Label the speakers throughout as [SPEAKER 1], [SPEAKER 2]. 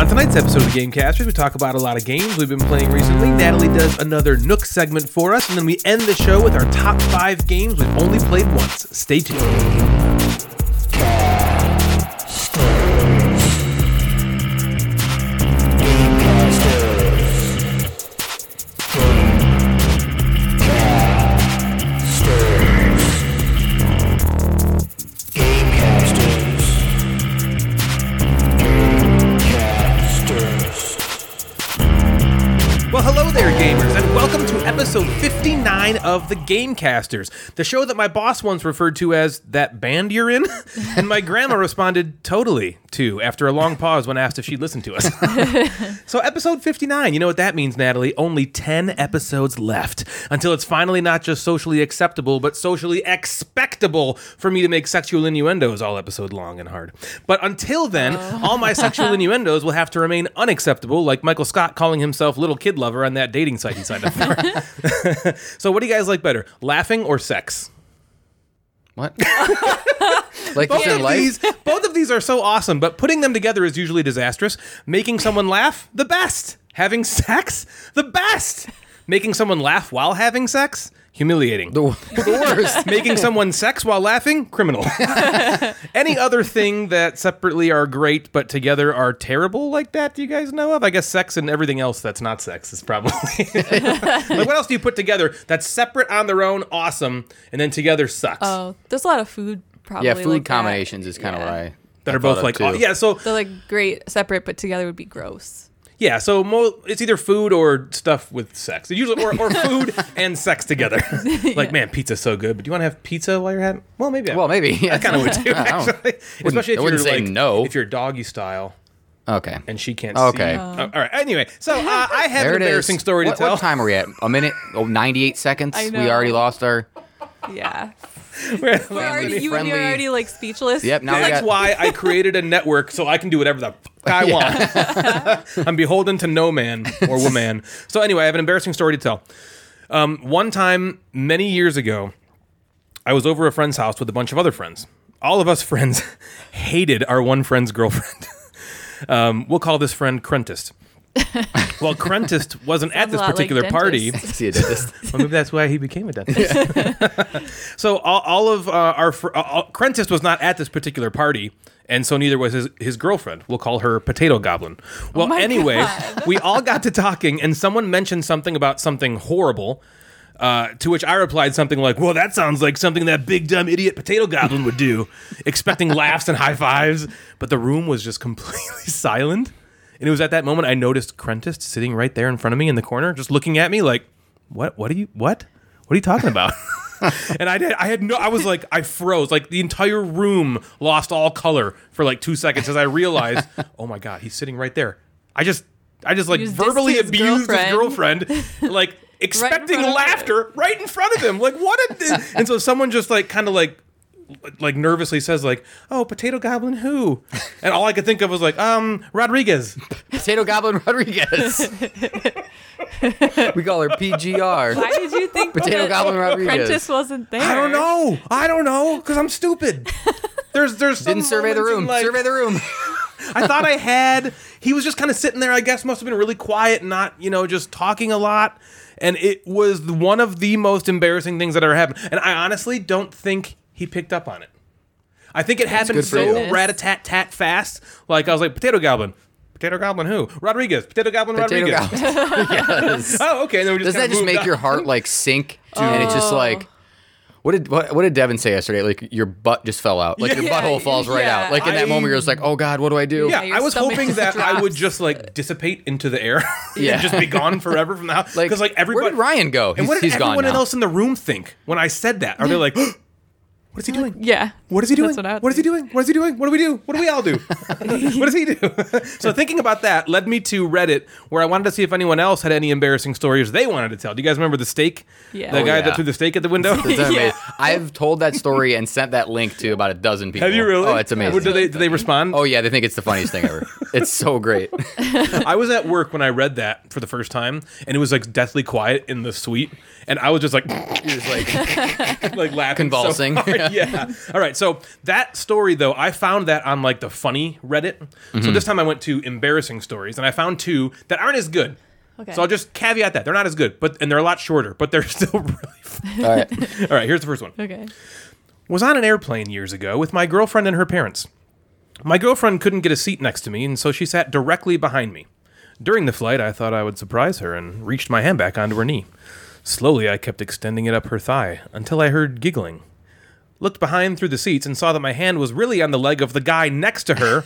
[SPEAKER 1] On tonight's episode of the Gamecasters, we talk about a lot of games we've been playing recently. Natalie does another Nook segment for us, and then we end the show with our top five games we've only played once. Stay tuned.
[SPEAKER 2] Gamecasters.
[SPEAKER 1] Well, hello there, gamers, and welcome to episode 59 of the Gamecasters, the show that my boss once referred to as that band you're in, and my grandma responded totally to after a long pause when asked if she'd listen to us. so, episode 59, you know what that means, Natalie? Only 10 episodes left until it's finally not just socially acceptable, but socially expectable for me to make sexual innuendos all episode long and hard. But until then, all my sexual innuendos will have to remain unacceptable, like Michael Scott calling himself Little Kid Lover on that dating site he signed up for. so, what do you guys like better, laughing or sex?
[SPEAKER 3] What? like you
[SPEAKER 1] Both
[SPEAKER 3] said,
[SPEAKER 1] of,
[SPEAKER 3] life?
[SPEAKER 1] these, both of these are so awesome, but putting them together is usually disastrous. Making someone laugh, the best. Having sex, the best. Making someone laugh while having sex, humiliating.
[SPEAKER 3] The, the worst.
[SPEAKER 1] Making someone sex while laughing, criminal. Any other thing that separately are great but together are terrible like that, do you guys know of? I guess sex and everything else that's not sex is probably. like, what else do you put together that's separate on their own, awesome, and then together sucks?
[SPEAKER 4] Oh, there's a lot of food probably.
[SPEAKER 3] yeah, food
[SPEAKER 4] like that.
[SPEAKER 3] combinations is kind of
[SPEAKER 4] Yeah.
[SPEAKER 3] why. I
[SPEAKER 1] that are
[SPEAKER 3] thought
[SPEAKER 1] both
[SPEAKER 3] of,
[SPEAKER 1] like,
[SPEAKER 3] too.
[SPEAKER 1] aw- yeah, so
[SPEAKER 4] They're like great separate, but together would be gross.
[SPEAKER 1] Yeah, so mo- it's either food or stuff with sex. Usually, or, or food and sex together. like, man, pizza's so good, but do you want to have pizza while you're having? Well, maybe. I
[SPEAKER 3] Well, maybe. Yeah.
[SPEAKER 1] I kind of would too.
[SPEAKER 3] I don't-
[SPEAKER 1] Actually, especially if
[SPEAKER 3] I
[SPEAKER 1] you're
[SPEAKER 3] wouldn't say
[SPEAKER 1] like,
[SPEAKER 3] no.
[SPEAKER 1] If you're doggy style
[SPEAKER 3] Okay.
[SPEAKER 1] and she can't.
[SPEAKER 3] Okay.
[SPEAKER 1] See.
[SPEAKER 3] Oh.
[SPEAKER 1] all right. Anyway, so uh, I have
[SPEAKER 3] There
[SPEAKER 1] an
[SPEAKER 3] it is.
[SPEAKER 1] embarrassing story
[SPEAKER 3] What-
[SPEAKER 1] to tell.
[SPEAKER 3] What time are we at? A minute? Oh, 98 seconds?
[SPEAKER 4] I
[SPEAKER 3] We
[SPEAKER 4] know.
[SPEAKER 3] already lost our.
[SPEAKER 4] Yeah.
[SPEAKER 1] We're-
[SPEAKER 4] We're already,
[SPEAKER 3] Friendly-
[SPEAKER 4] you and me are
[SPEAKER 3] friendly-
[SPEAKER 4] already like speechless.
[SPEAKER 3] Yep, now we
[SPEAKER 1] That's
[SPEAKER 3] got-
[SPEAKER 1] why I created a network so I can do whatever the fuck I want. I'm beholden to no man or woman. So anyway, I have an embarrassing story to tell. Um, one time, many years ago, I was over a friend's house with a bunch of other friends. All of us friends hated our one friend's girlfriend. um, we'll call this friend Crentist. well, Crentist wasn't at
[SPEAKER 4] Sounds a
[SPEAKER 1] this
[SPEAKER 4] lot like
[SPEAKER 1] particular party.
[SPEAKER 4] dentist.
[SPEAKER 3] See, it did this.
[SPEAKER 1] Well, maybe that's why he became a dentist. so all, all of uh, our fr- uh, all, Crentis was not at this particular party, and so neither was his, his girlfriend. We'll call her Potato Goblin. Well,
[SPEAKER 4] Oh my
[SPEAKER 1] anyway,
[SPEAKER 4] God.
[SPEAKER 1] we all got to talking, and someone mentioned something about something horrible. Uh, to which I replied something like, "Well, that sounds like something that big dumb idiot potato goblin would do," expecting laughs and high fives. But the room was just completely silent, and it was at that moment I noticed Crentist sitting right there in front of me in the corner, just looking at me like, "What? What are you? What? What are you talking about?" and I did. I had no. I was like, I froze. Like the entire room lost all color for like two seconds as I realized, "Oh my god, he's sitting right there." I just, I just like
[SPEAKER 4] You just dissed
[SPEAKER 1] verbally
[SPEAKER 4] his
[SPEAKER 1] abused his girlfriend
[SPEAKER 4] girlfriend.
[SPEAKER 1] friend, like expecting
[SPEAKER 4] front of
[SPEAKER 1] laughter right in front of him. Like what? A di- and so someone just like kind of like like nervously says like, "Oh, potato goblin who?" And all I could think of was like, "Um, Rodriguez."
[SPEAKER 3] Potato Goblin Rodriguez. we call her
[SPEAKER 4] Why
[SPEAKER 3] PGR.
[SPEAKER 4] did you think
[SPEAKER 3] Potato
[SPEAKER 4] that
[SPEAKER 3] Goblin Rodriguez.
[SPEAKER 4] Prentice wasn't there?
[SPEAKER 1] I don't know. I don't know cuz I'm stupid. There's there's some
[SPEAKER 3] Didn't survey the
[SPEAKER 1] moments in
[SPEAKER 3] room.
[SPEAKER 1] life-
[SPEAKER 3] survey the room.
[SPEAKER 1] I thought I had. He was just kind of sitting there. I guess must have been really quiet, not you know just talking a lot. And it was one of the most embarrassing things that ever happened. And I honestly don't think he picked up on it. I think it happened
[SPEAKER 3] good for
[SPEAKER 1] so
[SPEAKER 3] you.
[SPEAKER 1] rat a tat tat fast. Like I was like potato goblin, potato goblin who Rodriguez, potato goblin
[SPEAKER 3] Potato
[SPEAKER 1] Rodriguez.
[SPEAKER 3] Goblin. yes.
[SPEAKER 1] Oh, okay. And then we just
[SPEAKER 3] Doesn't that
[SPEAKER 1] kinda
[SPEAKER 3] just
[SPEAKER 1] moved
[SPEAKER 3] make
[SPEAKER 1] on.
[SPEAKER 3] your heart like sink? And it's just like, what did what, what did Devin say yesterday? Like your butt just fell out. Like your
[SPEAKER 4] Yeah.
[SPEAKER 3] butthole falls right
[SPEAKER 4] Yeah.
[SPEAKER 3] out. Like in that
[SPEAKER 1] I-
[SPEAKER 3] moment, you're just like, oh god, what do I do?
[SPEAKER 1] Yeah,
[SPEAKER 4] Yeah, your
[SPEAKER 1] I was
[SPEAKER 4] stomach
[SPEAKER 1] hoping
[SPEAKER 4] just
[SPEAKER 1] that I would
[SPEAKER 4] drops.
[SPEAKER 1] just like dissipate into the air,
[SPEAKER 3] Yeah.
[SPEAKER 1] and just be gone forever from the house.
[SPEAKER 3] Like,
[SPEAKER 1] Because like, everybody,
[SPEAKER 3] where did Ryan go?
[SPEAKER 1] And
[SPEAKER 3] He's,
[SPEAKER 1] what did
[SPEAKER 3] he's gone
[SPEAKER 1] everyone
[SPEAKER 3] now.
[SPEAKER 1] else in the room think when I said that? Are they like, what is he doing?
[SPEAKER 4] Yeah.
[SPEAKER 1] What is he doing?
[SPEAKER 4] That's what I would
[SPEAKER 1] what is he
[SPEAKER 4] do.
[SPEAKER 1] doing? What is he doing? What do we do? What do we all do? what does he do? so thinking about that led me to Reddit, where I wanted to see if anyone else had any embarrassing stories they wanted to tell. Do you guys remember the steak?
[SPEAKER 4] Yeah.
[SPEAKER 1] The
[SPEAKER 4] Oh,
[SPEAKER 1] guy
[SPEAKER 3] yeah.
[SPEAKER 1] that threw the steak at the window.
[SPEAKER 3] It's
[SPEAKER 4] Yeah.
[SPEAKER 3] amazing. I've told that story and sent that link to about a dozen people.
[SPEAKER 1] Have you really?
[SPEAKER 3] Oh, it's
[SPEAKER 1] What- Do
[SPEAKER 3] amazing.
[SPEAKER 1] they, do they respond?
[SPEAKER 3] Oh yeah, they think it's the funniest thing ever. It's so great.
[SPEAKER 1] I was at work when I read that for the first time, and it was like deathly quiet in the suite, and I was just like,
[SPEAKER 3] It's like
[SPEAKER 1] like laughing, so
[SPEAKER 3] convulsing.
[SPEAKER 1] hard. yeah. All right. So that story, though, I found that on like the funny Reddit. So this time I went to embarrassing stories, and I found two that aren't as good.
[SPEAKER 4] Okay.
[SPEAKER 1] So I'll just caveat that they're not as good, but and they're a lot shorter, but they're still really. Fun.
[SPEAKER 3] All right.
[SPEAKER 1] All right. Here's the first one.
[SPEAKER 4] Okay.
[SPEAKER 1] Was on an airplane years ago with my girlfriend and her parents. My girlfriend couldn't get a seat next to me, and so she sat directly behind me. During the flight, I thought I would surprise her and reached my hand back onto her knee. Slowly, I kept extending it up her thigh until I heard giggling. Looked behind through the seats and saw that my hand was really on the leg of the guy next to her.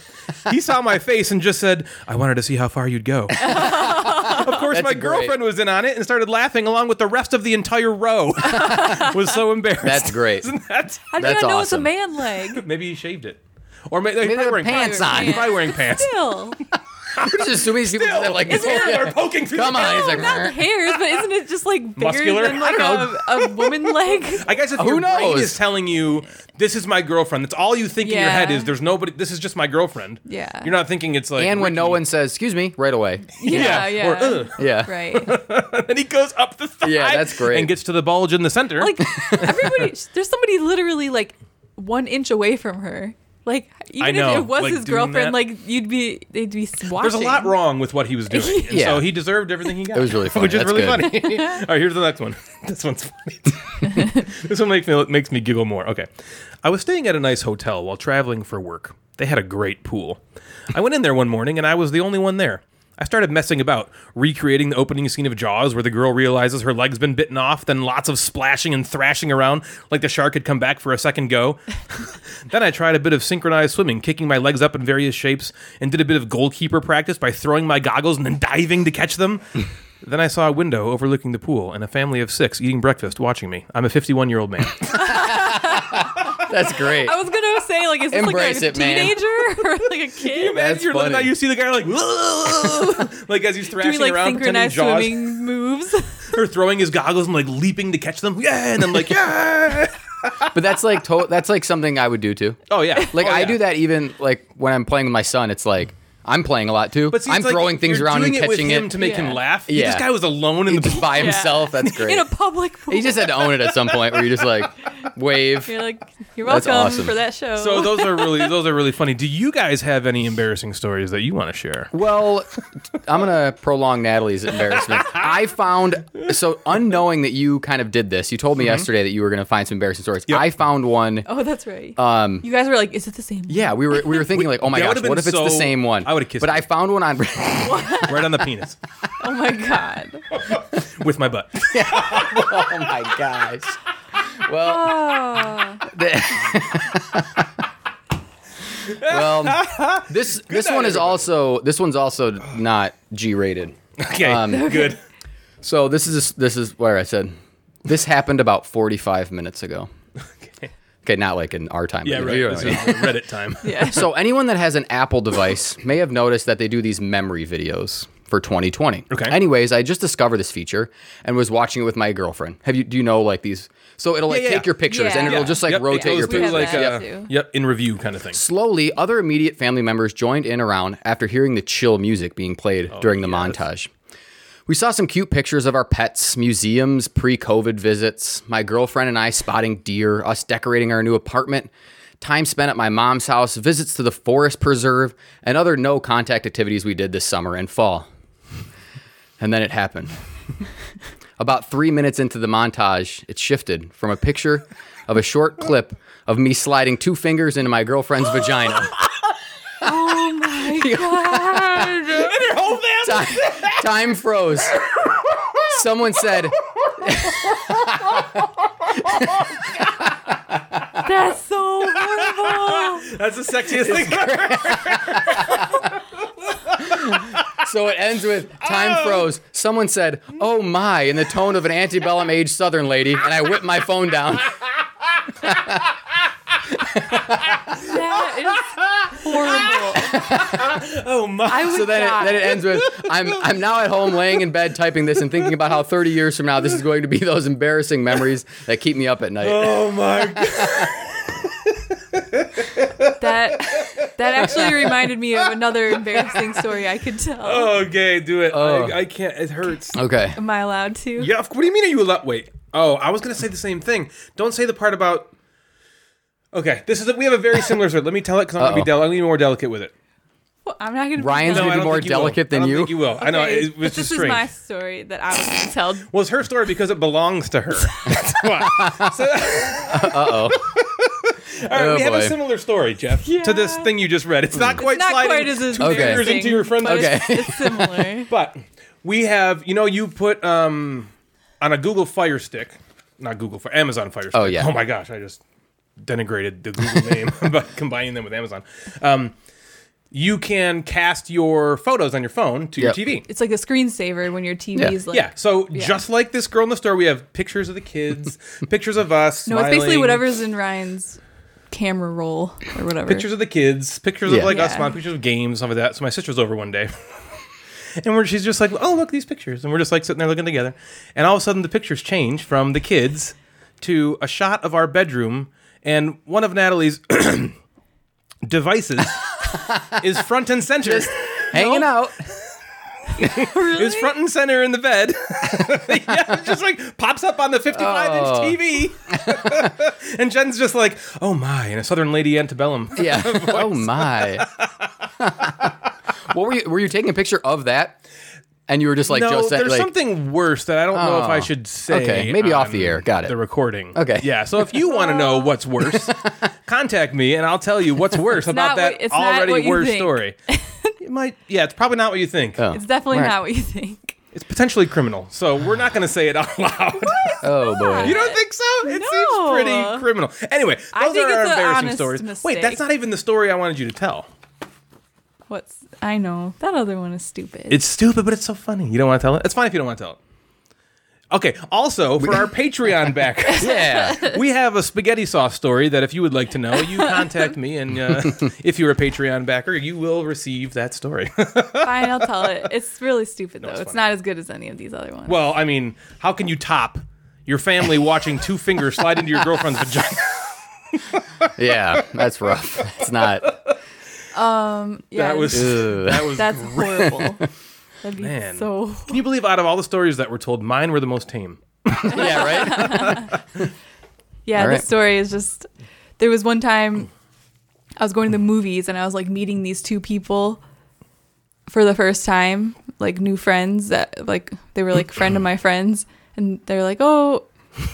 [SPEAKER 1] he saw my face and just said, I wanted to see how far you'd go. of course,
[SPEAKER 3] That's
[SPEAKER 1] my
[SPEAKER 3] great.
[SPEAKER 1] girlfriend was in on it and started laughing along with the rest of the entire row. was so embarrassed.
[SPEAKER 3] That's great.
[SPEAKER 1] Isn't that
[SPEAKER 4] How did
[SPEAKER 3] That's
[SPEAKER 4] I know it's a
[SPEAKER 3] awesome.
[SPEAKER 4] man leg?
[SPEAKER 1] Maybe he shaved it. Or maybe, they're
[SPEAKER 3] Maybe
[SPEAKER 1] probably
[SPEAKER 3] they're
[SPEAKER 1] wearing
[SPEAKER 3] pants on.
[SPEAKER 1] He's probably wearing pants.
[SPEAKER 4] Still,
[SPEAKER 3] We're just assuming these people
[SPEAKER 1] Still,
[SPEAKER 3] that like
[SPEAKER 1] his
[SPEAKER 3] yeah.
[SPEAKER 1] hands are poking through
[SPEAKER 3] Come
[SPEAKER 1] the
[SPEAKER 3] on, he's
[SPEAKER 4] no,
[SPEAKER 3] like,
[SPEAKER 4] not the hairs, but isn't it just like bigger
[SPEAKER 1] Muscular?
[SPEAKER 4] than
[SPEAKER 1] I
[SPEAKER 4] like a, a woman leg?
[SPEAKER 1] I guess if
[SPEAKER 3] Who
[SPEAKER 1] your brain
[SPEAKER 3] knows?
[SPEAKER 1] is telling you this is my girlfriend, that's all you think in your head
[SPEAKER 4] Yeah.
[SPEAKER 1] is there's nobody. This is just my girlfriend.
[SPEAKER 4] Yeah.
[SPEAKER 1] you're not thinking it's like
[SPEAKER 3] And when no
[SPEAKER 1] Ricky.
[SPEAKER 3] one says "excuse me" right away,
[SPEAKER 4] Yeah, yeah.
[SPEAKER 1] or, "Ugh,"
[SPEAKER 3] yeah,
[SPEAKER 4] Right.
[SPEAKER 1] and he goes up the side.
[SPEAKER 3] Yeah, that's great.
[SPEAKER 1] And gets to the bulge in the center.
[SPEAKER 4] like everybody there's somebody literally like one inch away from her like even
[SPEAKER 1] I know,
[SPEAKER 4] if it was
[SPEAKER 1] like, doing
[SPEAKER 4] his
[SPEAKER 1] that-
[SPEAKER 4] girlfriend like you'd be they'd be watching
[SPEAKER 1] there's a lot wrong with what he was doing, and
[SPEAKER 3] Yeah.
[SPEAKER 1] so he deserved everything he got.
[SPEAKER 3] It was really funny.
[SPEAKER 1] which is
[SPEAKER 3] That's
[SPEAKER 1] really
[SPEAKER 3] good.
[SPEAKER 1] funny. All right, here's the next one. This one's funny. too. this one makes me makes me giggle more. Okay, I was staying at a nice hotel while traveling for work. They had a great pool. I went in there one morning and I was the only one there. I started messing about, recreating the opening scene of Jaws where the girl realizes her leg's been bitten off, then lots of splashing and thrashing around like the shark had come back for a second go. Then I tried a bit of synchronized swimming, kicking my legs up in various shapes, and did a bit of goalkeeper practice by throwing my goggles and then diving to catch them. then I saw a window overlooking the pool and a family of six eating breakfast watching me. I'm a 51 year old man.
[SPEAKER 3] that's great.
[SPEAKER 4] i was gonna say like is this
[SPEAKER 3] Embrace
[SPEAKER 4] like a
[SPEAKER 3] it, man.
[SPEAKER 4] teenager or like a kid
[SPEAKER 1] Imagine
[SPEAKER 3] That's
[SPEAKER 1] you're looking
[SPEAKER 3] funny.
[SPEAKER 1] out, you see the guy like, "Whoa!" like as he's
[SPEAKER 4] doing
[SPEAKER 1] thrashing
[SPEAKER 4] like
[SPEAKER 1] around, pretending
[SPEAKER 4] synchronized
[SPEAKER 1] Jaws,
[SPEAKER 4] swimming moves
[SPEAKER 1] or throwing his goggles and like leaping to catch them. Yeah, and I'm like, yeah.
[SPEAKER 3] But that's like to- that's like something I would do too.
[SPEAKER 1] Oh yeah,
[SPEAKER 3] Like
[SPEAKER 1] Oh,
[SPEAKER 3] I
[SPEAKER 1] yeah.
[SPEAKER 3] do that even like when I'm playing with my son. It's like I'm playing a lot too.
[SPEAKER 1] But see, it's
[SPEAKER 3] I'm
[SPEAKER 1] like
[SPEAKER 3] throwing things
[SPEAKER 1] you're
[SPEAKER 3] around
[SPEAKER 1] doing
[SPEAKER 3] and
[SPEAKER 1] it with
[SPEAKER 3] catching
[SPEAKER 1] him to make him
[SPEAKER 4] Yeah.
[SPEAKER 1] laugh.
[SPEAKER 3] Yeah.
[SPEAKER 1] this guy was alone in the
[SPEAKER 3] just by himself. That's great.
[SPEAKER 4] in a public pool
[SPEAKER 3] he just had to own it at some point where you just like wave.
[SPEAKER 4] you're like you're
[SPEAKER 3] That's
[SPEAKER 4] welcome
[SPEAKER 3] awesome.
[SPEAKER 4] for that show
[SPEAKER 1] So those are really those are really funny. Do you guys have any embarrassing stories that you want to share?
[SPEAKER 3] Well, I'm gonna prolong Natalie's embarrassment. I found so unknowing that you kind of did this. You told me yesterday that you were gonna find some embarrassing stories. I found one.
[SPEAKER 4] oh that's right
[SPEAKER 3] Um,
[SPEAKER 4] you guys were like is it the same
[SPEAKER 3] yeah, we were we were thinking like, oh my
[SPEAKER 1] that
[SPEAKER 3] gosh,
[SPEAKER 1] would've
[SPEAKER 3] what
[SPEAKER 1] been
[SPEAKER 3] if it's the
[SPEAKER 1] so-
[SPEAKER 3] same one?
[SPEAKER 1] I would've kissed
[SPEAKER 3] But
[SPEAKER 1] you.
[SPEAKER 3] I found one on.
[SPEAKER 1] Right on the penis
[SPEAKER 4] oh my god
[SPEAKER 1] with my butt.
[SPEAKER 3] oh my gosh. Well,
[SPEAKER 4] oh
[SPEAKER 3] the- well, this this one is also this one's also not G rated.
[SPEAKER 1] Okay, good.
[SPEAKER 3] So this is this is where I said this happened about 45 minutes ago.
[SPEAKER 1] Okay.
[SPEAKER 3] Okay, not like in our time.
[SPEAKER 1] Yeah,
[SPEAKER 3] but
[SPEAKER 1] right.
[SPEAKER 3] you know
[SPEAKER 1] This
[SPEAKER 3] what I
[SPEAKER 1] is
[SPEAKER 3] mean.
[SPEAKER 1] Reddit time.
[SPEAKER 4] yeah
[SPEAKER 3] so anyone that has an Apple device may have noticed that they do these memory videos for 2020.
[SPEAKER 1] Okay.
[SPEAKER 3] Anyways, I just discovered this feature and was watching it with my girlfriend. Have you do you know like these? So it'll like
[SPEAKER 1] Yeah, yeah.
[SPEAKER 3] take your pictures and
[SPEAKER 4] Yeah.
[SPEAKER 3] it'll
[SPEAKER 4] Yeah.
[SPEAKER 3] just like
[SPEAKER 1] Yep, it
[SPEAKER 3] rotate
[SPEAKER 1] goes
[SPEAKER 3] your
[SPEAKER 1] through,
[SPEAKER 3] pictures.
[SPEAKER 1] like,
[SPEAKER 4] We have
[SPEAKER 1] uh,
[SPEAKER 4] that too.
[SPEAKER 1] yep, in review kind of thing.
[SPEAKER 3] Slowly, other immediate family members joined in around after hearing the chill music being played during the montage. We saw some cute pictures of our pets, museums, pre COVID visits, my girlfriend and I spotting deer, us decorating our new apartment, time spent at my mom's house, visits to the forest preserve, and other no contact activities we did this summer and fall. And then it happened. About three minutes into the montage, it shifted from a picture of a short clip of me sliding two fingers into my girlfriend's vagina.
[SPEAKER 4] oh my god
[SPEAKER 3] Time, time froze. Someone said,
[SPEAKER 4] that's so horrible
[SPEAKER 1] That's the sexiest thing. ever.
[SPEAKER 3] so it ends with
[SPEAKER 1] Oh.
[SPEAKER 3] time froze. Someone said, oh my, in the tone of an antebellum age southern lady, and I whipped my phone down.
[SPEAKER 4] That is horrible.
[SPEAKER 1] Oh my!
[SPEAKER 4] I would
[SPEAKER 3] So then it,
[SPEAKER 4] die.
[SPEAKER 3] then it ends with, I'm, I'm now at home laying in bed typing this and thinking about how 30 years from now, this is going to be those embarrassing memories that keep me up at night.
[SPEAKER 1] Oh my! God.
[SPEAKER 4] that that actually reminded me of another embarrassing story I could tell.
[SPEAKER 1] Okay, do it.
[SPEAKER 3] Oh.
[SPEAKER 1] I, I can't. It hurts.
[SPEAKER 3] Okay.
[SPEAKER 4] Am I allowed to?
[SPEAKER 1] Yeah. What do you mean? Are you allowed? Wait. Oh, I was gonna say the same thing. Don't say the part about. Okay, this is a, we have a very similar story. Let me tell it because I'm gonna be del- I'm gonna be more delicate with it.
[SPEAKER 4] Well, I'm not gonna.
[SPEAKER 3] Ryan's
[SPEAKER 4] be
[SPEAKER 3] gonna
[SPEAKER 1] I
[SPEAKER 3] be
[SPEAKER 1] don't
[SPEAKER 3] more
[SPEAKER 1] think you will.
[SPEAKER 3] delicate than
[SPEAKER 1] I don't
[SPEAKER 3] you?
[SPEAKER 1] Think you will. I know
[SPEAKER 4] Okay,
[SPEAKER 1] it
[SPEAKER 4] but
[SPEAKER 1] was
[SPEAKER 4] this
[SPEAKER 1] just
[SPEAKER 4] is my
[SPEAKER 1] strange.
[SPEAKER 4] story that I was gonna tell.
[SPEAKER 1] Well, it's her story because it belongs to her. That's why. So, Uh oh. All right,
[SPEAKER 3] Oh,
[SPEAKER 1] we have
[SPEAKER 3] boy. Hmm.
[SPEAKER 1] a similar story, Jeff, to this
[SPEAKER 4] Yeah.
[SPEAKER 1] thing you just read. It's not quite
[SPEAKER 4] It's not
[SPEAKER 1] sliding
[SPEAKER 4] quite as
[SPEAKER 1] two
[SPEAKER 4] embarrassing.
[SPEAKER 3] Okay.
[SPEAKER 1] fingers into your friend's
[SPEAKER 4] but
[SPEAKER 3] Okay.
[SPEAKER 4] It's, it's similar.
[SPEAKER 1] But we have, you know, you put um on a Google Fire Stick, not Google Fire, Amazon Fire Stick.
[SPEAKER 3] Oh, yeah.
[SPEAKER 1] Oh my gosh, I just denigrated the Google name by combining them with Amazon. Um, you can cast your photos on your phone to
[SPEAKER 3] Yep.
[SPEAKER 1] your TV.
[SPEAKER 4] it's like a screensaver when your TV's like.
[SPEAKER 1] yeah. So
[SPEAKER 4] yeah.
[SPEAKER 1] just like this girl in the store, we have pictures of the kids, pictures of us.
[SPEAKER 4] No, it's basically
[SPEAKER 1] smiling,
[SPEAKER 4] whatever's in Ryan's camera roll or whatever.
[SPEAKER 1] Pictures of the kids, pictures
[SPEAKER 3] Yeah.
[SPEAKER 1] of like us,
[SPEAKER 4] Yeah.
[SPEAKER 1] mom, pictures of games, stuff like that. So my sister's over one day. And we're, she's just like, oh, look, these pictures. And we're just like sitting there looking together. And all of a sudden, the pictures change from the kids to a shot of our bedroom. And one of Natalie's devices is front and center.
[SPEAKER 3] Hanging out.
[SPEAKER 1] It was front and center in the bed. yeah, it just like pops up on the 55
[SPEAKER 3] Oh.
[SPEAKER 1] inch TV. and Jen's just like, oh my, in a Southern Lady antebellum.
[SPEAKER 3] Yeah. oh my. what were you? Were you taking a picture of that? And you were just like
[SPEAKER 1] no,
[SPEAKER 3] just that,
[SPEAKER 1] there's
[SPEAKER 3] like
[SPEAKER 1] something worse that I don't know if I
[SPEAKER 3] Oh.
[SPEAKER 1] should say.
[SPEAKER 3] Okay, maybe off
[SPEAKER 1] on
[SPEAKER 3] the air. Got it.
[SPEAKER 1] The recording.
[SPEAKER 3] Okay.
[SPEAKER 1] Yeah. So if you want to know what's worse, contact me and I'll tell you what's worse about
[SPEAKER 4] not
[SPEAKER 1] that
[SPEAKER 4] what- it's not what
[SPEAKER 1] already
[SPEAKER 4] you
[SPEAKER 1] worse
[SPEAKER 4] think.
[SPEAKER 1] story. It might. Yeah, it's probably not what you think.
[SPEAKER 3] Oh.
[SPEAKER 4] It's definitely
[SPEAKER 3] Right.
[SPEAKER 4] not what you think.
[SPEAKER 1] It's potentially criminal, so we're not going to say it out loud.
[SPEAKER 3] Oh boy.
[SPEAKER 1] You don't think so? It
[SPEAKER 4] No.
[SPEAKER 1] seems pretty criminal. Anyway, those
[SPEAKER 4] I think
[SPEAKER 1] are our
[SPEAKER 4] it's a
[SPEAKER 1] embarrassing
[SPEAKER 4] honest
[SPEAKER 1] stories. Wait,
[SPEAKER 4] mistake.
[SPEAKER 1] that's not even the story I wanted you to tell.
[SPEAKER 4] What's I know that other one is stupid.
[SPEAKER 1] It's stupid, but it's so funny. You don't want to tell it? It's fine if you don't want to tell it. Okay. Also, for our Patreon backers,
[SPEAKER 3] yeah.
[SPEAKER 1] we have a spaghetti sauce story that if you would like to know, you contact me, and uh, if you're a Patreon backer, you will receive that story.
[SPEAKER 4] Fine, I'll tell it. It's really stupid though.
[SPEAKER 1] it's
[SPEAKER 4] it's
[SPEAKER 1] funny.
[SPEAKER 4] not as good as any of these other ones.
[SPEAKER 1] well, I mean, how can you top your family watching two fingers slide into your girlfriend's vagina?
[SPEAKER 3] Yeah. That's rough. It's not.
[SPEAKER 4] yeah,
[SPEAKER 1] That was
[SPEAKER 3] Ugh.
[SPEAKER 1] that was.
[SPEAKER 4] that's horrible. That'd be
[SPEAKER 1] Man.
[SPEAKER 4] so.
[SPEAKER 1] Can you believe out of all the stories that were told, mine were the most tame.
[SPEAKER 3] Yeah. Right.
[SPEAKER 4] Yeah,
[SPEAKER 3] All
[SPEAKER 4] the
[SPEAKER 3] right.
[SPEAKER 4] story is just. There was one time, I was going to the movies and I was like meeting these two people, for the first time, like new friends that like they were like friend of my friends, and they're like, oh.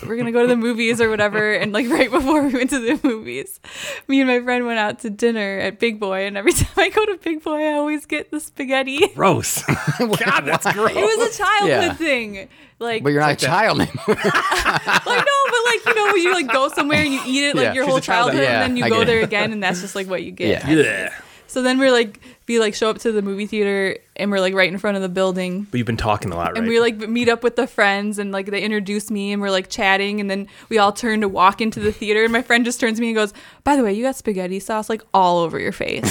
[SPEAKER 4] We're gonna go to the movies or whatever, and like right before we went to the movies, me and my friend went out to dinner at Big Boy, and every time I go to Big Boy, I always get the spaghetti.
[SPEAKER 1] Gross. God, that's gross.
[SPEAKER 4] It was a childhood
[SPEAKER 3] Yeah.
[SPEAKER 4] thing. Like,
[SPEAKER 3] But you're not a child anymore.
[SPEAKER 4] like no, but like you know, when you like go somewhere and you eat it like
[SPEAKER 3] Yeah.
[SPEAKER 4] your
[SPEAKER 1] She's
[SPEAKER 4] whole
[SPEAKER 1] a child
[SPEAKER 4] childhood,
[SPEAKER 1] then.
[SPEAKER 4] and then
[SPEAKER 3] Yeah,
[SPEAKER 4] you
[SPEAKER 3] I
[SPEAKER 4] go
[SPEAKER 3] get
[SPEAKER 4] there
[SPEAKER 3] it.
[SPEAKER 4] again, and that's just like what you get.
[SPEAKER 3] Yeah.
[SPEAKER 1] Yeah.
[SPEAKER 4] So then we're like, we like show up to the movie theater, and we're like right in front of the building.
[SPEAKER 1] But you've been talking a lot, right?
[SPEAKER 4] And we like meet up with the friends, and like they introduce me, and we're like chatting, and then we all turn to walk into the theater, and my friend just turns to me and goes, "By the way, you got spaghetti sauce like all over your face."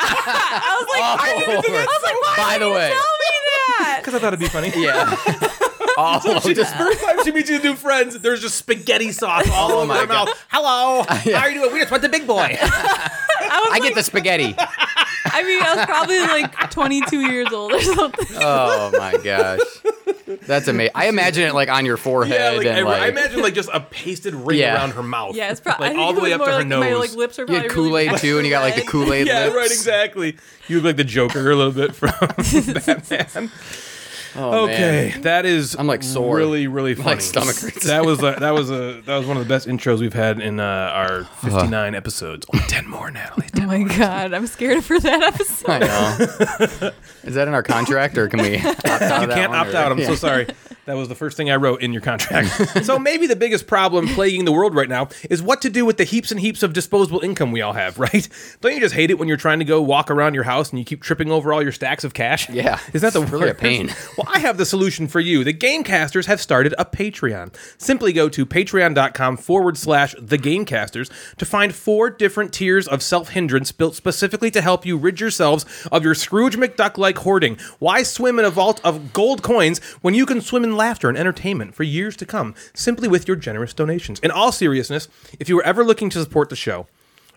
[SPEAKER 4] I was like, "Are you-" I was like, "Why
[SPEAKER 3] By
[SPEAKER 4] did
[SPEAKER 3] the
[SPEAKER 4] you
[SPEAKER 3] way.
[SPEAKER 4] tell me that?"
[SPEAKER 1] because I thought it'd be funny.
[SPEAKER 3] Yeah. All
[SPEAKER 1] She,
[SPEAKER 3] just
[SPEAKER 1] First time she meets you new friends, there's just spaghetti sauce all over
[SPEAKER 3] Oh my
[SPEAKER 1] her mouth. Hello, how are you doing? We just went to Big Boy.
[SPEAKER 4] I was
[SPEAKER 3] I
[SPEAKER 4] like,
[SPEAKER 3] get the spaghetti.
[SPEAKER 4] I mean, I was probably like 22 years old or something.
[SPEAKER 3] Oh my gosh. That's amazing. I imagine it like on your
[SPEAKER 1] yeah,
[SPEAKER 3] forehead
[SPEAKER 1] like, I,
[SPEAKER 3] and
[SPEAKER 1] I
[SPEAKER 3] like
[SPEAKER 1] imagine like just a pasted ring
[SPEAKER 3] Yeah.
[SPEAKER 1] around her mouth.
[SPEAKER 4] Yeah, it's probably
[SPEAKER 1] like all the way up to
[SPEAKER 4] more
[SPEAKER 1] her
[SPEAKER 4] like
[SPEAKER 1] nose.
[SPEAKER 4] My like lips are
[SPEAKER 3] you
[SPEAKER 4] probably
[SPEAKER 3] had Kool-Aid
[SPEAKER 4] really
[SPEAKER 3] too, and you got like the
[SPEAKER 4] red.
[SPEAKER 3] Kool-Aid
[SPEAKER 1] yeah,
[SPEAKER 3] lips.
[SPEAKER 1] right, exactly. You look like the Joker a little bit from Batman.
[SPEAKER 3] Oh, man.
[SPEAKER 1] okay, that is
[SPEAKER 3] I'm, like, sore.
[SPEAKER 1] Really, really funny.
[SPEAKER 3] stomach hurts.
[SPEAKER 1] That was a, that was a that was one of the best intros we've had in uh, our 59 episodes. Only 10 more, Natalie. 10
[SPEAKER 4] Oh my god, I'm scared for that episode.
[SPEAKER 3] I know. Is that in our contract, or can we? Opt out of
[SPEAKER 1] You
[SPEAKER 3] that
[SPEAKER 1] can't
[SPEAKER 3] one,
[SPEAKER 1] opt
[SPEAKER 3] or-
[SPEAKER 1] out. I'm so
[SPEAKER 3] Yeah.
[SPEAKER 1] sorry. That was the first thing I wrote in your contract. so maybe the biggest problem plaguing the world right now is what to do with the heaps and heaps of disposable income we all have, right? Don't you just hate it when you're trying to go walk around your house and you keep tripping over all your stacks of cash?
[SPEAKER 3] Yeah.
[SPEAKER 1] Is that the
[SPEAKER 3] It's really a
[SPEAKER 1] worst?
[SPEAKER 3] pain.
[SPEAKER 1] Well, I have the solution for you. The Gamecasters have started a Patreon. Simply go to patreon.com forward slash the Gamecasters to find four different tiers of self hindrance built specifically to help you rid yourselves of your Scrooge McDuck like hoarding. Why swim in a vault of gold coins when you can swim in laughter and entertainment for years to come simply with your generous donations? In all seriousness, if you were ever looking to support the show,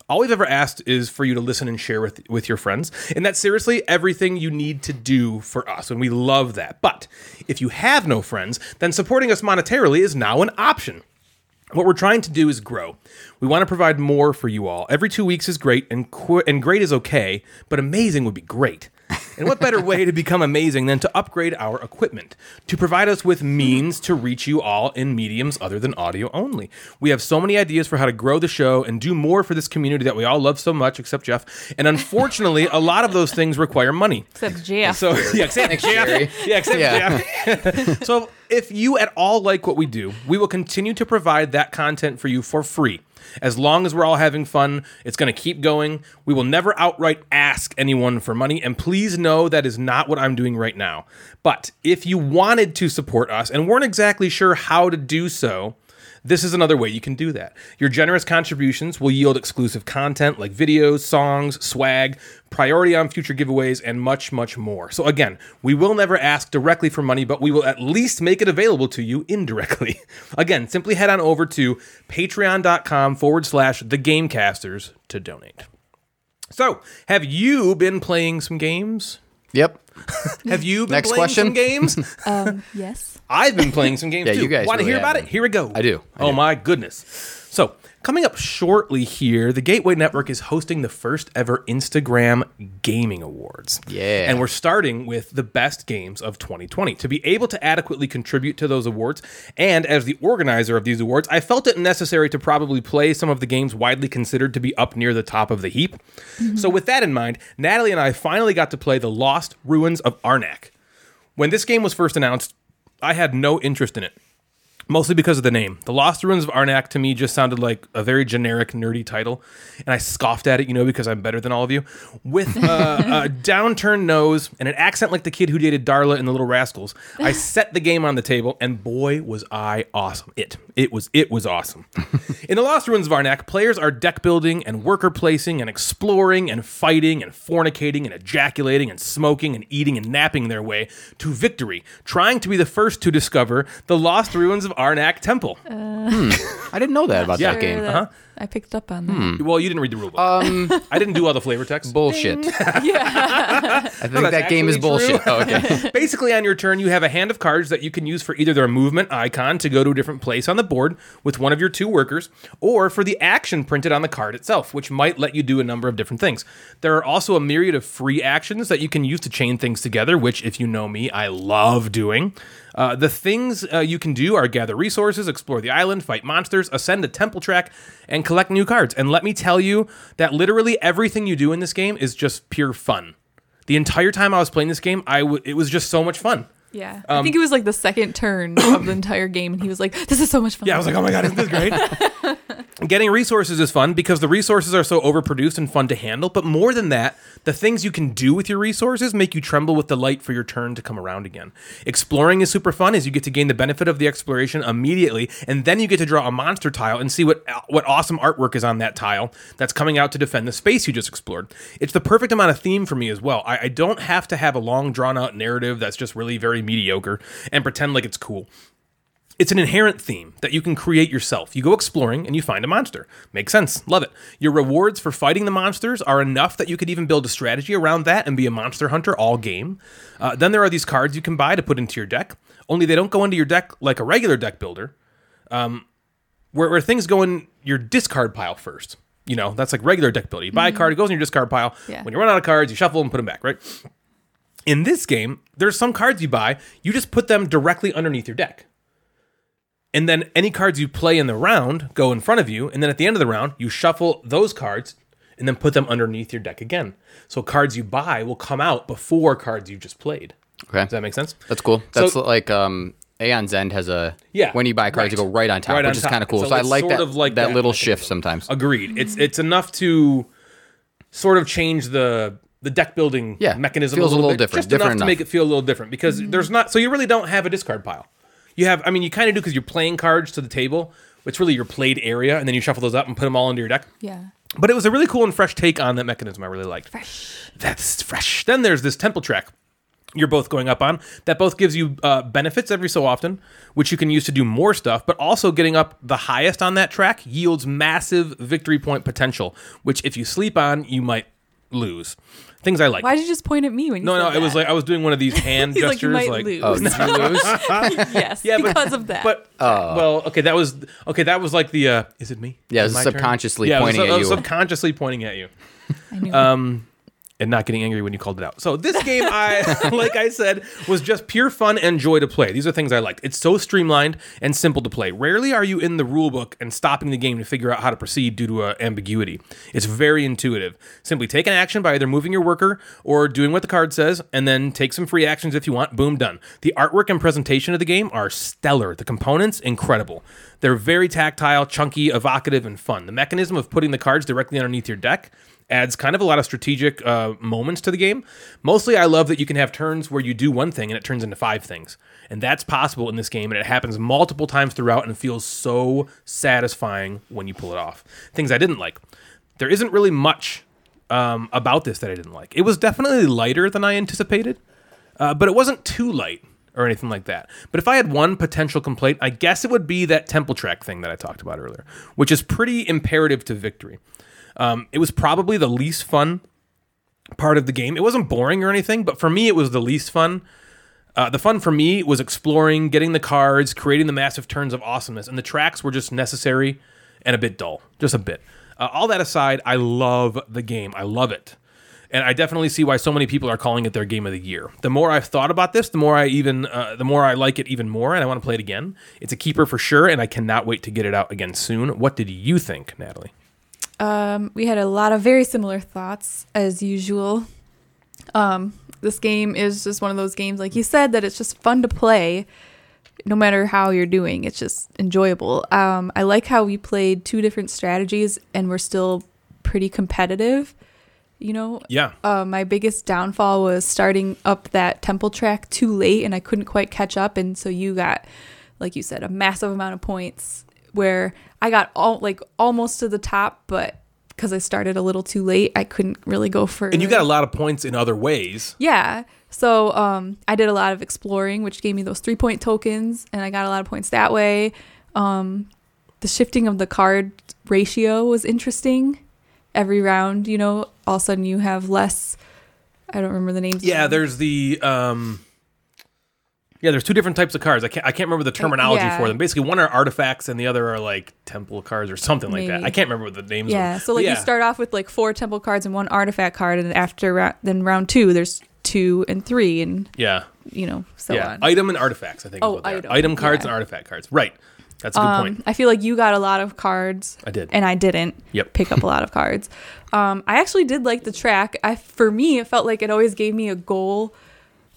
[SPEAKER 1] all we've ever asked is for you to listen and share with with your friends, and that's seriously everything you need to do for us, and we love that. But if you have no friends, then supporting us monetarily is now an option. What we're trying to do is grow. We want to provide more for you all. Every two weeks is great, and qu- and great is okay, but amazing would be great. And what better way to become amazing than to upgrade our equipment, to provide us with means to reach you all in mediums other than audio only? We have so many ideas for how to grow the show and do more for this community that we all love so much, except Jeff. And unfortunately, a lot of those things require money.
[SPEAKER 4] Except Jeff.
[SPEAKER 1] So yeah, except Jeff.
[SPEAKER 3] Jerry.
[SPEAKER 1] Yeah, except
[SPEAKER 3] Yeah.
[SPEAKER 1] Jeff. so if you at all like what we do, we will continue to provide that content for you for free. As long as we're all having fun, it's going to keep going. We will never outright ask anyone for money. And please know that is not what I'm doing right now. But if you wanted to support us and weren't exactly sure how to do so, this is another way you can do that. Your generous contributions will yield exclusive content like videos, songs, swag, priority on future giveaways, and much, much more. So, again, we will never ask directly for money, but we will at least make it available to you indirectly. again, simply head on over to patreon.com forward slash the gamecasters to donate. So, have you been playing some games?
[SPEAKER 3] Yep.
[SPEAKER 1] Have you been
[SPEAKER 3] Next
[SPEAKER 1] playing some
[SPEAKER 3] question.
[SPEAKER 1] games?
[SPEAKER 4] um, yes.
[SPEAKER 1] I've been playing some games
[SPEAKER 3] Yeah,
[SPEAKER 1] too.
[SPEAKER 3] you guys
[SPEAKER 1] Want to
[SPEAKER 3] really
[SPEAKER 1] hear
[SPEAKER 3] have
[SPEAKER 1] about it?
[SPEAKER 3] been.
[SPEAKER 1] Here we go.
[SPEAKER 3] I do. I
[SPEAKER 1] oh
[SPEAKER 3] do.
[SPEAKER 1] my goodness! So coming up shortly here, the Gateway Network is hosting the first ever Instagram Gaming Awards.
[SPEAKER 3] Yeah.
[SPEAKER 1] and we're starting with the best games of 2020. To be able to adequately contribute to those awards, and as the organizer of these awards, I felt it necessary to probably play some of the games widely considered to be up near the top of the heap. So with that in mind, Natalie and I finally got to play the Lost Ruins of Arnak. When this game was first announced, I had no interest in it, mostly because of the name. The Lost Ruins of Arnak to me just sounded like a very generic, nerdy title, and I scoffed at it, you know, because I'm better than all of you. With uh, a downturned nose and an accent like the kid who dated Darla in The Little Rascals, I set the game on the table, and boy, was I awesome! It, it was, it was awesome. in The Lost Ruins of Arnak, players are deck building and worker placing and exploring and fighting and fornicating and ejaculating and smoking and eating and napping their way to victory, trying to be the first to discover the lost ruins of Arnak Temple.
[SPEAKER 3] I didn't know that about
[SPEAKER 1] Yeah.
[SPEAKER 3] that
[SPEAKER 4] Sure
[SPEAKER 3] game.
[SPEAKER 4] that
[SPEAKER 1] Uh-huh.
[SPEAKER 4] I picked up on that.
[SPEAKER 1] well, you didn't read the rulebook. I didn't do all the flavor text.
[SPEAKER 3] Bullshit.
[SPEAKER 4] Yeah.
[SPEAKER 3] I think
[SPEAKER 1] Oh, that's
[SPEAKER 3] that game is
[SPEAKER 1] actually true.
[SPEAKER 3] bullshit. Oh, okay.
[SPEAKER 1] Basically, on your turn, you have a hand of cards that you can use for either their movement icon to go to a different place on the board with one of your two workers, or for the action printed on the card itself, which might let you do a number of different things. There are also a myriad of free actions that you can use to chain things together, which, if you know me, I love doing. Uh, the things uh, you can do are gather resources, explore the island, fight monsters, ascend a temple track, and collect new cards. And let me tell you that literally everything you do in this game is just pure fun. The entire time I was playing this game, I w- it was just so much fun.
[SPEAKER 4] Yeah.
[SPEAKER 1] Um,
[SPEAKER 4] I think it was like the second turn of the entire game, and he was like, "This is so much fun."
[SPEAKER 1] Yeah, I was like, oh my god, isn't this great? Getting resources is fun because the resources are so overproduced and fun to handle. But more than that, the things you can do with your resources make you tremble with delight for your turn to come around again. Exploring is super fun as you get to gain the benefit of the exploration immediately, and then you get to draw a monster tile and see what what awesome artwork is on that tile that's coming out to defend the space you just explored. It's the perfect amount of theme for me as well. I, I don't have to have a long drawn out narrative that's just really very mediocre and pretend like it's cool. It's an inherent theme that you can create yourself. You go exploring and you find a monster. Makes sense. Love it. Your rewards for fighting the monsters are enough that you could even build a strategy around that and be a monster hunter all game. Uh, then there are these cards you can buy to put into your deck, only they don't go into your deck like a regular deck builder um, where, where things go in your discard pile first. You know, that's like regular deck building. You buy a card, it goes in your discard pile.
[SPEAKER 4] Yeah.
[SPEAKER 1] When you run out of cards, you shuffle and put them back, right? In this game, there's some cards you buy, you just put them directly underneath your deck. And then any cards you play in the round go in front of you. And then at the end of the round, you shuffle those cards and then put them underneath your deck again. So cards you buy will come out before cards you just played.
[SPEAKER 3] Okay.
[SPEAKER 1] Does that make sense?
[SPEAKER 3] That's cool. That's
[SPEAKER 1] So-
[SPEAKER 3] like um, Aeon's End has a
[SPEAKER 1] Yeah,
[SPEAKER 3] When you buy
[SPEAKER 1] right.
[SPEAKER 3] cards, you go right on top,
[SPEAKER 1] Right on
[SPEAKER 3] which is
[SPEAKER 1] top.
[SPEAKER 3] kind of cool.
[SPEAKER 1] So
[SPEAKER 3] So, I
[SPEAKER 1] it's
[SPEAKER 3] like
[SPEAKER 1] sort
[SPEAKER 3] that,
[SPEAKER 1] of like
[SPEAKER 3] that,
[SPEAKER 1] that
[SPEAKER 3] little
[SPEAKER 1] mechanism.
[SPEAKER 3] shift sometimes.
[SPEAKER 1] Agreed. It's it's enough to sort of change the the deck building
[SPEAKER 3] Yeah.
[SPEAKER 1] mechanism
[SPEAKER 3] Feels
[SPEAKER 1] a
[SPEAKER 3] a
[SPEAKER 1] little,
[SPEAKER 3] little
[SPEAKER 1] bit,
[SPEAKER 3] different.
[SPEAKER 1] just
[SPEAKER 3] Different
[SPEAKER 1] enough to
[SPEAKER 3] enough.
[SPEAKER 1] make it feel a little different because there's not so you really don't have a discard pile. You have I mean you kind of do because you're playing cards to the table. It's really your played area, and then you shuffle those up and put them all into your deck.
[SPEAKER 4] Yeah.
[SPEAKER 1] But it was a really cool and fresh take on that mechanism. I really liked.
[SPEAKER 4] Fresh.
[SPEAKER 1] That's fresh. Then there's this temple track you're both going up on that both gives you uh, benefits every so often, which you can use to do more stuff, but also getting up the highest on that track yields massive victory point potential, which if you sleep on, you might lose. Things I like.
[SPEAKER 4] Why did you just point at me when you
[SPEAKER 1] no,
[SPEAKER 4] said
[SPEAKER 1] no,
[SPEAKER 4] that?
[SPEAKER 1] it was like I was doing one of these hand
[SPEAKER 4] He's like,
[SPEAKER 1] gestures,
[SPEAKER 4] you might
[SPEAKER 1] like
[SPEAKER 4] lose.
[SPEAKER 3] Oh, did you lose?
[SPEAKER 4] yes,
[SPEAKER 1] Yeah, but-
[SPEAKER 4] because of that.
[SPEAKER 1] But well, okay, that was okay. That was like the uh, is it me?
[SPEAKER 3] Oh. Yeah, it
[SPEAKER 1] Is
[SPEAKER 3] was
[SPEAKER 1] my turn?
[SPEAKER 3] subconsciously
[SPEAKER 1] Yeah, it was
[SPEAKER 3] pointing
[SPEAKER 1] sub-
[SPEAKER 3] at
[SPEAKER 1] I was
[SPEAKER 3] you.
[SPEAKER 1] Subconsciously pointing at you.
[SPEAKER 4] I knew.
[SPEAKER 1] uh, and not getting angry when you called it out. So this game, I like I said, was just pure fun and joy to play. These are things I liked. It's so streamlined and simple to play. Rarely are you in the rule book and stopping the game to figure out how to proceed due to uh, ambiguity. It's very intuitive. Simply take an action by either moving your worker or doing what the card says, and then take some free actions if you want. Boom, done. The artwork and presentation of the game are stellar. The components incredible. They're very tactile, chunky, evocative, and fun. The mechanism of putting the cards directly underneath your deck adds kind of a lot of strategic uh, moments to the game. Mostly, I love that you can have turns where you do one thing and it turns into five things. And that's possible in this game, and it happens multiple times throughout and feels so satisfying when you pull it off. Things I didn't like. There isn't really much um, about this that I didn't like. It was definitely lighter than I anticipated, uh, but it wasn't too light or anything like that. But if I had one potential complaint, I guess it would be that temple track thing that I talked about earlier, which is pretty imperative to victory. Um, it was probably the least fun part of the game. It wasn't boring or anything, but for me, it was the least fun. Uh, the fun for me was exploring, getting the cards, creating the massive turns of awesomeness, and the tracks were just necessary and a bit dull, just a bit. Uh, all that aside, I love the game. I love it. And I definitely see why so many people are calling it their game of the year. The more I've thought about this, the more I even, uh, the more I like it even more, and I want to play it again. It's a keeper for sure, and I cannot wait to get it out again soon. What did you think, Natalie?
[SPEAKER 4] Um, we had a lot of very similar thoughts as usual. Um, this game is just one of those games, like you said, that it's just fun to play. No matter how you're doing, it's just enjoyable. Um, I like how we played two different strategies and we're still pretty competitive. You know,
[SPEAKER 1] Yeah,
[SPEAKER 4] uh, my biggest downfall was starting up that temple track too late and I couldn't quite catch up. And so you got, like you said, a massive amount of points where I got all like almost to the top, but because I started a little too late, I couldn't really go further.
[SPEAKER 1] and you got a lot of points in other ways.
[SPEAKER 4] Yeah. So um, I did a lot of exploring, which gave me those three point tokens, and I got a lot of points that way. Um, the shifting of the card ratio was interesting. Every round, you know, all of a sudden you have less. I don't remember the names.
[SPEAKER 1] Yeah, there's
[SPEAKER 4] there's
[SPEAKER 1] the um Yeah, there's two different types of cards. I can't I can't remember the terminology
[SPEAKER 4] yeah.
[SPEAKER 1] for them. Basically one are artifacts and the other are like temple cards or something like that.
[SPEAKER 4] Maybe.
[SPEAKER 1] I can't remember what the names of
[SPEAKER 4] yeah.
[SPEAKER 1] them-
[SPEAKER 4] So
[SPEAKER 1] but
[SPEAKER 4] like you start off with like four temple cards and one artifact card, and after ra- then round two, there's two and three, and
[SPEAKER 1] Yeah.
[SPEAKER 4] you know so
[SPEAKER 1] Yeah.
[SPEAKER 4] on.
[SPEAKER 1] Item and artifacts, I think
[SPEAKER 4] Oh,
[SPEAKER 1] is what they are.
[SPEAKER 4] item,
[SPEAKER 1] item cards
[SPEAKER 4] yeah.
[SPEAKER 1] and artifact cards. Right. That's a good
[SPEAKER 4] Um,
[SPEAKER 1] point.
[SPEAKER 4] I feel like you got a lot of cards.
[SPEAKER 1] I did.
[SPEAKER 4] And I didn't
[SPEAKER 1] Yep.
[SPEAKER 4] pick up a lot of cards. Um, I actually did like the track. I for me it felt like it always gave me a goal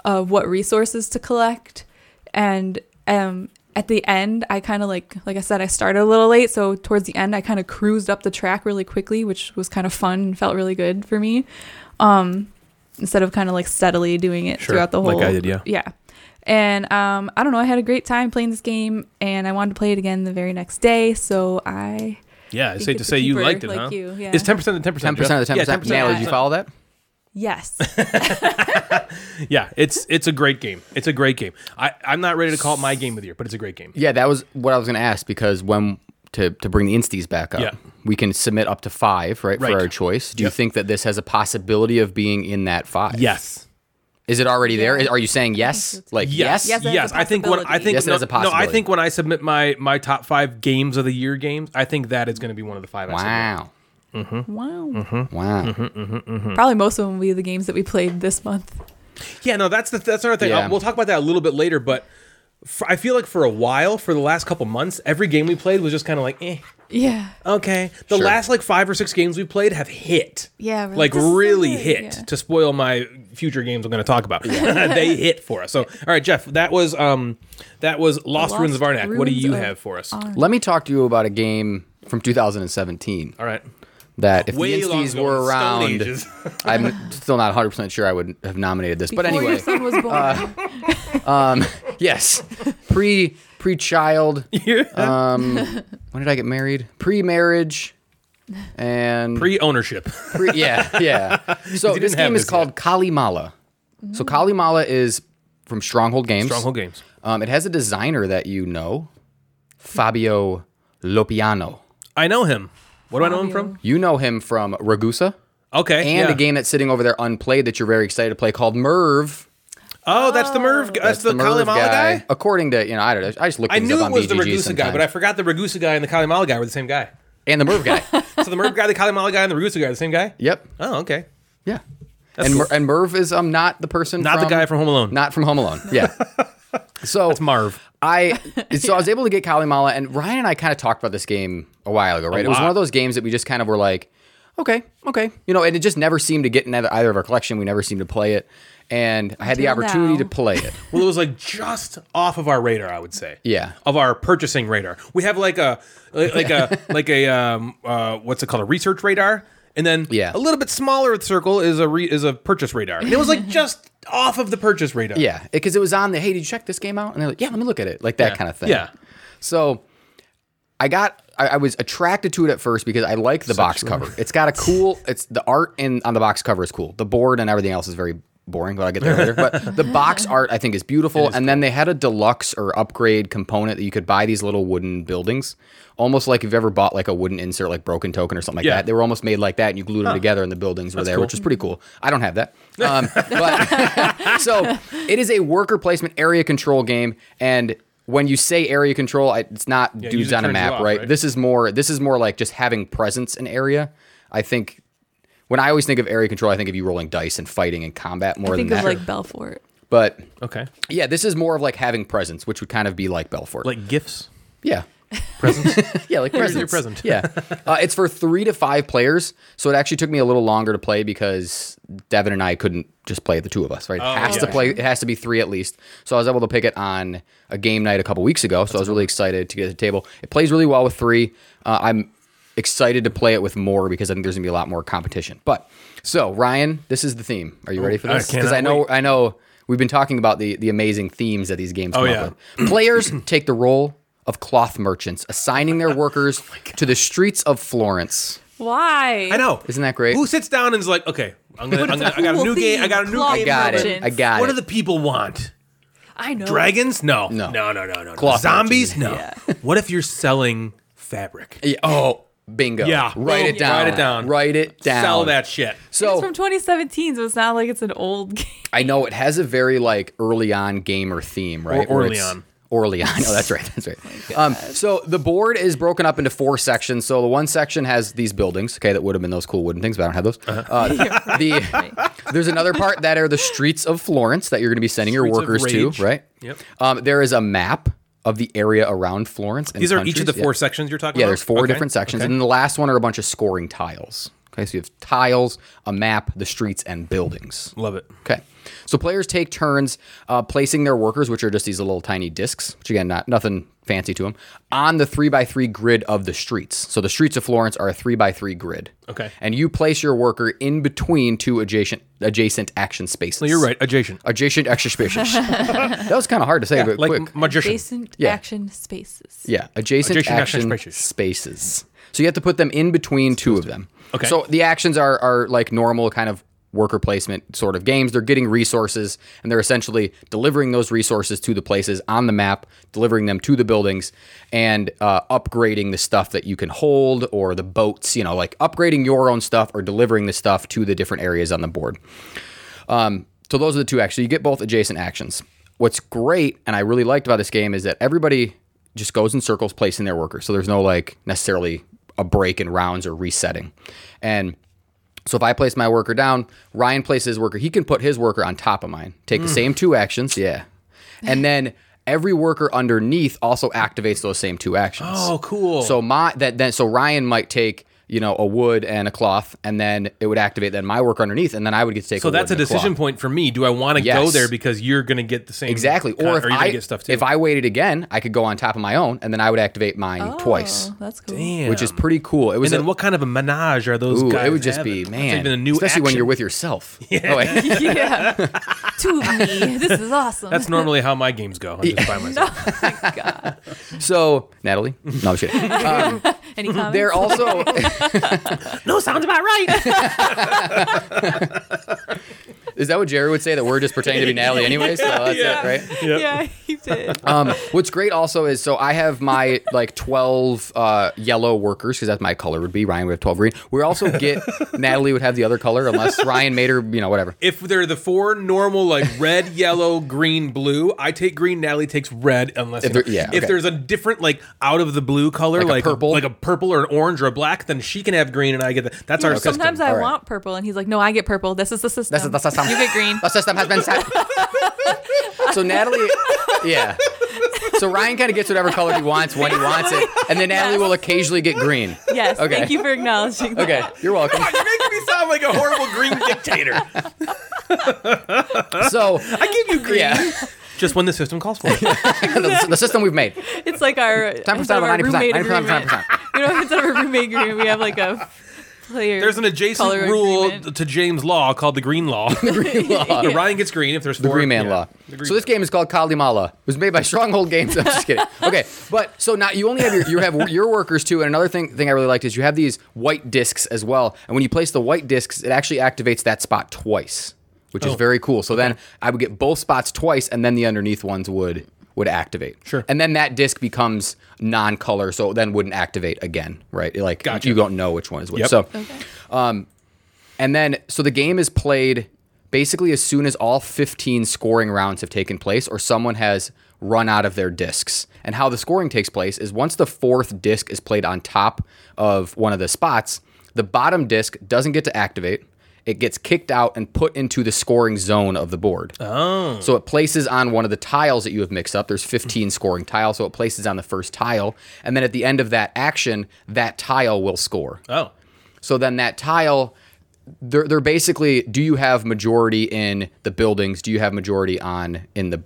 [SPEAKER 4] of what resources to collect. And um at the end I kinda like like I said, I started a little late, so towards the end I kinda cruised up the track really quickly, which was kind of fun and felt really good for me. Um instead of kind of like steadily doing it
[SPEAKER 1] Sure,
[SPEAKER 4] throughout the whole
[SPEAKER 1] like I did, yeah.
[SPEAKER 4] yeah and um i don't know i had a great time playing this game and i wanted to play it again the very next day so i
[SPEAKER 1] Yeah, I
[SPEAKER 4] think
[SPEAKER 1] say to
[SPEAKER 4] it's a
[SPEAKER 1] say you
[SPEAKER 4] keeper
[SPEAKER 1] liked it,
[SPEAKER 4] like
[SPEAKER 1] huh?
[SPEAKER 4] you, yeah.
[SPEAKER 1] It's ten percent of ten percent.
[SPEAKER 3] Ten percent of the ten percent. Natalie, did you follow that?
[SPEAKER 4] yes
[SPEAKER 1] Yeah, it's it's a great game. It's a great game. I, I'm not ready to call it my game of the year, but it's a great game.
[SPEAKER 3] Yeah, that was what I was going to ask because when to, to bring the insties back up,
[SPEAKER 1] Yeah.
[SPEAKER 3] we can submit up to five, right,
[SPEAKER 1] Right.
[SPEAKER 3] for our choice. Do
[SPEAKER 1] Yep.
[SPEAKER 3] you think that this has a possibility of being in that five?
[SPEAKER 1] Yes.
[SPEAKER 3] Is it already there? Are you saying yes? Like yes?
[SPEAKER 1] Yes, yes,
[SPEAKER 4] Yes, that's a
[SPEAKER 1] I think when I
[SPEAKER 4] possibility.
[SPEAKER 1] think
[SPEAKER 3] Yes,
[SPEAKER 1] no,
[SPEAKER 3] that's a
[SPEAKER 1] no, I
[SPEAKER 3] possibility.
[SPEAKER 1] think when I submit my my top five games of the year games, I think that is going to be one of the five. I submit.
[SPEAKER 3] Wow.
[SPEAKER 4] wow
[SPEAKER 1] Mm-hmm.
[SPEAKER 3] Wow.
[SPEAKER 4] probably most of them will be the games that we played this month
[SPEAKER 1] Yeah, no, that's the that's another thing.
[SPEAKER 3] Yeah.
[SPEAKER 1] I'll- We'll talk about that a little bit later, but f I I feel like for a while, for the last couple months, every game we played was just kind of like, eh,
[SPEAKER 4] yeah
[SPEAKER 1] okay. The
[SPEAKER 3] Sure.
[SPEAKER 1] last like five or six games we played have hit.
[SPEAKER 4] Yeah, we're like,
[SPEAKER 1] like
[SPEAKER 4] "This is so
[SPEAKER 1] really
[SPEAKER 4] good,"
[SPEAKER 1] hit.
[SPEAKER 4] yeah.
[SPEAKER 1] To spoil my future games, I'm going to talk about. they hit for us. So, all right, Jeff, that was um, that was Lost,
[SPEAKER 4] Lost
[SPEAKER 1] Ruins of Arnak. what do
[SPEAKER 4] Ruins
[SPEAKER 1] you
[SPEAKER 4] of
[SPEAKER 1] have for us?
[SPEAKER 3] Let me talk to you about a game from 2017
[SPEAKER 1] All right.
[SPEAKER 3] that if
[SPEAKER 1] Way
[SPEAKER 3] the
[SPEAKER 1] long
[SPEAKER 3] insties
[SPEAKER 1] ago,
[SPEAKER 3] were
[SPEAKER 1] Stone
[SPEAKER 3] around,
[SPEAKER 1] Ages.
[SPEAKER 3] I'm still not 100% sure I would have nominated this. but
[SPEAKER 4] Before
[SPEAKER 3] anyway,
[SPEAKER 4] your son was
[SPEAKER 1] Uh,
[SPEAKER 4] born
[SPEAKER 3] yes. Pre pre child. Um when did I get married? Pre marriage. And
[SPEAKER 1] Free ownership.
[SPEAKER 3] Pre- yeah, yeah. So
[SPEAKER 1] didn't
[SPEAKER 3] this
[SPEAKER 1] have
[SPEAKER 3] game is
[SPEAKER 1] this
[SPEAKER 3] called Kalimala. So Kalimala is from Stronghold Games.
[SPEAKER 1] Stronghold Games.
[SPEAKER 3] Um, it has a designer that you know, Fabio Lopiano.
[SPEAKER 1] I know him. What do I know him from?
[SPEAKER 3] You know him from Ragusa.
[SPEAKER 1] Okay.
[SPEAKER 3] and
[SPEAKER 1] yeah.
[SPEAKER 3] a game that's sitting over there unplayed that you're very excited to play called Merv.
[SPEAKER 1] Oh, that's the Merv. That's, the, the Kalimala
[SPEAKER 3] Merv
[SPEAKER 1] guy.
[SPEAKER 3] According to you know, I don't know. I just looked.
[SPEAKER 1] I
[SPEAKER 3] things
[SPEAKER 1] knew
[SPEAKER 3] up
[SPEAKER 1] it
[SPEAKER 3] on
[SPEAKER 1] was the
[SPEAKER 3] BGG
[SPEAKER 1] Ragusa guy, but I
[SPEAKER 3] sometimes.
[SPEAKER 1] forgot the Ragusa guy and the Kalimala guy were the same guy.
[SPEAKER 3] and the Merv guy.
[SPEAKER 1] So the Merv guy, the Kalimala guy, and the Ragusa guy are the same guy.
[SPEAKER 3] yep.
[SPEAKER 1] Oh, okay.
[SPEAKER 3] Yeah. and, Mer- and Merv is um not the person
[SPEAKER 1] Not the guy from Home Alone.
[SPEAKER 3] Not from Home Alone. Yeah. So
[SPEAKER 1] That's Marv.
[SPEAKER 3] I so I was able to get Kalimala and Ryan and I kind of talked about this game a while ago, right? It was
[SPEAKER 1] lot.
[SPEAKER 3] one of those games that we just kind of were like, okay, okay, you know, and it just never seemed to get in either, either of our collection. We never seemed to play it, and I had the
[SPEAKER 4] Until
[SPEAKER 3] opportunity
[SPEAKER 4] now.
[SPEAKER 3] to play it.
[SPEAKER 1] Well, it was like just off of our radar, I would say.
[SPEAKER 3] Yeah.
[SPEAKER 1] Of our purchasing radar, we have like a like like a like a um uh what's it called a research radar, and then
[SPEAKER 3] Yeah.
[SPEAKER 1] a little bit smaller circle is a re, is a purchase radar. And it was like just off of the purchase radar.
[SPEAKER 3] Yeah, because it was on the hey, did you check this game out? And they're like, yeah, let me look at it, like that kind of thing.
[SPEAKER 1] Yeah.
[SPEAKER 3] So I got I, I was attracted to it at first because I like the box cover. It's got a cool it's the art in on the box cover is cool. The board and everything else is very boring, but I'll get there later. But the box art I think is beautiful. and then they had a deluxe or upgrade component that you could buy these little wooden buildings. Almost like if you've ever bought like a wooden insert like broken token or something like
[SPEAKER 1] Yeah.
[SPEAKER 3] that. They were almost made like that and you glued them together and the buildings were there,
[SPEAKER 1] cool.
[SPEAKER 3] which is pretty cool. I don't have that. Um, but so it is a worker placement area control game and when you say area control, I- it's not dudes
[SPEAKER 1] usually
[SPEAKER 3] on a
[SPEAKER 1] turns you
[SPEAKER 3] map,
[SPEAKER 1] off,
[SPEAKER 3] right?
[SPEAKER 1] right?
[SPEAKER 3] This is more this is more like just having presence in area. I think when I always think of area control, I think of you rolling dice and fighting and combat more
[SPEAKER 4] Think
[SPEAKER 3] than
[SPEAKER 4] of
[SPEAKER 3] that.
[SPEAKER 4] like Belfort.
[SPEAKER 3] but
[SPEAKER 1] Okay.
[SPEAKER 3] yeah, this is more of like having presence, which would kind of be like Belfort.
[SPEAKER 1] Like gifts.
[SPEAKER 3] yeah. Presence? yeah, like presence.
[SPEAKER 1] your present.
[SPEAKER 3] yeah. Uh, it's for three to five players. So it actually took me a little longer to play because Devin and I couldn't just play the two of us, right? it has to
[SPEAKER 1] Oh, yeah.
[SPEAKER 3] play, it has to be three at least. So I was able to pick it on a game night a couple weeks ago. so I was really excited to get to the table. It plays really well with three. Uh, I'm excited to play it with more because I think there's going to be a lot more competition. But so, Ryan, this is the theme. Are you ready for
[SPEAKER 1] Oh, I
[SPEAKER 3] this? Because
[SPEAKER 1] cannot
[SPEAKER 3] I, know,
[SPEAKER 1] wait.
[SPEAKER 3] I know. We've been talking about the, the amazing themes that these games come
[SPEAKER 1] Oh, yeah.
[SPEAKER 3] up with. Players take the role of cloth merchants, assigning their workers
[SPEAKER 1] Oh,
[SPEAKER 3] to the streets of Florence.
[SPEAKER 4] Why?
[SPEAKER 1] I know.
[SPEAKER 3] Isn't that great?
[SPEAKER 1] Who sits down and is like, okay, I'm gonna, I'm gonna I got a
[SPEAKER 4] cool
[SPEAKER 1] new game. I got a new
[SPEAKER 4] theme,
[SPEAKER 1] game.
[SPEAKER 3] I got it.
[SPEAKER 4] merchants.
[SPEAKER 3] I got
[SPEAKER 1] What do
[SPEAKER 3] it.
[SPEAKER 1] the people want?
[SPEAKER 4] I
[SPEAKER 1] Oh.
[SPEAKER 4] know.
[SPEAKER 1] Dragons? No.
[SPEAKER 3] No.
[SPEAKER 1] No. No. No. No.
[SPEAKER 3] Cloth
[SPEAKER 1] Zombies? No.
[SPEAKER 4] merchant.
[SPEAKER 1] What if you're selling fabric?
[SPEAKER 3] Yeah, oh, bingo.
[SPEAKER 1] Yeah.
[SPEAKER 3] Write
[SPEAKER 1] Boom.
[SPEAKER 3] it down.
[SPEAKER 1] Write it down.
[SPEAKER 3] Write it down.
[SPEAKER 1] Sell that shit.
[SPEAKER 4] It's
[SPEAKER 3] So
[SPEAKER 4] from 2017, so it's not like it's an old game.
[SPEAKER 3] I know it has a very like early on gamer theme, right?
[SPEAKER 1] Or
[SPEAKER 3] Where it's-
[SPEAKER 1] Orlean.
[SPEAKER 3] Orlean. Oh, that's right. That's right. um, so the board is broken up into four sections. So the one section has these buildings, okay, that would have been those cool wooden things, but I don't have those.
[SPEAKER 1] Uh-huh.
[SPEAKER 3] Uh, the there's another part that are the streets of Florence that you're going to be sending your
[SPEAKER 1] Streets of
[SPEAKER 3] workers to,
[SPEAKER 1] Rage.
[SPEAKER 3] right?
[SPEAKER 1] Yep.
[SPEAKER 3] Um, there is a map of the area around Florence. And
[SPEAKER 1] These are each of the
[SPEAKER 3] countries. Yeah.
[SPEAKER 1] four sections you're talking
[SPEAKER 3] Yeah,
[SPEAKER 1] about?
[SPEAKER 3] there's four
[SPEAKER 1] Okay,
[SPEAKER 3] different sections.
[SPEAKER 1] okay.
[SPEAKER 3] And then the last one are a bunch of scoring tiles. Okay, so you have tiles, a map, the streets, and buildings.
[SPEAKER 1] Love it.
[SPEAKER 3] Okay. So players take turns uh, placing their workers, which are just these little tiny discs, which again, not nothing fancy to them, on the three by three grid of the streets. So the streets of Florence are a three by three grid.
[SPEAKER 1] Okay.
[SPEAKER 3] And you place your worker in between two adjacent adjacent action spaces.
[SPEAKER 1] You're right. Adjacent.
[SPEAKER 3] Adjacent action spaces. that was kind of hard to say, but
[SPEAKER 1] Like
[SPEAKER 3] quick.
[SPEAKER 1] m- magician.
[SPEAKER 4] Adjacent
[SPEAKER 3] Yeah.
[SPEAKER 4] action spaces.
[SPEAKER 3] Yeah, adjacent,
[SPEAKER 1] Adjacent action
[SPEAKER 3] action,
[SPEAKER 1] spaces.
[SPEAKER 3] spaces. So you have to put them in between two of them.
[SPEAKER 1] Okay.
[SPEAKER 3] So the actions are are like normal kind of worker placement sort of games. They're getting resources and they're essentially delivering those resources to the places on the map, delivering them to the buildings, and uh, upgrading the stuff that you can hold or the boats. You know, like upgrading your own stuff or delivering the stuff to the different areas on the board. So those are the two actions. You get both adjacent actions. What's great, and I really liked about this game, is that everybody just goes in circles placing their workers. So there's no like necessarily a break in rounds or resetting. And so if I place my worker down, Ryan places his worker. He can put his worker on top of mine. Take
[SPEAKER 1] Mm.
[SPEAKER 3] the same two actions. Yeah. And then every worker underneath also activates those same two actions.
[SPEAKER 1] Oh, cool.
[SPEAKER 3] So my that then so Ryan might take you know a wood and a cloth, and then it would activate then my worker underneath, and then I would get to take.
[SPEAKER 1] so that's a
[SPEAKER 3] wood and cloth.
[SPEAKER 1] decision point for me. Do I want to go
[SPEAKER 3] Yes.
[SPEAKER 1] there because you're going to get the same
[SPEAKER 3] Exactly.
[SPEAKER 1] kind-
[SPEAKER 3] Or if
[SPEAKER 1] are you gonna
[SPEAKER 3] I
[SPEAKER 1] get stuff too?
[SPEAKER 3] if I waited again, I could go on top of my own, and then I would activate mine twice,
[SPEAKER 4] Oh, that's cool.
[SPEAKER 1] Damn.
[SPEAKER 3] which is pretty cool. It was
[SPEAKER 1] and then
[SPEAKER 3] a-
[SPEAKER 1] what kind of a menage are those
[SPEAKER 3] ooh,
[SPEAKER 1] guys?
[SPEAKER 3] it would just
[SPEAKER 1] having?
[SPEAKER 3] be
[SPEAKER 1] That's
[SPEAKER 3] man,
[SPEAKER 1] even a new
[SPEAKER 3] especially when
[SPEAKER 1] action.
[SPEAKER 3] you're with yourself. Oh, wait.
[SPEAKER 4] yeah. Two of me. This is awesome.
[SPEAKER 1] That's normally how my games go. I'm just by myself.
[SPEAKER 4] God.
[SPEAKER 3] so Natalie, no, I'm just kidding. Um,
[SPEAKER 4] Any comments?
[SPEAKER 3] they're also
[SPEAKER 1] No, sounds about right.
[SPEAKER 3] Is that what Jerry would say? That we're just pretending to be Natalie anyway? So that's it, right?
[SPEAKER 4] Yeah, he did.
[SPEAKER 3] Um, what's great also is so I have my like 12 uh, yellow workers because that's my color would be. Ryan would have 12 green. We also get Natalie would have the other color unless Ryan made her, you know, whatever.
[SPEAKER 1] If they're the four normal, like red, yellow, green, blue, I take green. Natalie takes red, unless
[SPEAKER 3] If
[SPEAKER 1] you know-
[SPEAKER 3] there- yeah,
[SPEAKER 1] If
[SPEAKER 3] okay.
[SPEAKER 1] there's a different, like out of the blue color,
[SPEAKER 3] Like a
[SPEAKER 1] like,
[SPEAKER 3] purple?
[SPEAKER 1] like a purple or an orange or a black, then she can have green, and I get that. That's our system.
[SPEAKER 4] Sometimes I
[SPEAKER 3] All right.
[SPEAKER 4] want purple, and he's like, "No, I get purple. This is the system.
[SPEAKER 3] That's the system.
[SPEAKER 4] You get green.
[SPEAKER 3] The system has been set. so Natalie, yeah. So Ryan kind of gets whatever color he wants when he wants it, and then Natalie will occasionally get green.
[SPEAKER 4] Yes.
[SPEAKER 3] Okay.
[SPEAKER 4] Thank you for acknowledging. That.
[SPEAKER 3] Okay, you're welcome.
[SPEAKER 1] You're making me sound like a horrible green dictator.
[SPEAKER 3] So
[SPEAKER 1] I give you green.
[SPEAKER 3] yeah,
[SPEAKER 1] Just when the system calls for it.
[SPEAKER 3] the, the system we've made.
[SPEAKER 4] It's like our
[SPEAKER 3] Ten
[SPEAKER 4] instead
[SPEAKER 3] percent
[SPEAKER 4] of
[SPEAKER 3] over
[SPEAKER 4] our
[SPEAKER 3] ninety percent.
[SPEAKER 4] roommate
[SPEAKER 3] Ninety percent.
[SPEAKER 4] agreement.
[SPEAKER 3] Ninety percent.
[SPEAKER 4] You know, instead of a roommate agreement, we have like a player.
[SPEAKER 1] There's an adjacent
[SPEAKER 4] color
[SPEAKER 1] rule
[SPEAKER 4] agreement.
[SPEAKER 1] to James Law called the Green Law. The Ryan gets green if there's
[SPEAKER 3] The
[SPEAKER 1] four.
[SPEAKER 3] Green Man
[SPEAKER 1] yeah.
[SPEAKER 3] Law.
[SPEAKER 1] The green
[SPEAKER 3] so this game is called Kalimala. It was made by Stronghold Games. I'm just kidding. Okay, but so now you only have your you have your workers too. And another thing thing I really liked is you have these white discs as well. And when you place the white discs, it actually activates that spot twice, which
[SPEAKER 1] Oh.
[SPEAKER 3] is very cool. So then I would get both spots twice, and then the underneath ones would would activate.
[SPEAKER 1] Sure.
[SPEAKER 3] And then that disc becomes non-color, so then wouldn't activate again, right? It, like
[SPEAKER 1] Gotcha.
[SPEAKER 3] you don't know which one is which.
[SPEAKER 1] Yep.
[SPEAKER 3] So. And then, so the game is played basically as soon as all 15 scoring rounds have taken place or someone has run out of their discs. And how the scoring takes place is once the fourth disc is played on top of one of the spots, the bottom disc doesn't get to activate. It gets kicked out and put into the scoring zone of the board. Oh. So it places on one of the tiles that you have mixed up. There's 15 scoring tiles, so it places on the first tile. And then at the end of that action, that tile will score.
[SPEAKER 1] Oh.
[SPEAKER 3] So then that tile, they're, they're basically, do you have majority in the buildings? Do you have majority on in the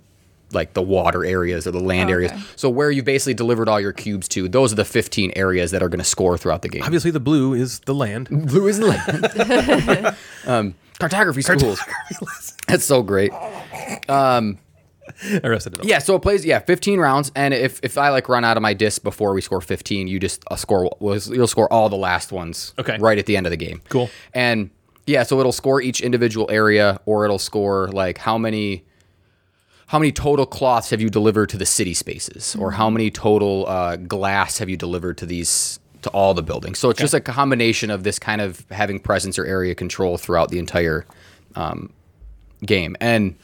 [SPEAKER 3] like the water areas or the land areas?
[SPEAKER 4] Okay.
[SPEAKER 3] So where you basically delivered all your cubes to, those are the 15 areas that are going to score throughout the game.
[SPEAKER 1] Obviously, the blue is the land.
[SPEAKER 3] Blue is the land. um, cartography schools. That's so great.
[SPEAKER 1] Arrested Development.
[SPEAKER 3] Yeah, so it plays yeah, 15 rounds and if if I like run out of my disc before we score 15, you just uh, score well, you'll score all the last ones
[SPEAKER 1] Okay.
[SPEAKER 3] right at the end of the game.
[SPEAKER 1] Cool.
[SPEAKER 3] And yeah, so it'll score each individual area or it'll score like how many how many total cloths have you delivered to the city spaces or how many total uh, glass have you delivered to these to all the buildings so it's just a combination of this kind of having presence or area control throughout the entire um, game and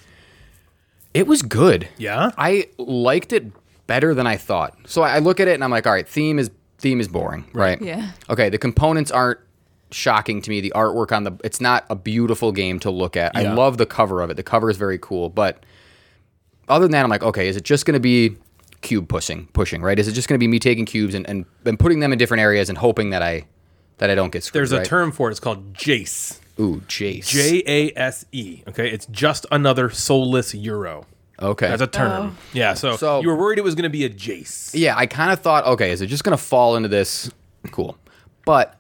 [SPEAKER 3] it was good
[SPEAKER 1] Yeah?
[SPEAKER 3] i liked it better than i thought so i I look at it and i'm like all right theme is theme is boring right
[SPEAKER 4] Yeah.
[SPEAKER 3] okay the components aren't shocking to me the artwork on the it's not a beautiful game to look at i
[SPEAKER 1] Yeah.
[SPEAKER 3] love the cover of it the cover is very cool but other than that, I'm like, okay, is it just going to be cube pushing, pushing, right? Is it just going to be me taking cubes and, and, and putting them in different areas and hoping that I that I don't get screwed?
[SPEAKER 1] There's a
[SPEAKER 3] right?
[SPEAKER 1] term for it. It's called Jace.
[SPEAKER 3] Ooh, Jace.
[SPEAKER 1] J A S E. Okay, it's just another soulless euro.
[SPEAKER 3] Okay.
[SPEAKER 1] That's a term.
[SPEAKER 4] Oh.
[SPEAKER 1] Yeah. So,
[SPEAKER 3] So- E
[SPEAKER 1] you were worried it was going to be a Jace.
[SPEAKER 3] yeah, I kind of thought, okay, is it just going to fall into this? Cool, but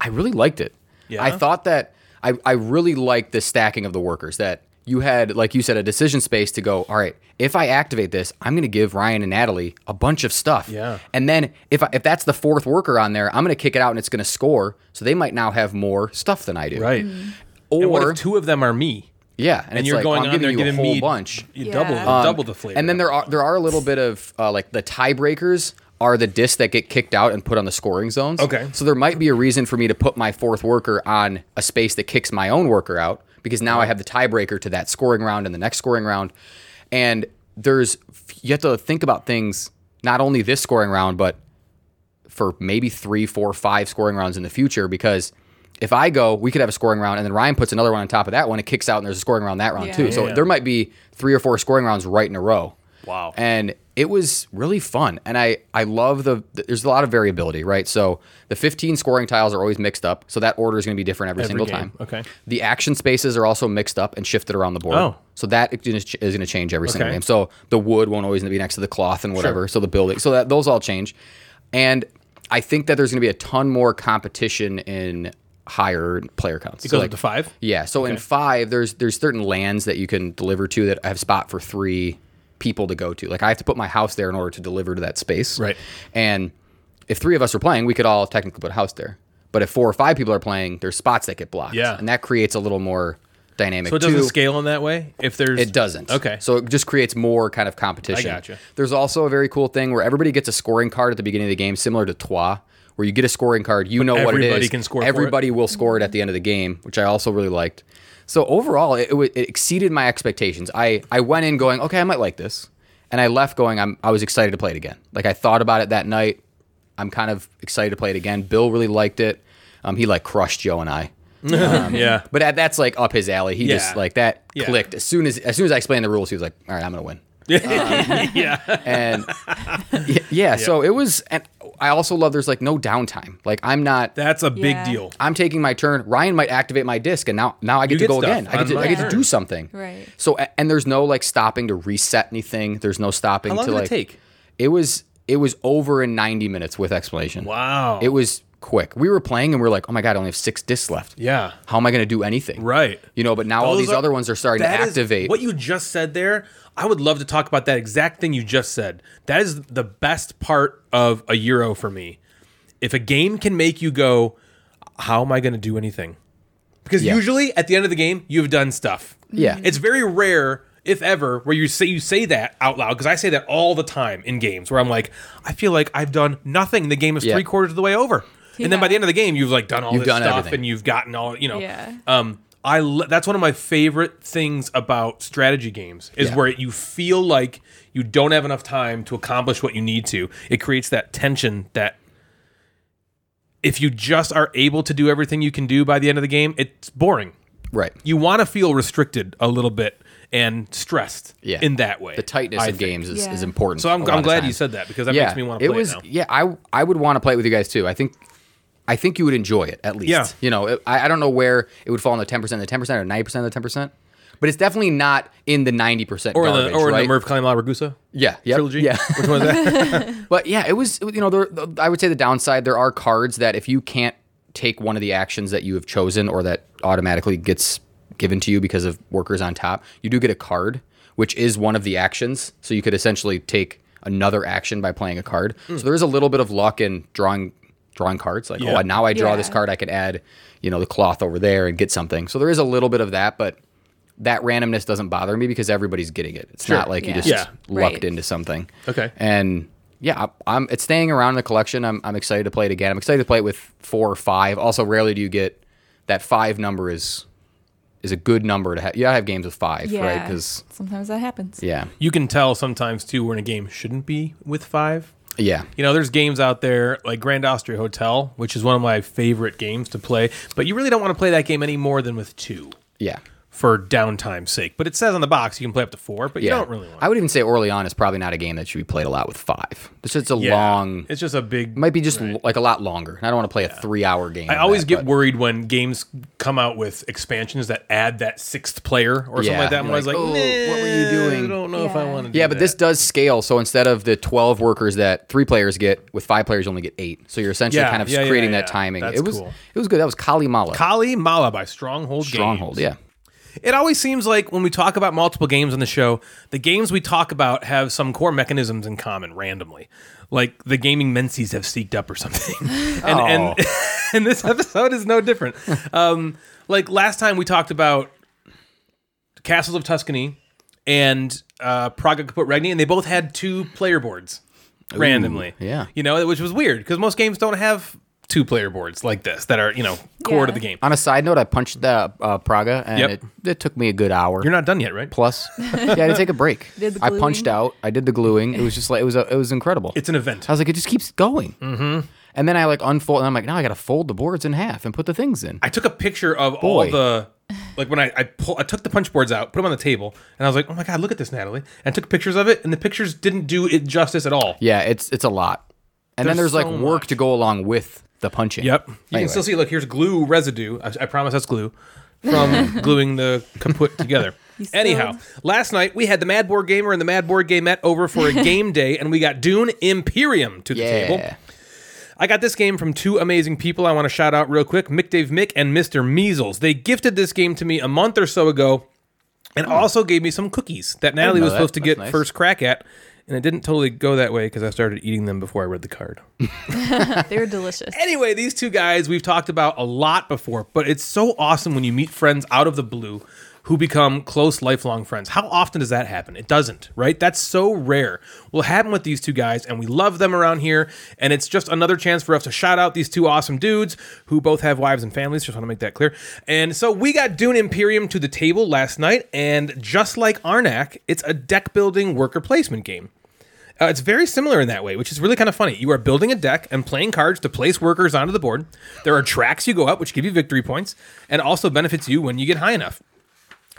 [SPEAKER 3] I really liked it.
[SPEAKER 1] Yeah?
[SPEAKER 3] I thought that I I really liked the stacking of the workers that. You had, like you said, a decision space to go. All right, if I activate this, I'm going to give Ryan and Natalie a bunch of stuff.
[SPEAKER 1] Yeah.
[SPEAKER 3] And then if I, if that's the fourth worker on there, I'm going to kick it out and it's going to score. So they might now have more stuff than I do.
[SPEAKER 1] Right.
[SPEAKER 3] Mm. Or
[SPEAKER 1] And what if two of them are me?
[SPEAKER 3] yeah, and,
[SPEAKER 1] And
[SPEAKER 3] it's
[SPEAKER 1] you're
[SPEAKER 3] like,
[SPEAKER 1] going
[SPEAKER 3] well, I'm
[SPEAKER 1] on
[SPEAKER 3] giving
[SPEAKER 1] there
[SPEAKER 3] you
[SPEAKER 1] giving
[SPEAKER 3] a whole
[SPEAKER 1] me
[SPEAKER 3] bunch.
[SPEAKER 1] you
[SPEAKER 4] Yeah.
[SPEAKER 1] double
[SPEAKER 4] Um,
[SPEAKER 1] double the flavor.
[SPEAKER 3] And then there are there are a little bit of uh, like the tiebreakers are the discs that get kicked out and put on the scoring zones.
[SPEAKER 1] Okay.
[SPEAKER 3] So there might be a reason for me to put my fourth worker on a space that kicks my own worker out because now I have the tiebreaker to that scoring round and the next scoring round, and there's you have to think about things not only this scoring round but for maybe three, four, five scoring rounds in the future because if I go, we could have a scoring round, and then Ryan puts another one on top of that one. It kicks out, and there's a scoring round that round
[SPEAKER 4] Yeah.
[SPEAKER 3] too. So
[SPEAKER 1] Yeah.
[SPEAKER 3] there might be three or four scoring rounds right in a row.
[SPEAKER 1] Wow.
[SPEAKER 3] And it was really fun, and I I love the. There's a lot of variability, right? So the 15 scoring tiles are always mixed up, so that order is going to be different every, single
[SPEAKER 1] game.
[SPEAKER 3] time.
[SPEAKER 1] Okay.
[SPEAKER 3] The action spaces are also mixed up and shifted around the board.
[SPEAKER 1] Oh.
[SPEAKER 3] So that is going to change every single
[SPEAKER 1] Okay.
[SPEAKER 3] game. So the wood won't always be next to the cloth and whatever. So the building, so that those all change, and I think that there's going to be a ton more competition in higher player counts.
[SPEAKER 1] it
[SPEAKER 3] So
[SPEAKER 1] goes
[SPEAKER 3] like-
[SPEAKER 1] up to five.
[SPEAKER 3] yeah. So in five, there's there's certain lands that you can deliver to that have spot for three people to go to. Like I have to put my house there in order to deliver to that space.
[SPEAKER 1] Right.
[SPEAKER 3] And if three of us are playing, we could all technically put a house there. But if four or five people are playing, there's spots that get blocked.
[SPEAKER 1] Yeah.
[SPEAKER 3] And that creates a little more dynamic.
[SPEAKER 1] So it doesn't
[SPEAKER 3] too.
[SPEAKER 1] scale in that way. If there's
[SPEAKER 3] It doesn't.
[SPEAKER 1] Okay.
[SPEAKER 3] So it just creates more kind of competition.
[SPEAKER 1] I gotcha.
[SPEAKER 3] There's also a very cool thing where everybody gets a scoring card at the beginning of the game, similar to Trois, where you get a scoring card, you know what it is.
[SPEAKER 1] everybody can score for it.
[SPEAKER 3] Everybody will score it at the end of the game, which I also really liked. So overall, it, it, wa- it exceeded my expectations. I, I went in going, okay, I might like this. And I left going, I'm, I was excited to play it again. Like I thought about it that night. I'm kind of excited to play it again. Bill really liked it. Um, he like crushed Joe and I. um,
[SPEAKER 1] yeah.
[SPEAKER 3] But that- that's like up his alley. He just
[SPEAKER 1] Yeah.
[SPEAKER 3] like that
[SPEAKER 1] Yeah.
[SPEAKER 3] clicked as soon as as soon as I explained the rules. He was like, "All right, I'm gonna win." um,
[SPEAKER 1] yeah.
[SPEAKER 3] And yeah, yeah, so it was. And I also love there's like no downtime. Like I'm not.
[SPEAKER 1] That's a big
[SPEAKER 4] Yeah.
[SPEAKER 1] deal.
[SPEAKER 3] I'm taking my turn. Ryan might activate my disc, and now now I get
[SPEAKER 1] You
[SPEAKER 3] to
[SPEAKER 1] get
[SPEAKER 3] go
[SPEAKER 1] stuff
[SPEAKER 3] again. I
[SPEAKER 1] on
[SPEAKER 3] get, to,
[SPEAKER 1] my
[SPEAKER 3] I get to
[SPEAKER 1] turn.
[SPEAKER 3] do something.
[SPEAKER 4] Right.
[SPEAKER 3] So a- and there's no like stopping to reset anything. There's no stopping.
[SPEAKER 1] How long
[SPEAKER 3] to,
[SPEAKER 1] did it
[SPEAKER 3] like-
[SPEAKER 1] take?
[SPEAKER 3] It was it was over in 90 minutes with explanation.
[SPEAKER 1] Wow.
[SPEAKER 3] It was quick. We were playing and we were like, oh my god, I only have six discs left.
[SPEAKER 1] Yeah.
[SPEAKER 3] How am I going to do anything?
[SPEAKER 1] Right.
[SPEAKER 3] You know, but now all
[SPEAKER 1] Those
[SPEAKER 3] these
[SPEAKER 1] are-
[SPEAKER 3] other ones are starting to
[SPEAKER 1] That is-
[SPEAKER 3] activate.
[SPEAKER 1] what you just said there, I would love to talk about that exact thing you just said. That is the best part of a Euro for me. If a game can make you go, how am I going to do anything? Because
[SPEAKER 3] Yeah.
[SPEAKER 1] usually at the end of the game, you've done stuff.
[SPEAKER 3] Yeah.
[SPEAKER 1] It's very rare, if ever, where you say you say that out loud because I say that all the time in games where I'm like, I feel like I've done nothing. The game is
[SPEAKER 3] Yeah.
[SPEAKER 1] three quarters of the way over. And then by
[SPEAKER 4] Yeah.
[SPEAKER 1] the end of the game, you've like done all
[SPEAKER 3] You've
[SPEAKER 1] this
[SPEAKER 3] done
[SPEAKER 1] stuff
[SPEAKER 3] everything.
[SPEAKER 1] and you've gotten all you know.
[SPEAKER 4] Yeah.
[SPEAKER 1] Um, I l- that's one of my favorite things about strategy games is
[SPEAKER 3] Yeah.
[SPEAKER 1] where you feel like you don't have enough time to accomplish what you need to. It creates that tension that if you just are able to do everything you can do by the end of the game, it's boring.
[SPEAKER 3] right.
[SPEAKER 1] You want to feel restricted a little bit and stressed
[SPEAKER 3] Yeah.
[SPEAKER 1] in that way.
[SPEAKER 3] The tightness
[SPEAKER 1] I
[SPEAKER 3] of
[SPEAKER 1] think.
[SPEAKER 3] games is,
[SPEAKER 4] Yeah.
[SPEAKER 3] is important.
[SPEAKER 1] So
[SPEAKER 3] a
[SPEAKER 1] I'm,
[SPEAKER 3] lot
[SPEAKER 1] I'm
[SPEAKER 3] of
[SPEAKER 1] glad you
[SPEAKER 3] times.
[SPEAKER 1] said that because that
[SPEAKER 3] yeah,
[SPEAKER 1] makes me want to play
[SPEAKER 3] it was.
[SPEAKER 1] it now.
[SPEAKER 3] Yeah, I I would want to play it with you guys too. I think I think you would enjoy it at least.
[SPEAKER 1] Yeah.
[SPEAKER 3] You know, it, I I don't know where it would fall in the ten percent, the ten percent, or ninety percent of the ten percent. But it's definitely not in the ninety percent
[SPEAKER 1] Or in
[SPEAKER 3] garbage,
[SPEAKER 1] the or in
[SPEAKER 3] right?
[SPEAKER 1] the Merv Klein La Ragusa
[SPEAKER 3] yeah, yep,
[SPEAKER 1] trilogy.
[SPEAKER 3] yeah.
[SPEAKER 1] Which one is that?
[SPEAKER 3] But yeah, it was you know there, I would say the downside there are cards that if you can't take one of the actions that you have chosen or that automatically gets given to you because of workers on top, you do get a card which is one of the actions. So you could essentially take another action by playing a card.
[SPEAKER 1] Hmm.
[SPEAKER 3] So there is a little bit of luck in drawing drawing cards like
[SPEAKER 1] Yeah.
[SPEAKER 3] oh now I draw this
[SPEAKER 4] Yeah.
[SPEAKER 3] card I can add you know the cloth over there and get something. So there is a little bit of that but that randomness doesn't bother me because everybody's getting it. It's not like you
[SPEAKER 4] Yeah.
[SPEAKER 3] just
[SPEAKER 1] Yeah.
[SPEAKER 3] lucked
[SPEAKER 4] Right.
[SPEAKER 3] into into something.
[SPEAKER 1] Okay.
[SPEAKER 3] And yeah, I, I'm it's staying around in the collection. I'm I'm excited to play it again. I'm excited to play it with four or five. Also, rarely do you get that five number is is a good number to have. You gotta have games with five,
[SPEAKER 4] Yeah.
[SPEAKER 3] right? Because
[SPEAKER 4] sometimes that happens.
[SPEAKER 3] yeah,
[SPEAKER 1] you can tell sometimes too when a game shouldn't be with five.
[SPEAKER 3] yeah,
[SPEAKER 1] You know, there's games out there like Grand Austria Hotel, which is one of my favorite games to play, but you really don't want to play that game any more than with two
[SPEAKER 3] yeah.
[SPEAKER 1] for downtime's sake. But it says on the box you can play up to four, but
[SPEAKER 3] yeah.
[SPEAKER 1] you don't really want.
[SPEAKER 3] I would even say Orlean is probably not a game that should be played a lot with five. It's just a
[SPEAKER 1] Yeah.
[SPEAKER 3] long. It
[SPEAKER 1] It's just a big.
[SPEAKER 3] might be just l- like a lot longer. And I don't want to play a three-hour game.
[SPEAKER 1] I
[SPEAKER 3] of
[SPEAKER 1] always
[SPEAKER 3] that,
[SPEAKER 1] get
[SPEAKER 3] but-
[SPEAKER 1] worried when games come out with expansions that add that sixth player or something
[SPEAKER 3] Yeah,
[SPEAKER 1] like that. And
[SPEAKER 3] you're
[SPEAKER 1] I was like,
[SPEAKER 3] like, "Oh, what were you
[SPEAKER 1] "Nah,
[SPEAKER 3] doing?"
[SPEAKER 1] I don't know if I
[SPEAKER 4] Yeah.
[SPEAKER 1] want to.
[SPEAKER 3] Yeah, but this does scale. So instead of the 12 workers that three players get, with five players, you only get eight. So you're essentially
[SPEAKER 1] Yeah,
[SPEAKER 3] kind of
[SPEAKER 1] yeah, yeah,
[SPEAKER 3] creating
[SPEAKER 1] yeah.
[SPEAKER 3] that timing.
[SPEAKER 1] That's
[SPEAKER 3] it was
[SPEAKER 1] cool.
[SPEAKER 3] it was good. That was Kali Mala.
[SPEAKER 1] Kali Mala by Stronghold.
[SPEAKER 3] Stronghold,
[SPEAKER 1] Games.
[SPEAKER 3] yeah.
[SPEAKER 1] It always seems like when we talk about multiple games on the show, the games we talk about have some core mechanisms in common randomly. Like the gaming menses have seeked up or something. And and, and this episode is no different. Um, like last time we talked about Castles of Tuscany and uh, Praga Kaput Regni, and they both had two player boards randomly.
[SPEAKER 3] yeah.
[SPEAKER 1] You know, which was weird because most games don't have two player boards like this that are, you know, core to
[SPEAKER 4] Yeah.
[SPEAKER 1] the game.
[SPEAKER 3] On a side note, I punched the uh, Praga and
[SPEAKER 1] Yep.
[SPEAKER 3] it, it took me a good hour.
[SPEAKER 1] You're not done yet, right?
[SPEAKER 3] plus. yeah, I had to take a break.
[SPEAKER 4] Did the
[SPEAKER 3] I punched
[SPEAKER 4] gluing.
[SPEAKER 3] out. I did the gluing. It was just like it was a, it was incredible.
[SPEAKER 1] It's an event.
[SPEAKER 3] I was like, it just keeps going. Mm-hmm. And then I like unfold and I'm like, now I gotta fold the boards in half and put the things in.
[SPEAKER 1] I took a picture of all
[SPEAKER 3] Boy.
[SPEAKER 1] the like when I I, pull, I took the punch boards out, put them on the table, and I was like, "Oh my god, look at this, Natalie!" And I took pictures of it, and the pictures didn't do it justice at all.
[SPEAKER 3] yeah, it's it's a lot. And then
[SPEAKER 1] There's
[SPEAKER 3] there's like
[SPEAKER 1] so
[SPEAKER 3] work
[SPEAKER 1] much.
[SPEAKER 3] to go along with the punching.
[SPEAKER 1] Yep, you
[SPEAKER 3] Anyway.
[SPEAKER 1] can still see. Look, here's glue residue. I, I promise that's glue from gluing the kaput together.
[SPEAKER 4] still-
[SPEAKER 1] Anyhow, last night we had the Mad Board Gamer and the Mad Board Game Met over for a game day, and we got Dune Imperium to the
[SPEAKER 3] Yeah.
[SPEAKER 1] table. I got this game from two amazing people I want to shout out real quick Mick Dave Mick and Mr. Measles. They gifted this game to me a month or so ago and also gave me some cookies that Natalie
[SPEAKER 3] Hmm. know
[SPEAKER 1] was
[SPEAKER 3] that.
[SPEAKER 1] supposed to
[SPEAKER 3] That's
[SPEAKER 1] get
[SPEAKER 3] nice.
[SPEAKER 1] first crack at. and it didn't totally go that way because I started eating them before I read the card.
[SPEAKER 4] They were delicious.
[SPEAKER 1] Anyway, these two guys we've talked about a lot before, but it's so awesome when you meet friends out of the blue who become close lifelong friends. How often does that happen? It doesn't, right? That's so rare. Will happen with these two guys and we love them around here and it's just another chance for us to shout out these two awesome dudes who both have wives and families, just want to make that clear. And so we got Dune Imperium to the table last night and just like Arnak, it's a deck building worker placement game. Uh, it's very similar in that way, which is really kind of funny. You are building a deck and playing cards to place workers onto the board. There are tracks you go up, which give you victory points, and also benefits you when you get high enough.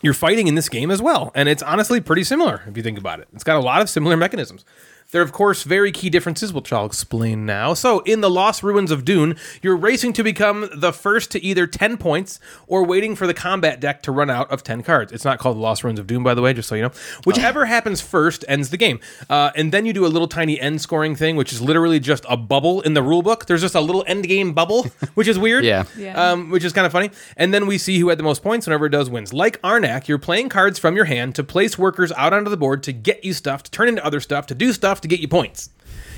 [SPEAKER 1] You're fighting in this game as well, and it's honestly pretty similar if you think about it. It's got a lot of similar mechanisms. There are, of course, very key differences, which I'll explain now. So, in the Lost Ruins of Dune, you're racing to become the first to either 10 points or waiting for the combat deck to run out of 10 cards. It's not called the Lost Ruins of Doom, by the way, just so you know. Whichever happens first ends the game. Uh, and then you do a little tiny end scoring thing, which is literally just a bubble in the rule book. There's just a little end game bubble, which is weird.
[SPEAKER 3] Yeah.
[SPEAKER 4] Yeah.
[SPEAKER 1] Um, which is kind of funny. And then we see who had the most points whenever it does wins. Like Arnak, you're playing cards from your hand to place workers out onto the board to get you stuff, to turn into other stuff, to do stuff, to get you points.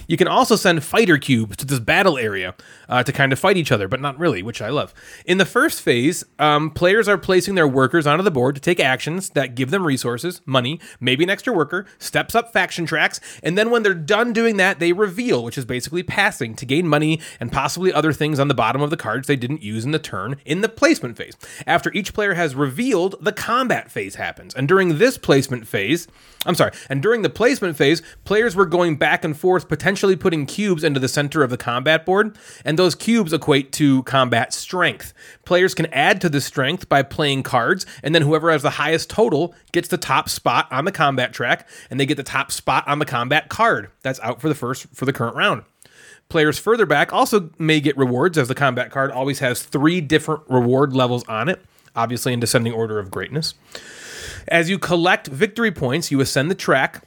[SPEAKER 1] You can also send fighter cubes to this battle area uh, to kind of fight each other, but not really, which I love. In the first phase, um, players are placing their workers onto the board to take actions that give them resources, money, maybe an extra worker, steps up faction tracks, and then when they're done doing that, they reveal, which is basically passing to gain money and possibly other things on the bottom of the cards they didn't use in the turn in the placement phase. After each player has revealed, the combat phase happens. And during this placement phase, I'm sorry, and during the placement phase, players were going back and forth, potentially putting cubes into the center of the combat board, and those cubes equate to combat strength. Players can add to the strength by playing cards, and then whoever has the highest total gets the top spot on the combat track, and they get the top spot on the combat card. That's out for the first for the current round. Players further back also may get rewards, as the combat card always has three different reward levels on it, obviously in descending order of greatness. As you collect victory points, you ascend the track,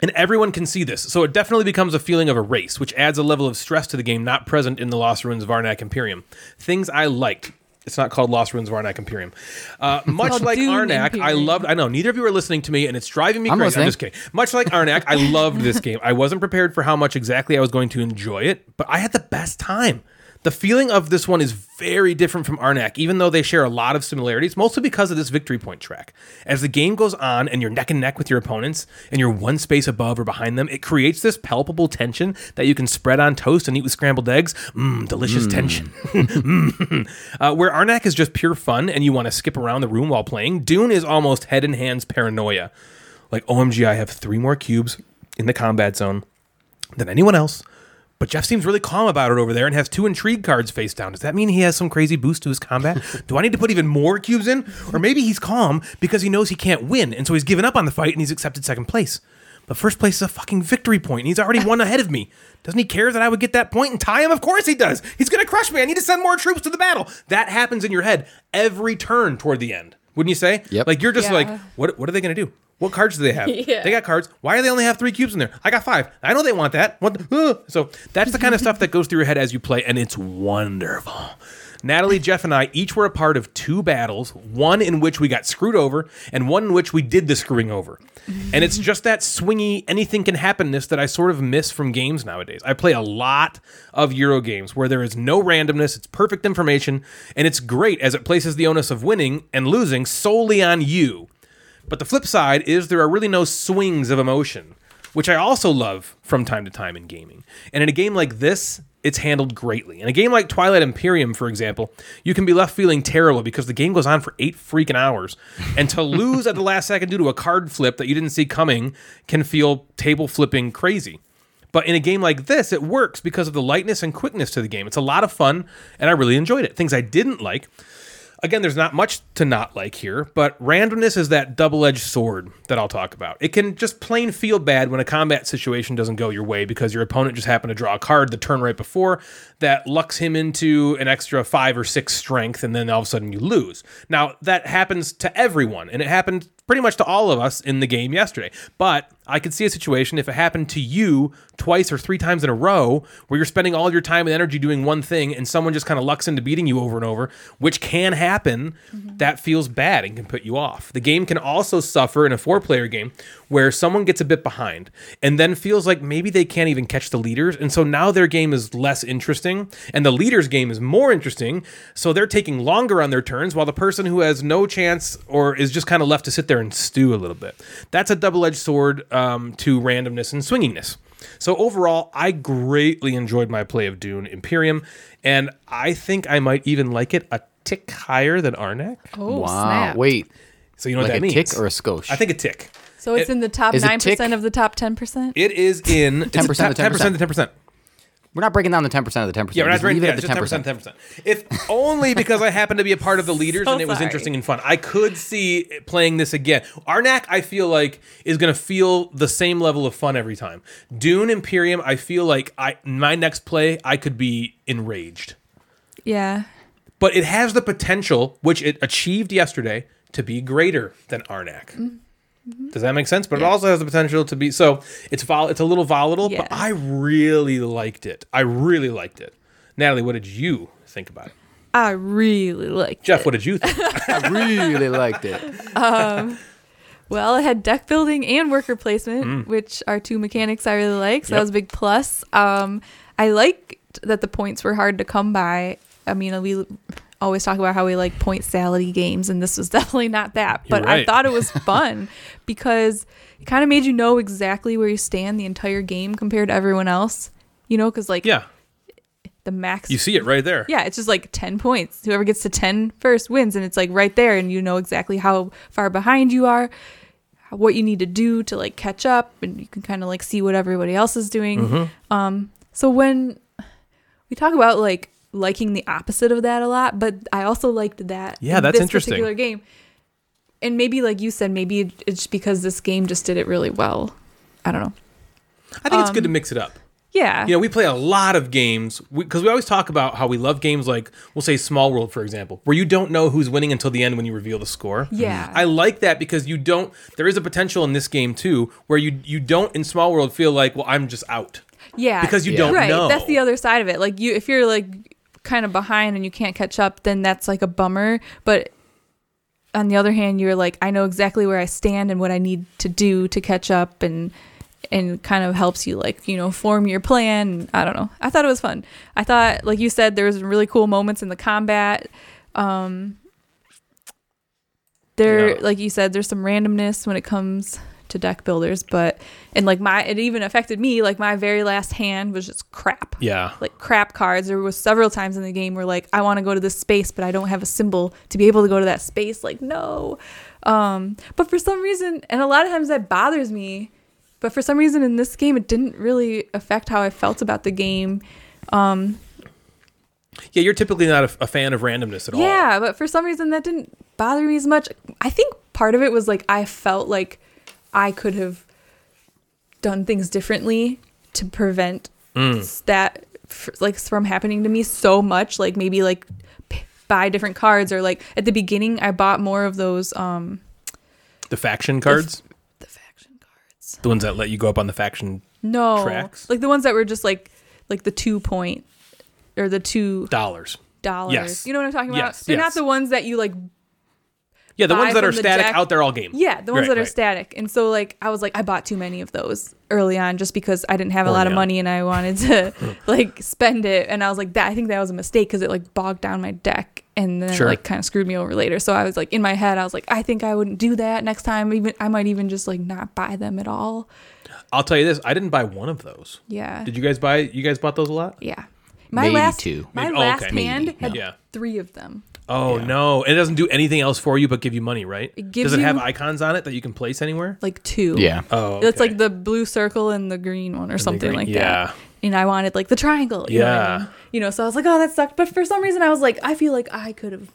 [SPEAKER 1] and everyone can see this. So it definitely becomes a feeling of a race, which adds a level of stress to the game not present in the Lost Ruins of Arnak Imperium. Things I liked. It's not called Lost Ruins of Arnak Imperium. Uh, much
[SPEAKER 4] called
[SPEAKER 1] like
[SPEAKER 4] Dune
[SPEAKER 1] Arnak, I
[SPEAKER 4] Imperium.
[SPEAKER 1] loved. I know neither of you are listening to me, and it's driving me
[SPEAKER 3] I'm
[SPEAKER 1] crazy. I'm
[SPEAKER 3] listening.
[SPEAKER 1] just kidding. Much like Arnak, I loved this game. I wasn't prepared for how much exactly I was going to enjoy it, but I had the best time. The feeling of this one is very different from Arnak, even though they share a lot of similarities, mostly because of this victory point track. As the game goes on and you're neck and neck with your opponents and you're one space above or behind them, it creates this palpable tension that you can spread on toast and eat with scrambled eggs. Mmm,
[SPEAKER 3] Hmm.
[SPEAKER 1] delicious tension. Uh, where Arnak is just pure fun and you want to skip around the room while playing, Dune is almost head and hands paranoia. Like, OMG, I have three more cubes in the combat zone than anyone else. But Jeff seems really calm about it over there and has two intrigue cards face down. Does that mean he has some crazy boost to his combat? Do I need to put even more cubes in? Or maybe he's calm because he knows he can't win, and so he's given up on the fight and he's accepted second place. But first place is a fucking victory point, and he's already one ahead of me. Doesn't he care that I would get that point and tie him? Of course he does. He's gonna crush me. I need to send more troops to the battle. That happens in your head every turn toward the end, wouldn't you say?
[SPEAKER 3] Yep.
[SPEAKER 1] Like you're just
[SPEAKER 4] Yeah.
[SPEAKER 1] like, what? What are they gonna do? What cards do they have?
[SPEAKER 4] Yeah.
[SPEAKER 1] They got cards. Why do they only have three cubes in there? I got five. I know they want that. What? The, uh. So that's the kind of stuff that goes through your head as you play, and it's wonderful. Natalie, Jeff, and I each were a part of two battles, one in which we got screwed over, and one in which we did the screwing over. And it's just that swingy, anything can happenness that I sort of miss from games nowadays. I play a lot of Euro games where there is no randomness, it's perfect information, and it's great as it places the onus of winning and losing solely on you. But the flip side is there are really no swings of emotion, which I also love from time to time in gaming. And in a game like this, it's handled greatly. In a game like Twilight Imperium, for example, you can be left feeling terrible because the game goes on for eight freaking hours. And to lose at the last second due to a card flip that you didn't see coming can feel table flipping crazy. But in a game like this, it works because of the lightness and quickness to the game. It's a lot of fun, and I really enjoyed it. Things I didn't like again, there's not much to not like here, but randomness is that double edged sword that I'll talk about. It can just plain feel bad when a combat situation doesn't go your way because your opponent just happened to draw a card the turn right before that lucks him into an extra five or six strength, and then all of a sudden you lose. Now, that happens to everyone, and it happened pretty much to all of us in the game yesterday. But I could see a situation if it happened to you twice or three times in a row where you're spending all your time and energy doing one thing and someone just kind of lucks into beating you over and over, which can happen, that feels bad and can put you off. The game can also suffer in a four player game where someone gets a bit behind and then feels like maybe they can't even catch the leaders. And so now their game is less interesting and the leader's game is more interesting. So they're taking longer on their turns while the person who has no chance or is just kind of left to sit there and stew a little bit. That's a double edged sword um, to randomness and swinginess. So overall, I greatly enjoyed my play of Dune Imperium, and I think I might even like it a tick higher than Arnak.
[SPEAKER 4] Oh,
[SPEAKER 3] wow.
[SPEAKER 4] snap.
[SPEAKER 3] Wait.
[SPEAKER 1] So you know
[SPEAKER 3] like
[SPEAKER 1] what
[SPEAKER 3] a
[SPEAKER 1] that means?
[SPEAKER 3] tick or a skosh?
[SPEAKER 1] I think a tick.
[SPEAKER 4] So it's
[SPEAKER 1] It-
[SPEAKER 4] in the top
[SPEAKER 3] Is it
[SPEAKER 4] 9%
[SPEAKER 3] tick?
[SPEAKER 4] of the top 10%?
[SPEAKER 1] It is in it's
[SPEAKER 3] 10%
[SPEAKER 1] ten
[SPEAKER 3] to 10%.
[SPEAKER 1] percent to ten percent.
[SPEAKER 3] we're not breaking down the 10% of the 10%.
[SPEAKER 1] Yeah, we're not
[SPEAKER 3] Just leave
[SPEAKER 1] right.
[SPEAKER 3] it
[SPEAKER 1] Yeah,
[SPEAKER 3] at the
[SPEAKER 1] just 10%,
[SPEAKER 3] 10%.
[SPEAKER 1] 10%. If only because I happened to be a part of the leaders
[SPEAKER 4] So
[SPEAKER 1] and it was
[SPEAKER 4] sorry.
[SPEAKER 1] interesting and fun. I could see it playing this again. Arnak, I feel like, is going to feel the same level of fun every time. Dune Imperium, I feel like I my next play, I could be enraged.
[SPEAKER 4] Yeah.
[SPEAKER 1] But it has the potential, which it achieved yesterday, to be greater than Arnak. Does that make sense? But it also has the potential to be so. It's vol. It's a little volatile,
[SPEAKER 4] Yeah.
[SPEAKER 1] but I really liked it. I really liked it. Natalie, what did you think about it?
[SPEAKER 4] I really like
[SPEAKER 1] Jeff, what did you think?
[SPEAKER 3] I really liked it.
[SPEAKER 4] Well, it had deck building and worker placement, which are two mechanics I really like. So
[SPEAKER 1] Mm.
[SPEAKER 4] that
[SPEAKER 1] Yep.
[SPEAKER 4] was a big plus. Um, I liked that the points were hard to come by. I mean, we always talk about how we like point salady games, and this was definitely not that.
[SPEAKER 1] You're
[SPEAKER 4] But
[SPEAKER 1] right.
[SPEAKER 4] I thought it was fun because it kind of made you know exactly where you stand the entire game compared to everyone else. You know, because like
[SPEAKER 1] yeah,
[SPEAKER 4] the max
[SPEAKER 1] you see it right there.
[SPEAKER 4] yeah, it's just like 10 points. Whoever gets to 10 first wins, and it's like right there, and you know exactly how far behind you are, what you need to do to like catch up, and you can kind of like see what everybody else is doing.
[SPEAKER 1] Mm-hmm.
[SPEAKER 4] Um, so when we talk about like liking the opposite of that a lot, but I also liked that.
[SPEAKER 1] Yeah,
[SPEAKER 4] in
[SPEAKER 1] that's
[SPEAKER 4] this
[SPEAKER 1] interesting.
[SPEAKER 4] Particular game, and maybe like you said, maybe it's because this game just did it really well. I don't know.
[SPEAKER 1] I think it's
[SPEAKER 4] um,
[SPEAKER 1] good to mix it up.
[SPEAKER 4] Yeah.
[SPEAKER 1] You know, we play a lot of games because we, always talk about how we love games like, we'll say Small World, for example, where you don't know who's winning until the end when you reveal the score.
[SPEAKER 4] Yeah.
[SPEAKER 1] I like that because you don't, there is a potential in this game too where you, you don't in Small World feel like, well, I'm just out.
[SPEAKER 4] Yeah.
[SPEAKER 1] Because you don't
[SPEAKER 4] right.
[SPEAKER 1] know.
[SPEAKER 4] That's the other side of it. Like you if you're like kind of behind and you can't catch up, then that's like a bummer, but on the other hand, you're like I know exactly where I stand and what I need to do to catch up and and kind of helps you like, you know, form your plan. I don't know. I thought it was fun. I thought like you said there was really cool moments in the combat. Um there
[SPEAKER 1] Yeah.
[SPEAKER 4] like you said there's some randomness when it comes to deck builders, but and like my it even affected me like my very last hand was just crap
[SPEAKER 1] Yeah.
[SPEAKER 4] like crap cards there was several times in the game where like i want to go to this space but i don't have a symbol to be able to go to that space like no um but for some reason and a lot of times that bothers me but for some reason in this game it didn't really affect how i felt about the game um
[SPEAKER 1] Yeah, you're typically not a, a fan of randomness at all.
[SPEAKER 4] yeah but for some reason that didn't bother me as much i think part of it was like i felt like i could have done things differently to prevent
[SPEAKER 1] Mm.
[SPEAKER 4] s- that f- like from happening to me so much like maybe like p- buy different cards or like at the beginning i bought more of those um
[SPEAKER 1] The faction cards,
[SPEAKER 4] the faction cards
[SPEAKER 1] the ones that let you go up on the faction
[SPEAKER 4] no
[SPEAKER 1] Tracks?
[SPEAKER 4] like the ones that were just like like the two point or the two
[SPEAKER 1] dollars.
[SPEAKER 4] dollars
[SPEAKER 1] Yes.
[SPEAKER 4] you know what i'm talking about
[SPEAKER 1] Yes,
[SPEAKER 4] they're
[SPEAKER 1] yes.
[SPEAKER 4] not the ones that you like
[SPEAKER 1] Yeah, the
[SPEAKER 4] Buy
[SPEAKER 1] ones that
[SPEAKER 4] from
[SPEAKER 1] are
[SPEAKER 4] the
[SPEAKER 1] static
[SPEAKER 4] deck.
[SPEAKER 1] out there all game.
[SPEAKER 4] Yeah, the ones
[SPEAKER 1] Right,
[SPEAKER 4] that are
[SPEAKER 1] right.
[SPEAKER 4] static. And so like I was like I bought too many of those early on just because I didn't have a
[SPEAKER 1] Early
[SPEAKER 4] lot of
[SPEAKER 1] on.
[SPEAKER 4] money and I wanted to like spend it and I was like that I think that was a mistake cuz it like bogged down my deck and then it,
[SPEAKER 1] Sure.
[SPEAKER 4] like kind of screwed me over later. So I was like in my head I was like I think I wouldn't do that next time even I might even just like not buy them at all.
[SPEAKER 1] I'll tell you this: I didn't buy one of those.
[SPEAKER 4] Yeah.
[SPEAKER 1] Did you guys buy? You guys bought those a lot?
[SPEAKER 4] yeah. My
[SPEAKER 3] Maybe
[SPEAKER 4] last
[SPEAKER 3] two.
[SPEAKER 4] my
[SPEAKER 1] Maybe- oh,
[SPEAKER 4] last
[SPEAKER 1] okay.
[SPEAKER 4] hand
[SPEAKER 3] Maybe,
[SPEAKER 4] had
[SPEAKER 1] no. Yeah.
[SPEAKER 4] 3 of them.
[SPEAKER 1] Oh no! It doesn't do anything else for you but give you money, right?
[SPEAKER 4] It gives
[SPEAKER 1] Does it have
[SPEAKER 4] you-
[SPEAKER 1] icons on it that you can place anywhere?
[SPEAKER 4] Like 2.
[SPEAKER 3] Yeah.
[SPEAKER 1] Oh,
[SPEAKER 4] It's
[SPEAKER 1] okay.
[SPEAKER 4] like the blue circle and the green one or something
[SPEAKER 1] green-
[SPEAKER 4] like
[SPEAKER 1] yeah.
[SPEAKER 4] that. And I wanted like the triangle. You Know what I
[SPEAKER 1] Yeah.
[SPEAKER 4] mean? You know, so I was like, oh, that sucked. But for some reason, I was like, I feel like I could have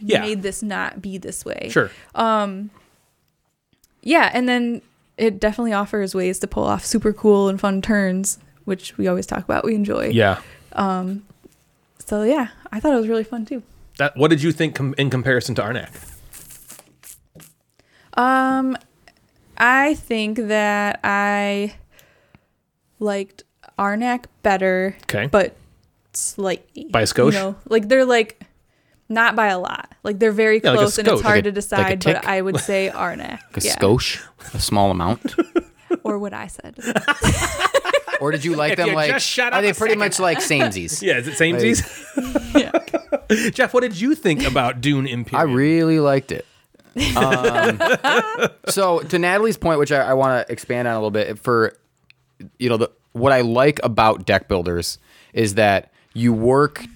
[SPEAKER 1] yeah,
[SPEAKER 4] made this not be this way.
[SPEAKER 1] sure.
[SPEAKER 4] Yeah. And then it definitely offers ways to pull off super cool and fun turns, which we always talk about. We enjoy.
[SPEAKER 1] yeah.
[SPEAKER 4] Um, So yeah, I thought it was really fun too.
[SPEAKER 1] That. What did you think com- in comparison to Arnak?
[SPEAKER 4] Um, I think that I liked Arnak better.
[SPEAKER 1] 'Kay.
[SPEAKER 4] But slightly.
[SPEAKER 1] By a skosh?
[SPEAKER 4] You know, like they're like not by a lot. Like they're very
[SPEAKER 1] Yeah,
[SPEAKER 4] close
[SPEAKER 1] like a
[SPEAKER 4] and
[SPEAKER 1] skosh.
[SPEAKER 4] it's hard
[SPEAKER 1] Like
[SPEAKER 3] a-
[SPEAKER 4] to decide,
[SPEAKER 3] like a
[SPEAKER 4] but
[SPEAKER 3] tick?
[SPEAKER 4] I would say Arnak.
[SPEAKER 3] A
[SPEAKER 4] yeah.
[SPEAKER 3] skosh, a small amount.
[SPEAKER 4] Or what I said.
[SPEAKER 3] Or did you like
[SPEAKER 1] If
[SPEAKER 3] them
[SPEAKER 1] you
[SPEAKER 3] like?
[SPEAKER 1] just shut
[SPEAKER 3] are
[SPEAKER 1] up
[SPEAKER 3] they
[SPEAKER 1] a
[SPEAKER 3] pretty
[SPEAKER 1] second.
[SPEAKER 3] much like samesies?
[SPEAKER 1] Yeah, is it samesies?
[SPEAKER 4] yeah.
[SPEAKER 1] Jeff, what did you think about Dune
[SPEAKER 3] I
[SPEAKER 1] Imperium?
[SPEAKER 3] really liked it. Um, so to Natalie's point, which I, I want to expand on a little bit, for you know, the, what I like about deck builders is that you work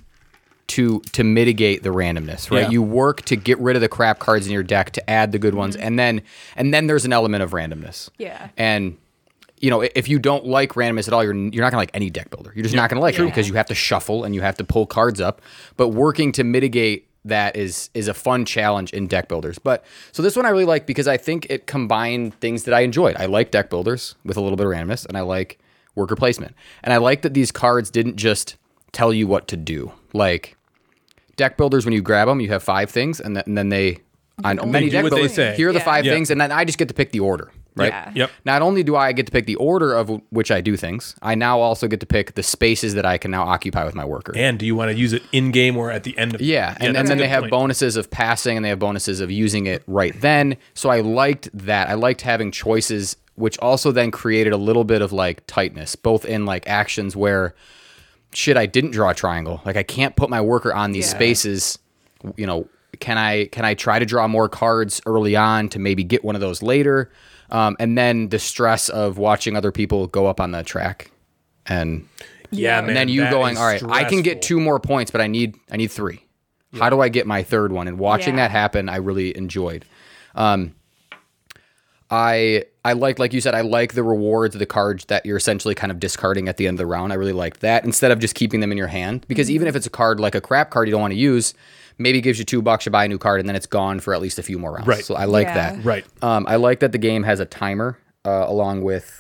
[SPEAKER 3] to to mitigate the randomness, right?
[SPEAKER 1] Yeah.
[SPEAKER 3] You work to get rid of the crap cards in your deck to add the good ones, and then and then there's an element of randomness.
[SPEAKER 4] Yeah.
[SPEAKER 3] and. You know, i- if you don't like randomness at all, you're you're not gonna like any deck builder. You're just not gonna like it
[SPEAKER 4] True.
[SPEAKER 3] because you have to shuffle and you have to pull cards up. But working to mitigate that is is a fun challenge in deck builders. But so this one I really like because I think it combined things that I enjoyed. I like deck builders with a little bit of randomness, and I like worker placement. And I like that these cards didn't just tell you what to do. Like deck builders, when you grab them, you have five things, and, th- and then they on many
[SPEAKER 1] do
[SPEAKER 3] deck
[SPEAKER 1] what they
[SPEAKER 3] builders
[SPEAKER 1] say.
[SPEAKER 3] here are the
[SPEAKER 4] Yeah.
[SPEAKER 3] five
[SPEAKER 1] Yeah.
[SPEAKER 3] things, and then I just get to pick the order, right?
[SPEAKER 4] Yeah.
[SPEAKER 1] Yep.
[SPEAKER 3] Not only do I get to pick the order of w- which I do things, I now also get to pick the spaces that I can now occupy with my worker.
[SPEAKER 1] And do you want to use it in game or at the end of
[SPEAKER 3] Yeah, and,
[SPEAKER 1] that's
[SPEAKER 3] and then
[SPEAKER 1] a
[SPEAKER 3] they
[SPEAKER 1] good
[SPEAKER 3] have
[SPEAKER 1] point.
[SPEAKER 3] bonuses of passing, and they have bonuses of using it right then. So I liked that. I liked having choices, which also then created a little bit of like tightness, both in like actions where shit I didn't draw a triangle. Like I can't put my worker on these
[SPEAKER 4] Yeah.
[SPEAKER 3] spaces. You know, can I can I try to draw more cards early on to maybe get one of those later? Um, and then the stress of watching other people go up on the track and
[SPEAKER 1] Yeah, man,
[SPEAKER 3] and then you
[SPEAKER 1] that
[SPEAKER 3] going,
[SPEAKER 1] is
[SPEAKER 3] all right, I can get
[SPEAKER 1] stressful.
[SPEAKER 3] two more points, but I need I need three. How do I get my third one? And watching
[SPEAKER 4] Yeah.
[SPEAKER 3] that happen, I really enjoyed. Um, I I like like you said, I like the rewards, the cards that you're essentially kind of discarding at the end of the round. I really liked that instead of just keeping them in your hand because
[SPEAKER 4] Mm-hmm.
[SPEAKER 3] even if it's a card like a crap card you don't want to use, maybe it gives you two bucks, you buy a new card, and then it's gone for at least a few more rounds.
[SPEAKER 1] Right.
[SPEAKER 3] So I like
[SPEAKER 4] Yeah.
[SPEAKER 3] that.
[SPEAKER 1] Right.
[SPEAKER 3] Um, I like that the game has a timer uh, along with.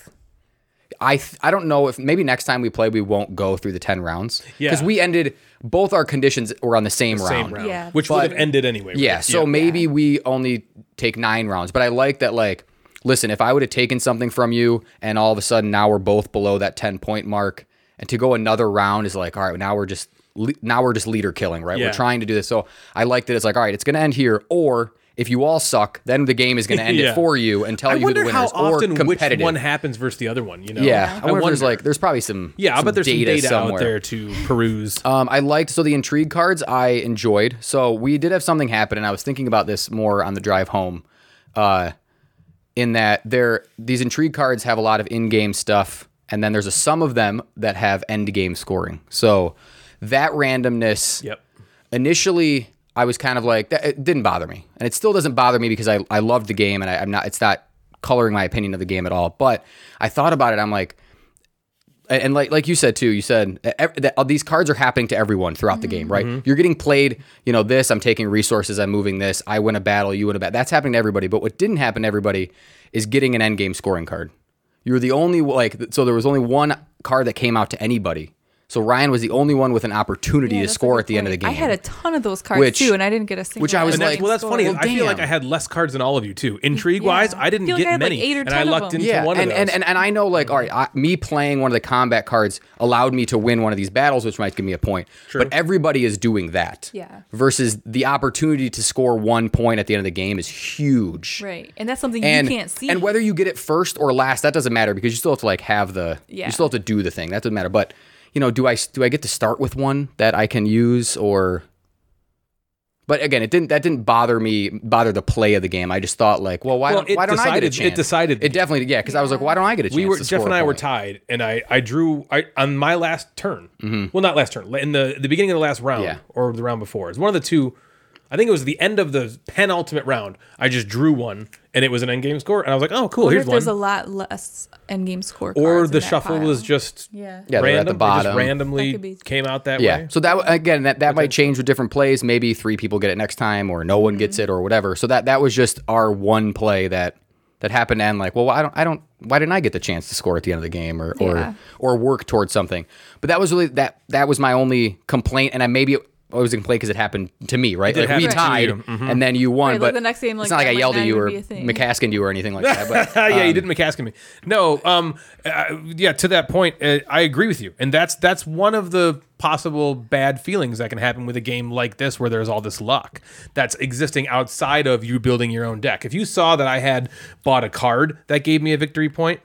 [SPEAKER 3] I th- I don't know if maybe next time we play we won't go through the ten rounds
[SPEAKER 1] Yeah.
[SPEAKER 3] because we ended both our conditions were on the same, round.
[SPEAKER 1] same round,
[SPEAKER 4] Yeah.
[SPEAKER 1] which would have ended anyway. right?
[SPEAKER 3] Yeah, so maybe we only take nine rounds, but I like that. Like, listen, if I would have taken something from you and all of a sudden now we're both below that ten point mark, and to go another round is like, all right, now we're just le- now we're just leader killing, right?
[SPEAKER 1] Yeah.
[SPEAKER 3] We're trying to do this. So I like that it's like, all right, it's gonna end here, or if you all suck, then the game is gonna end
[SPEAKER 1] Yeah.
[SPEAKER 3] it for you and tell
[SPEAKER 1] I
[SPEAKER 3] you who the
[SPEAKER 1] wonder
[SPEAKER 3] winner
[SPEAKER 1] how
[SPEAKER 3] is, or
[SPEAKER 1] often which
[SPEAKER 3] competitive.
[SPEAKER 1] one happens versus the other one. You know?
[SPEAKER 3] yeah, I,
[SPEAKER 1] I
[SPEAKER 3] wonder, if there's
[SPEAKER 1] wonder.
[SPEAKER 3] like there's probably some
[SPEAKER 1] Yeah, I
[SPEAKER 3] some
[SPEAKER 1] bet there's
[SPEAKER 3] data
[SPEAKER 1] some data
[SPEAKER 3] somewhere.
[SPEAKER 1] out there to peruse.
[SPEAKER 3] Um, I liked so the intrigue cards I enjoyed. So we did have something happen, and I was thinking about this more on the drive home. Uh, in that there these intrigue cards have a lot of in-game stuff, and then there's a sum of them that have end-game scoring. So that randomness
[SPEAKER 1] Yep.
[SPEAKER 3] initially I was kind of like that it didn't bother me. And it still doesn't bother me because I, I loved the game and I, I'm not it's not coloring my opinion of the game at all. But I thought about it, I'm like and and like like you said too, you said e- ev- that all these cards are happening to everyone throughout the
[SPEAKER 4] Mm-hmm.
[SPEAKER 3] game, right? You're getting played, you know, this, I'm taking resources, I'm moving this, I win a battle, you win a battle. That's happening to everybody. But what didn't happen to everybody is getting an end game scoring card. You were the only like th- so there was only one card that came out to anybody. So Ryan was the only one with an opportunity to
[SPEAKER 4] that's a
[SPEAKER 3] score
[SPEAKER 4] good
[SPEAKER 3] at the end of the
[SPEAKER 4] point.
[SPEAKER 3] game.
[SPEAKER 4] I had a ton of those cards
[SPEAKER 3] Which-
[SPEAKER 4] too, and I didn't get a single.
[SPEAKER 3] which I was
[SPEAKER 1] And
[SPEAKER 4] one.
[SPEAKER 1] that's,
[SPEAKER 3] like-
[SPEAKER 1] well, that's funny.
[SPEAKER 3] well,
[SPEAKER 1] I feel like
[SPEAKER 3] damn.
[SPEAKER 1] I had less cards than all of you too. Intrigue wise,
[SPEAKER 4] Yeah.
[SPEAKER 1] I didn't
[SPEAKER 4] I feel
[SPEAKER 1] get
[SPEAKER 4] like I had, like,
[SPEAKER 1] many,
[SPEAKER 4] eight or
[SPEAKER 1] and
[SPEAKER 4] 10
[SPEAKER 1] I
[SPEAKER 4] of
[SPEAKER 1] lucked
[SPEAKER 4] them.
[SPEAKER 1] into
[SPEAKER 3] yeah,
[SPEAKER 1] one
[SPEAKER 3] and,
[SPEAKER 1] of those.
[SPEAKER 3] and and and I know like all right, I, me playing one of the combat cards allowed me to win one of these battles, which might give me a point. But everybody is doing that.
[SPEAKER 4] Yeah.
[SPEAKER 3] Versus the opportunity to score one point at the end of the game is huge.
[SPEAKER 4] right, and that's something
[SPEAKER 3] And,
[SPEAKER 4] you can't see.
[SPEAKER 3] and whether you get it first or last, that doesn't matter because you still have to like have the
[SPEAKER 4] Yeah.
[SPEAKER 3] you still have to do the thing. That doesn't matter. But you know, do I do I get to start with one that I can use or but again, it didn't. That didn't bother me. Bother the play of the game. I just thought, like, well, why
[SPEAKER 1] Well,
[SPEAKER 3] don't
[SPEAKER 1] it
[SPEAKER 3] why don't I get a
[SPEAKER 1] decided- it
[SPEAKER 3] chance?
[SPEAKER 1] decided the
[SPEAKER 3] It definitely, yeah, because I was like, why don't I get a chance?
[SPEAKER 1] we were
[SPEAKER 3] to
[SPEAKER 1] Jeff
[SPEAKER 3] score
[SPEAKER 1] and
[SPEAKER 3] a
[SPEAKER 1] I were
[SPEAKER 3] point?
[SPEAKER 1] tied, and I I drew I on my last turn. Well, not last turn, in the the beginning of the last round
[SPEAKER 3] Yeah.
[SPEAKER 1] or the round before. It's one of the two. I think it was the end of the penultimate round. I just drew one, and it was an end game score, and I was like, oh, cool,
[SPEAKER 4] Wonder
[SPEAKER 1] here's
[SPEAKER 4] if there's
[SPEAKER 1] one.
[SPEAKER 4] a lot less endgame score.
[SPEAKER 1] or
[SPEAKER 4] cards
[SPEAKER 1] the
[SPEAKER 4] in that
[SPEAKER 1] shuffle
[SPEAKER 4] pile.
[SPEAKER 1] was just
[SPEAKER 4] Yeah.
[SPEAKER 3] Yeah,
[SPEAKER 1] random.
[SPEAKER 3] they're at the
[SPEAKER 1] It
[SPEAKER 3] bottom.
[SPEAKER 1] just randomly
[SPEAKER 4] That could be-
[SPEAKER 1] came out that
[SPEAKER 3] Yeah.
[SPEAKER 1] way.
[SPEAKER 3] So that again, that, that might change with different plays. Maybe three people get it next time, or no one gets
[SPEAKER 1] Mm-hmm.
[SPEAKER 3] it, or whatever. So that that was just our one play that that happened. And like, well, I don't, I don't, why didn't I get the chance to score at the end of the game, or
[SPEAKER 4] Yeah.
[SPEAKER 3] or or work towards something? But that was really that that was my only complaint, and I maybe I was in play because it happened to me, right?
[SPEAKER 1] did
[SPEAKER 3] Like we tied,
[SPEAKER 1] happen to you. Mm-hmm.
[SPEAKER 3] and then you won.
[SPEAKER 4] Right, like
[SPEAKER 3] but
[SPEAKER 4] the next game,
[SPEAKER 3] it's
[SPEAKER 4] like
[SPEAKER 3] not like
[SPEAKER 4] that
[SPEAKER 3] I
[SPEAKER 4] might
[SPEAKER 3] yelled
[SPEAKER 4] not
[SPEAKER 3] at you
[SPEAKER 4] even
[SPEAKER 3] or
[SPEAKER 4] be a thing.
[SPEAKER 3] McCaskined you or anything like that. But
[SPEAKER 1] yeah, you didn't McCaskill me. No, um, uh, yeah. To that point, uh, I agree with you, and that's that's one of the possible bad feelings that can happen with a game like this, where there's all this luck that's existing outside of you building your own deck. If you saw that I had bought a card that gave me a victory point,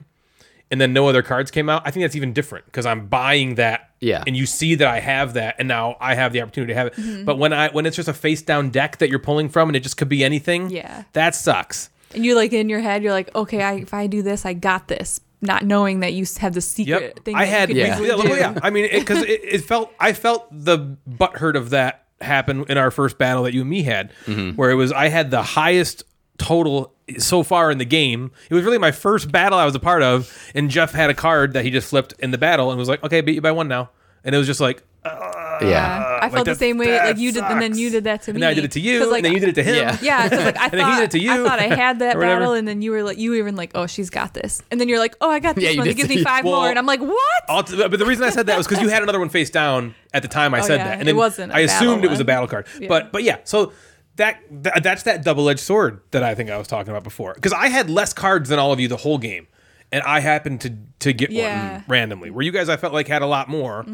[SPEAKER 1] and then no other cards came out, I think that's even different because I'm buying that.
[SPEAKER 3] Yeah.
[SPEAKER 1] And you see that I have that, and now I have the opportunity to have it. But when I when it's just a face down deck that you're pulling from, and it just could be anything,
[SPEAKER 4] Yeah.
[SPEAKER 1] that sucks.
[SPEAKER 4] And you like in your head, you're like, okay, I, if I do this, I got this. Not knowing that you s- have the secret thing.
[SPEAKER 1] I had
[SPEAKER 4] that you could
[SPEAKER 3] Yeah.
[SPEAKER 1] yeah,
[SPEAKER 4] easily
[SPEAKER 1] well,
[SPEAKER 4] do.
[SPEAKER 1] yeah. I mean, because it, it, felt I felt the butthurt of that happen in our first battle that you and me had,
[SPEAKER 3] Mm-hmm.
[SPEAKER 1] where it was I had the highest total so far in the game. It was really my first battle I was a part of, and Jeff had a card that he just flipped in the battle and was like, "Okay, I beat you by one now," and it was just like.
[SPEAKER 3] yeah.
[SPEAKER 4] Yeah. I
[SPEAKER 1] Uh, like,
[SPEAKER 4] felt the
[SPEAKER 1] that-
[SPEAKER 4] same way.
[SPEAKER 1] that
[SPEAKER 4] Like you did, and then you
[SPEAKER 1] sucks.
[SPEAKER 4] did that to
[SPEAKER 1] And
[SPEAKER 4] me.
[SPEAKER 1] then I did it to you,
[SPEAKER 4] 'Cause, like,
[SPEAKER 1] and then you did it to him.
[SPEAKER 3] Yeah.
[SPEAKER 4] Yeah, 'cause, like I
[SPEAKER 1] then he
[SPEAKER 4] thought,
[SPEAKER 1] did it to
[SPEAKER 4] I
[SPEAKER 1] you,
[SPEAKER 4] thought I had that
[SPEAKER 1] or whatever.
[SPEAKER 4] battle, and then you were like, you were even like, oh, she's got this, and then you're like, oh, I got this
[SPEAKER 3] Yeah, you
[SPEAKER 4] one. It
[SPEAKER 3] did
[SPEAKER 4] gives
[SPEAKER 3] say-
[SPEAKER 4] me five
[SPEAKER 1] Well,
[SPEAKER 4] more, and I'm like, what?
[SPEAKER 1] I'll t- but the reason I said that was because you had another one face down at the time I said
[SPEAKER 4] Oh, yeah.
[SPEAKER 1] that,
[SPEAKER 4] It
[SPEAKER 1] and then
[SPEAKER 4] wasn't a
[SPEAKER 1] I assumed
[SPEAKER 4] battle
[SPEAKER 1] it was a
[SPEAKER 4] one.
[SPEAKER 1] battle card.
[SPEAKER 4] Yeah.
[SPEAKER 1] But but yeah, so that th- that's that double edged sword that I think I was talking about before because I had less cards than all of you the whole game, and I happened to to get
[SPEAKER 4] Yeah. Mm-hmm.
[SPEAKER 1] one randomly. Where you guys I felt like had a lot more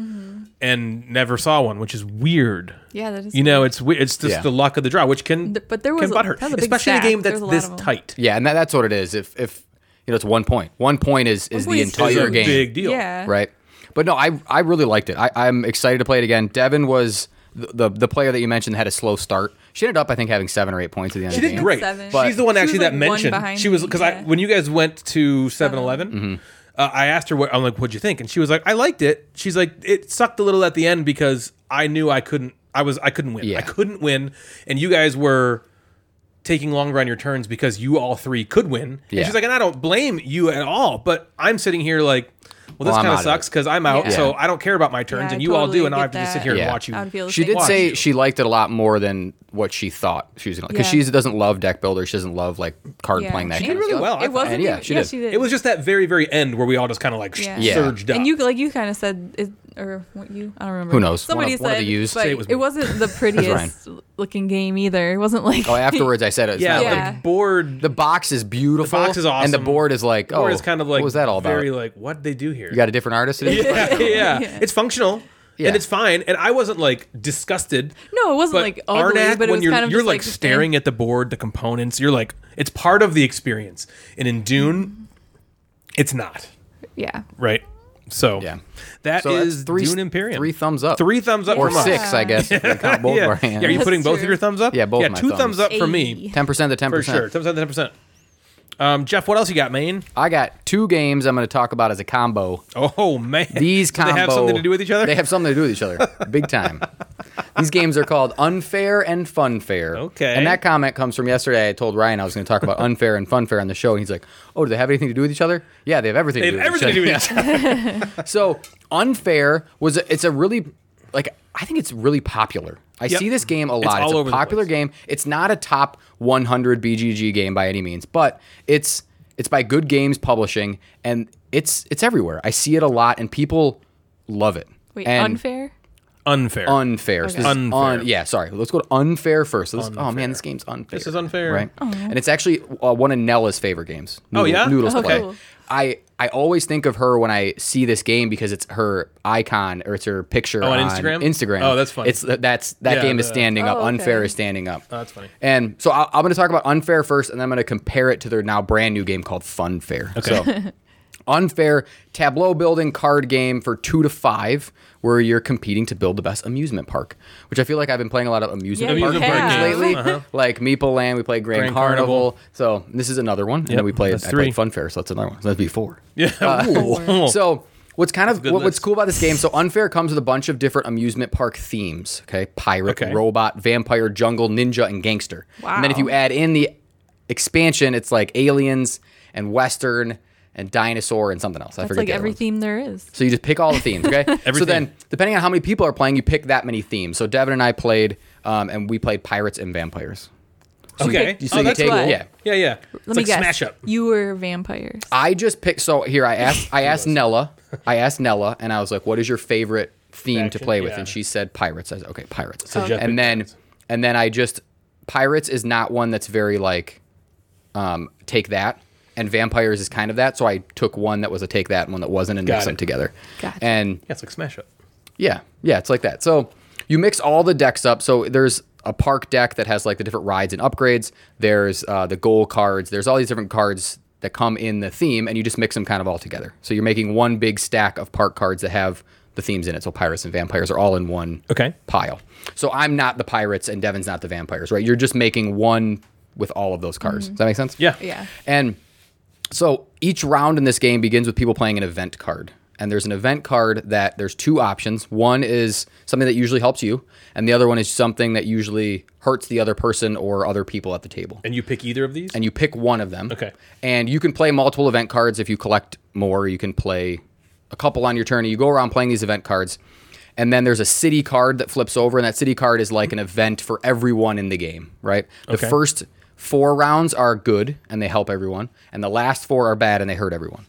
[SPEAKER 1] and never saw one, which is weird.
[SPEAKER 4] Yeah, that is
[SPEAKER 1] You know, it's we- it's just
[SPEAKER 3] Yeah.
[SPEAKER 1] the luck of the draw, which can
[SPEAKER 4] Th- but there
[SPEAKER 1] can
[SPEAKER 4] was a-
[SPEAKER 1] butthurt,
[SPEAKER 4] that was a big
[SPEAKER 1] especially in a
[SPEAKER 4] stack.
[SPEAKER 1] game
[SPEAKER 4] There
[SPEAKER 1] that's
[SPEAKER 4] was a lot
[SPEAKER 1] this
[SPEAKER 4] of 'em.
[SPEAKER 1] tight.
[SPEAKER 3] Yeah, and that, that's what it is. If if you know, it's one point. One point is is
[SPEAKER 4] point
[SPEAKER 3] the
[SPEAKER 4] is
[SPEAKER 1] It's
[SPEAKER 3] entire
[SPEAKER 1] a
[SPEAKER 3] game,
[SPEAKER 1] big deal.
[SPEAKER 4] Yeah,
[SPEAKER 3] right? But no, I I really liked it. I, I'm excited to play it again. Devin was the, the the player that you mentioned that had a slow start. She ended up, I think, having seven or eight points at the end.
[SPEAKER 1] She
[SPEAKER 3] of the
[SPEAKER 1] did
[SPEAKER 3] game.
[SPEAKER 1] great.
[SPEAKER 4] Seven.
[SPEAKER 1] But She's the one
[SPEAKER 4] She was,
[SPEAKER 1] actually that
[SPEAKER 4] like, one
[SPEAKER 1] mentioned.
[SPEAKER 4] behind
[SPEAKER 1] She was
[SPEAKER 4] me,
[SPEAKER 1] because I
[SPEAKER 4] yeah.
[SPEAKER 1] when you guys went to 7-Eleven, uh, I asked her what I'm like. What'd you think? And she was like, I liked it. She's like, it sucked a little at the end because I knew I couldn't. I was I couldn't win.
[SPEAKER 3] Yeah.
[SPEAKER 1] I couldn't win, and you guys were taking longer on your turns because you all three could win.
[SPEAKER 3] Yeah.
[SPEAKER 1] And she's like, and I don't blame you at all, but I'm sitting here like. Well, this
[SPEAKER 3] Well, I'm
[SPEAKER 1] kind
[SPEAKER 3] out
[SPEAKER 1] of
[SPEAKER 3] of
[SPEAKER 1] sucks because I'm out,
[SPEAKER 4] Yeah.
[SPEAKER 1] so I don't care about my turns,
[SPEAKER 4] Yeah, I
[SPEAKER 1] and you all do,
[SPEAKER 4] totally
[SPEAKER 1] and I have
[SPEAKER 4] get
[SPEAKER 1] to just sit
[SPEAKER 4] that.
[SPEAKER 1] here and
[SPEAKER 3] Yeah.
[SPEAKER 1] watch you.
[SPEAKER 4] I would feel the
[SPEAKER 3] She
[SPEAKER 4] same
[SPEAKER 3] did
[SPEAKER 4] way.
[SPEAKER 3] say she liked it a lot more than what she thought she was gonna because
[SPEAKER 4] Yeah.
[SPEAKER 3] she doesn't love deck builder. She doesn't love like card
[SPEAKER 4] Yeah.
[SPEAKER 3] playing that.
[SPEAKER 4] She
[SPEAKER 3] kind
[SPEAKER 1] did
[SPEAKER 3] of
[SPEAKER 1] really
[SPEAKER 3] stuff.
[SPEAKER 1] well. I
[SPEAKER 4] It
[SPEAKER 1] thought-
[SPEAKER 4] wasn't.
[SPEAKER 3] And yeah,
[SPEAKER 4] even-
[SPEAKER 3] she
[SPEAKER 4] yeah,
[SPEAKER 3] did.
[SPEAKER 4] she did.
[SPEAKER 1] It was just that very, very end where we all just kind of like sh-
[SPEAKER 4] Yeah.
[SPEAKER 3] Yeah.
[SPEAKER 1] surged up.
[SPEAKER 4] And you like you kind of said it, or what you I don't remember.
[SPEAKER 3] Who knows?
[SPEAKER 4] Somebody
[SPEAKER 3] One of-
[SPEAKER 4] said
[SPEAKER 3] one of the used-
[SPEAKER 4] but
[SPEAKER 1] Say it
[SPEAKER 4] it,
[SPEAKER 1] was
[SPEAKER 4] was
[SPEAKER 1] me.
[SPEAKER 4] not the prettiest looking game either. It wasn't like
[SPEAKER 3] Oh, afterwards I said it. It's
[SPEAKER 1] yeah,
[SPEAKER 3] not like-
[SPEAKER 4] Yeah.
[SPEAKER 1] the board
[SPEAKER 3] the box is beautiful.
[SPEAKER 1] box is
[SPEAKER 3] and the
[SPEAKER 1] awesome.
[SPEAKER 3] board is like,
[SPEAKER 1] Or
[SPEAKER 3] oh,
[SPEAKER 1] it's kind of like
[SPEAKER 3] what was that all about?
[SPEAKER 1] very like what would they do here.
[SPEAKER 3] you got a different artist. in it?
[SPEAKER 1] yeah, yeah. It's functional
[SPEAKER 3] Yeah.
[SPEAKER 1] and it's fine. And I wasn't like disgusted.
[SPEAKER 4] No, it wasn't,
[SPEAKER 1] But
[SPEAKER 4] like, ugly, but it
[SPEAKER 1] when
[SPEAKER 4] was
[SPEAKER 1] you're
[SPEAKER 4] kind of
[SPEAKER 1] you're
[SPEAKER 4] just,
[SPEAKER 1] like,
[SPEAKER 4] like, just
[SPEAKER 1] staring at the board, the components. You're like it's part of the experience. And in Dune, it's not
[SPEAKER 4] yeah.
[SPEAKER 1] right. So
[SPEAKER 3] Yeah.
[SPEAKER 1] that
[SPEAKER 3] So that's
[SPEAKER 1] is
[SPEAKER 3] three-
[SPEAKER 1] Dune Imperium.
[SPEAKER 3] three thumbs up.
[SPEAKER 1] Three thumbs up
[SPEAKER 3] or
[SPEAKER 1] from us.
[SPEAKER 3] six, I guess. If you count both
[SPEAKER 1] yeah.
[SPEAKER 3] of our
[SPEAKER 1] Yeah, are you
[SPEAKER 3] hands.
[SPEAKER 1] putting both of
[SPEAKER 4] true.
[SPEAKER 1] your thumbs up?
[SPEAKER 3] Yeah, both
[SPEAKER 1] Yeah,
[SPEAKER 3] my
[SPEAKER 1] two thumbs
[SPEAKER 3] thumbs.
[SPEAKER 1] up for
[SPEAKER 4] Ayy.
[SPEAKER 1] me
[SPEAKER 3] Ten percent to ten
[SPEAKER 1] for
[SPEAKER 3] percent.
[SPEAKER 1] sure. Thumbs up, ten percent. Um, Jeff, what else you got, Maine?
[SPEAKER 3] I got two games I'm going to talk about as a combo.
[SPEAKER 1] Oh man,
[SPEAKER 3] These
[SPEAKER 1] Do they
[SPEAKER 3] combo
[SPEAKER 1] have something to do with each other.
[SPEAKER 3] They have something to do with each other, big time. These games are called unfair and funfair.
[SPEAKER 1] Okay.
[SPEAKER 3] And that comment comes from yesterday. I told Ryan I was going to talk about unfair and funfair on the show, and he's like, "Oh, do they have anything to do with each other? Yeah, they have everything.
[SPEAKER 1] They
[SPEAKER 3] to
[SPEAKER 1] have
[SPEAKER 3] do with
[SPEAKER 1] everything to
[SPEAKER 3] each
[SPEAKER 1] do
[SPEAKER 3] other.
[SPEAKER 1] with each other.
[SPEAKER 3] So unfair was a, it's a really like I think it's really popular. I
[SPEAKER 1] Yep.
[SPEAKER 3] see this game a
[SPEAKER 1] It's
[SPEAKER 3] lot. It's,
[SPEAKER 1] all
[SPEAKER 3] a
[SPEAKER 1] over the
[SPEAKER 3] popular
[SPEAKER 1] place.
[SPEAKER 3] game. It's not a top 100 BGG game by any means, but it's it's by Good Games Publishing, and it's it's everywhere. I see it a lot, and people love it.
[SPEAKER 4] Wait,
[SPEAKER 3] And
[SPEAKER 4] unfair.
[SPEAKER 1] Unfair.
[SPEAKER 3] Unfair. So this is
[SPEAKER 1] Unfair.
[SPEAKER 3] un- yeah, sorry. Let's go to unfair first. So this, Oh man, this game's unfair.
[SPEAKER 1] This is unfair.
[SPEAKER 3] Right. And it's actually uh, one of Nella's favorite games.
[SPEAKER 1] Oh, yeah?
[SPEAKER 3] Noodles
[SPEAKER 4] Oh,
[SPEAKER 3] play.
[SPEAKER 4] cool.
[SPEAKER 3] I I always think of her when I see this game because it's her icon or it's her picture
[SPEAKER 1] Oh, on
[SPEAKER 3] on,
[SPEAKER 1] Instagram?
[SPEAKER 3] Instagram.
[SPEAKER 1] Oh, that's funny.
[SPEAKER 3] It's that's that
[SPEAKER 1] Yeah,
[SPEAKER 3] game is
[SPEAKER 1] the-
[SPEAKER 3] standing up.
[SPEAKER 4] Oh, okay.
[SPEAKER 3] Unfair is standing up.
[SPEAKER 1] Oh, that's funny.
[SPEAKER 3] And so I, I'm going to talk about unfair first, and then I'm going to compare it to their now brand new game called Funfair. Okay. So, unfair tableau building card game for two to five where you're competing to build the best amusement park which i feel like i've been playing a lot of amusement
[SPEAKER 4] Yeah, you
[SPEAKER 3] park
[SPEAKER 4] have.
[SPEAKER 3] games lately
[SPEAKER 1] Uh-huh.
[SPEAKER 3] like meeple land we played grand,
[SPEAKER 1] Grand
[SPEAKER 3] carnival. so this is another one and
[SPEAKER 1] Yep,
[SPEAKER 3] then we played,
[SPEAKER 1] that's
[SPEAKER 3] I played
[SPEAKER 1] three.
[SPEAKER 3] funfair so that's another one so that'd be four
[SPEAKER 1] Yeah. Ooh.
[SPEAKER 3] Uh, so what's kind of
[SPEAKER 1] good
[SPEAKER 3] what, what's
[SPEAKER 1] list.
[SPEAKER 3] cool about this game? So unfair comes with a bunch of different amusement park themes. Okay, pirate,
[SPEAKER 1] Okay.
[SPEAKER 3] robot, vampire, jungle, ninja, and gangster. And then if
[SPEAKER 4] Wow.
[SPEAKER 3] you add in the expansion, it's like aliens and western and dinosaur and something else. I
[SPEAKER 4] That's
[SPEAKER 3] forget
[SPEAKER 4] like
[SPEAKER 3] the other
[SPEAKER 4] every
[SPEAKER 3] ones.
[SPEAKER 4] theme there is.
[SPEAKER 3] So you just pick all the themes, okay? so
[SPEAKER 1] Everything.
[SPEAKER 3] then, depending on how many people are playing, you pick that many themes. So Devin and I played, um, and we played pirates and vampires.
[SPEAKER 1] okay.
[SPEAKER 3] So you
[SPEAKER 1] Oh, that's
[SPEAKER 3] take,
[SPEAKER 1] cool.
[SPEAKER 3] yeah.
[SPEAKER 1] Yeah, yeah. it's
[SPEAKER 4] Let me
[SPEAKER 1] like
[SPEAKER 4] guess.
[SPEAKER 1] smash up. Ah,
[SPEAKER 4] You were vampires.
[SPEAKER 3] I just picked. So here, I asked. I asked Nella. I asked Nella, and I was like, "What is your favorite theme to
[SPEAKER 1] Faction,
[SPEAKER 3] play with,
[SPEAKER 1] yeah.
[SPEAKER 3] and she said pirates. I said, okay, pirates.
[SPEAKER 1] So Okay.
[SPEAKER 3] And then and then I just pirates is not one that's very like um, take that, and vampires is kind of that. So I took one that was a take that and one that wasn't, and
[SPEAKER 1] Got
[SPEAKER 3] mixed
[SPEAKER 1] it.
[SPEAKER 3] them together.
[SPEAKER 4] Gotcha.
[SPEAKER 3] And
[SPEAKER 1] Yeah, it's like Smash Up.
[SPEAKER 3] yeah, yeah, it's like that. So you mix all the decks up. So there's a park deck that has like the different rides and upgrades. There's uh, the goal cards. There's all these different cards that come in the theme, and you just mix them kind of all together. So you're making one big stack of park cards that have the themes in it. So pirates and vampires are all in one
[SPEAKER 1] Okay.
[SPEAKER 3] pile. So I'm not the pirates, and Devin's not the vampires, right? You're just making one with all of those cards. Does that make sense?
[SPEAKER 1] Yeah.
[SPEAKER 4] Yeah.
[SPEAKER 3] And so each round in this game begins with people playing an event card. And there's an event card that there's two options. One is something that usually helps you, and the other one is something that usually hurts the other person or other people at the table.
[SPEAKER 1] And you pick either of these?
[SPEAKER 3] And you pick one of them.
[SPEAKER 1] Okay.
[SPEAKER 3] And you can play multiple event cards if you collect more. You can play a couple on your turn. You go around playing these event cards. And then there's a city card that flips over, and that city card is like an event for everyone in the game, right? The
[SPEAKER 1] Okay.
[SPEAKER 3] first four rounds are good and they help everyone, and the last four are bad and they hurt everyone.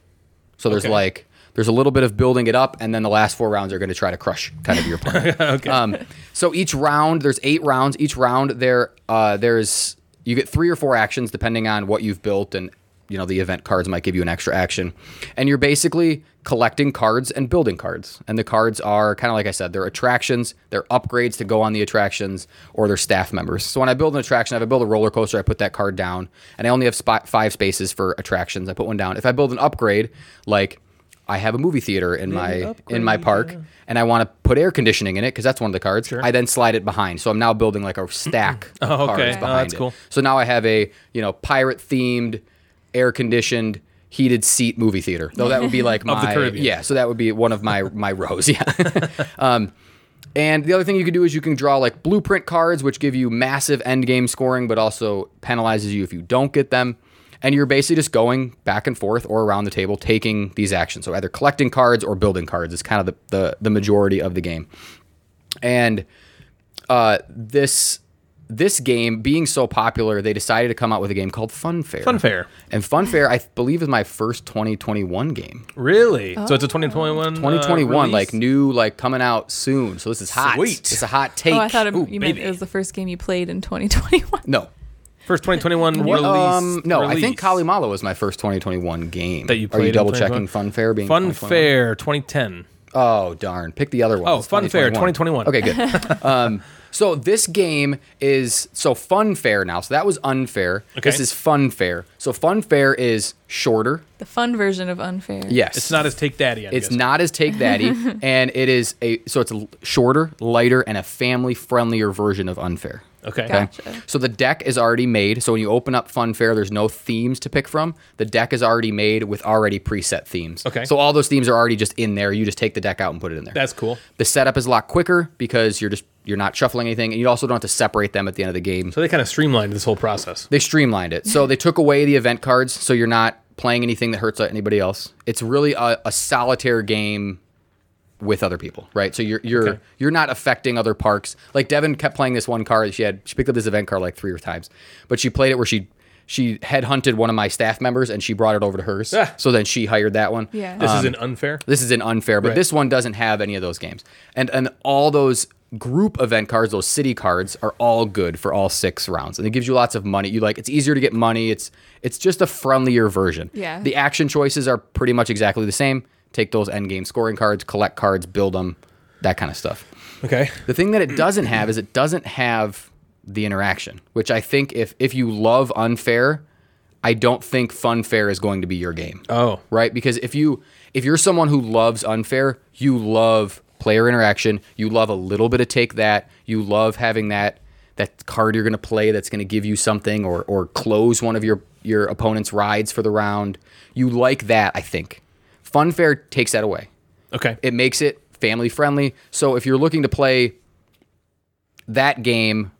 [SPEAKER 3] So there's
[SPEAKER 1] Okay.
[SPEAKER 3] like there's a little bit of building it up, and then the last four rounds are going to try to crush kind of your opponent. okay. Um, so each round there's eight rounds. Each round there uh, there's you get three or four actions depending on what you've built, and you know the event cards might give you an extra action, and you're basically collecting cards and building cards. And the cards are kind of like I said, they're attractions, they're upgrades to go on the attractions, or they're staff members. So when I build an attraction, if I build a roller coaster, I put that card down, and I only have spot five spaces for attractions. I put one down. If I build an upgrade, like I have a movie theater in my in my park, and I want to put air conditioning in it because that's one of the cards. I then slide it behind, so I'm now building like a stack of
[SPEAKER 1] Oh, okay.
[SPEAKER 3] cards
[SPEAKER 1] Oh,
[SPEAKER 3] behind
[SPEAKER 1] that's
[SPEAKER 3] it.
[SPEAKER 1] cool.
[SPEAKER 3] So now I have a you know pirate themed, air conditioned, heated seat movie theater. Though that would be like
[SPEAKER 1] the
[SPEAKER 3] my
[SPEAKER 1] Caribbean.
[SPEAKER 3] yeah. So that would be one of my my rows. Yeah. um, and the other thing you can do is you can draw like blueprint cards, which give you massive end game scoring, but also penalizes you if you don't get them. And you're basically just going back and forth or around the table taking these actions. So either collecting cards or building cards is kind of the, the, the majority of the game. And uh, this this game being so popular, they decided to come out with a game called Funfair.
[SPEAKER 1] Funfair.
[SPEAKER 3] And Funfair, I believe, is my first 2021 game.
[SPEAKER 1] Uh, Really? So it's a uh, 2021.
[SPEAKER 3] 2021, like new, like coming out soon. So this is hot.
[SPEAKER 1] Sweet.
[SPEAKER 3] It's a hot take.
[SPEAKER 4] Oh, I thought it,
[SPEAKER 1] Ooh,
[SPEAKER 4] you meant
[SPEAKER 1] baby.
[SPEAKER 4] it was the first game you played in 2021.
[SPEAKER 3] No.
[SPEAKER 1] First 2021 release.
[SPEAKER 3] Um, no, I think
[SPEAKER 1] release.
[SPEAKER 3] Kalimala was my first 2021 game.
[SPEAKER 1] That you
[SPEAKER 3] Are
[SPEAKER 1] played
[SPEAKER 3] you
[SPEAKER 1] in
[SPEAKER 3] double checking
[SPEAKER 1] 2021?
[SPEAKER 3] Funfair being
[SPEAKER 1] Fun
[SPEAKER 3] 2021?
[SPEAKER 1] Fair 2010.
[SPEAKER 3] Oh darn! Pick the other one.
[SPEAKER 1] Oh,
[SPEAKER 3] It's
[SPEAKER 1] Fun Fair 2021.
[SPEAKER 3] Okay, good. um, so this game is so Fun Fair now. So that was unfair.
[SPEAKER 1] Okay.
[SPEAKER 3] This is Fun Fair. So Fun Fair is shorter.
[SPEAKER 4] The fun version of unfair.
[SPEAKER 3] Yes,
[SPEAKER 1] It's not as Take Daddy. I'm
[SPEAKER 3] It's
[SPEAKER 1] guessing.
[SPEAKER 3] not as Take Daddy, and it is a so it's a l- shorter, lighter, and a family friendlier version of Unfair.
[SPEAKER 1] Okay.
[SPEAKER 4] Got it.
[SPEAKER 3] Okay. So the deck is already made. So when you open up Funfair, there's no themes to pick from. The deck is already made with already preset themes.
[SPEAKER 1] Okay.
[SPEAKER 3] So all those themes are already just in there. You just take the deck out and put it in there.
[SPEAKER 1] That's cool.
[SPEAKER 3] The setup is a lot quicker because you're just you're not shuffling anything, and you also don't have to separate them at the end of the game.
[SPEAKER 1] So they kind of streamlined this whole process.
[SPEAKER 3] They streamlined it. So they took away the event cards, so you're not playing anything that hurts anybody else. It's really a, a solitaire game with other people, right? So you're you're
[SPEAKER 1] Okay.
[SPEAKER 3] you're not affecting other parks. Like Devin kept playing this one card. She had she picked up this event card like three or times, but she played it where she she headhunted one of my staff members and she brought it over to hers.
[SPEAKER 1] Ah.
[SPEAKER 3] So then she hired that one.
[SPEAKER 4] Yeah.
[SPEAKER 1] This
[SPEAKER 4] Um,
[SPEAKER 1] is an unfair.
[SPEAKER 3] This is an unfair, but
[SPEAKER 1] Right.
[SPEAKER 3] this one doesn't have any of those games. And and all those group event cards, those city cards, are all good for all six rounds. And it gives you lots of money. You like it's easier to get money. It's it's just a friendlier version.
[SPEAKER 4] Yeah.
[SPEAKER 3] The action choices are pretty much exactly the same. Take those end game scoring cards, collect cards, build them, that kind of stuff.
[SPEAKER 1] Okay.
[SPEAKER 3] The thing that it doesn't have is it doesn't have the interaction, which I think if if you love unfair, I don't think fun fair is going to be your game
[SPEAKER 1] Oh.
[SPEAKER 3] right because if you if you're someone who loves unfair you love player interaction you love a little bit of take that you love having that that card you're going to play that's going to give you something or or close one of your your opponent's rides for the round you like that i think funfair takes that away
[SPEAKER 1] Okay.
[SPEAKER 3] it makes it family friendly so if you're looking to play that game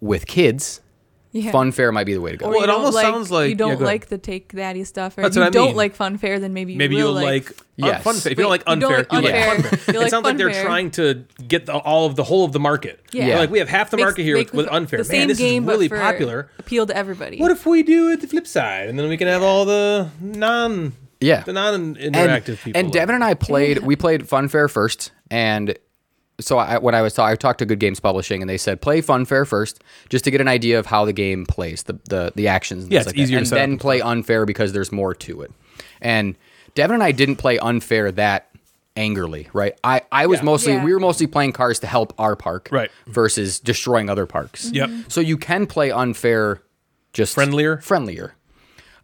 [SPEAKER 3] with kids
[SPEAKER 4] Yeah.
[SPEAKER 3] funfair might be the way to go
[SPEAKER 4] Or
[SPEAKER 1] Well,
[SPEAKER 4] you
[SPEAKER 1] it
[SPEAKER 4] don't
[SPEAKER 1] almost
[SPEAKER 4] like,
[SPEAKER 1] sounds like-
[SPEAKER 4] you
[SPEAKER 1] yeah,
[SPEAKER 4] don't
[SPEAKER 1] go ahead.
[SPEAKER 4] like the take daddy stuff, or
[SPEAKER 1] That's
[SPEAKER 4] if you
[SPEAKER 1] what I
[SPEAKER 4] don't
[SPEAKER 1] mean.
[SPEAKER 4] like funfair, then maybe you
[SPEAKER 1] Maybe
[SPEAKER 4] will
[SPEAKER 1] you'll like,
[SPEAKER 3] Yes.
[SPEAKER 1] fun fair. If you don't
[SPEAKER 4] Wait,
[SPEAKER 1] like unfair,
[SPEAKER 4] you don't like
[SPEAKER 1] you like
[SPEAKER 4] unfair.
[SPEAKER 1] fun fair.
[SPEAKER 4] You
[SPEAKER 1] it
[SPEAKER 4] like
[SPEAKER 1] sounds like
[SPEAKER 4] fun
[SPEAKER 1] they're
[SPEAKER 4] fair.
[SPEAKER 1] trying to get the, all of the whole of the market.
[SPEAKER 4] Yeah.
[SPEAKER 1] They're Like we have half the
[SPEAKER 4] Makes-
[SPEAKER 1] market here
[SPEAKER 4] make
[SPEAKER 1] with, with
[SPEAKER 4] the-
[SPEAKER 1] unfair.
[SPEAKER 4] The same
[SPEAKER 1] Man, this
[SPEAKER 4] game,
[SPEAKER 1] is really
[SPEAKER 4] but for
[SPEAKER 1] popular.
[SPEAKER 4] Appeal to everybody.
[SPEAKER 1] What if we do it the flip side, and then we can have all the non
[SPEAKER 3] Yeah.
[SPEAKER 1] the non interactive
[SPEAKER 3] and,
[SPEAKER 1] people.
[SPEAKER 3] and Devin and I played. We played Funfair first, and so I, when I was talking, I talked to Good Games Publishing, and they said play Funfair first, just to get an idea of how the game plays, the the, the actions, and
[SPEAKER 1] Yeah,
[SPEAKER 3] things
[SPEAKER 1] it's
[SPEAKER 3] like that,
[SPEAKER 1] easier to
[SPEAKER 3] and
[SPEAKER 1] set up
[SPEAKER 3] then
[SPEAKER 1] and
[SPEAKER 3] play Unfair because there's more to it. And Devin and I didn't play Unfair that angrily, right? I I was
[SPEAKER 1] Yeah.
[SPEAKER 3] mostly
[SPEAKER 4] Yeah.
[SPEAKER 3] we were mostly playing cars to help our park,
[SPEAKER 1] Right.
[SPEAKER 3] versus destroying other parks.
[SPEAKER 1] Yep.
[SPEAKER 3] So you can play Unfair, just
[SPEAKER 1] Friendlier?
[SPEAKER 3] friendlier.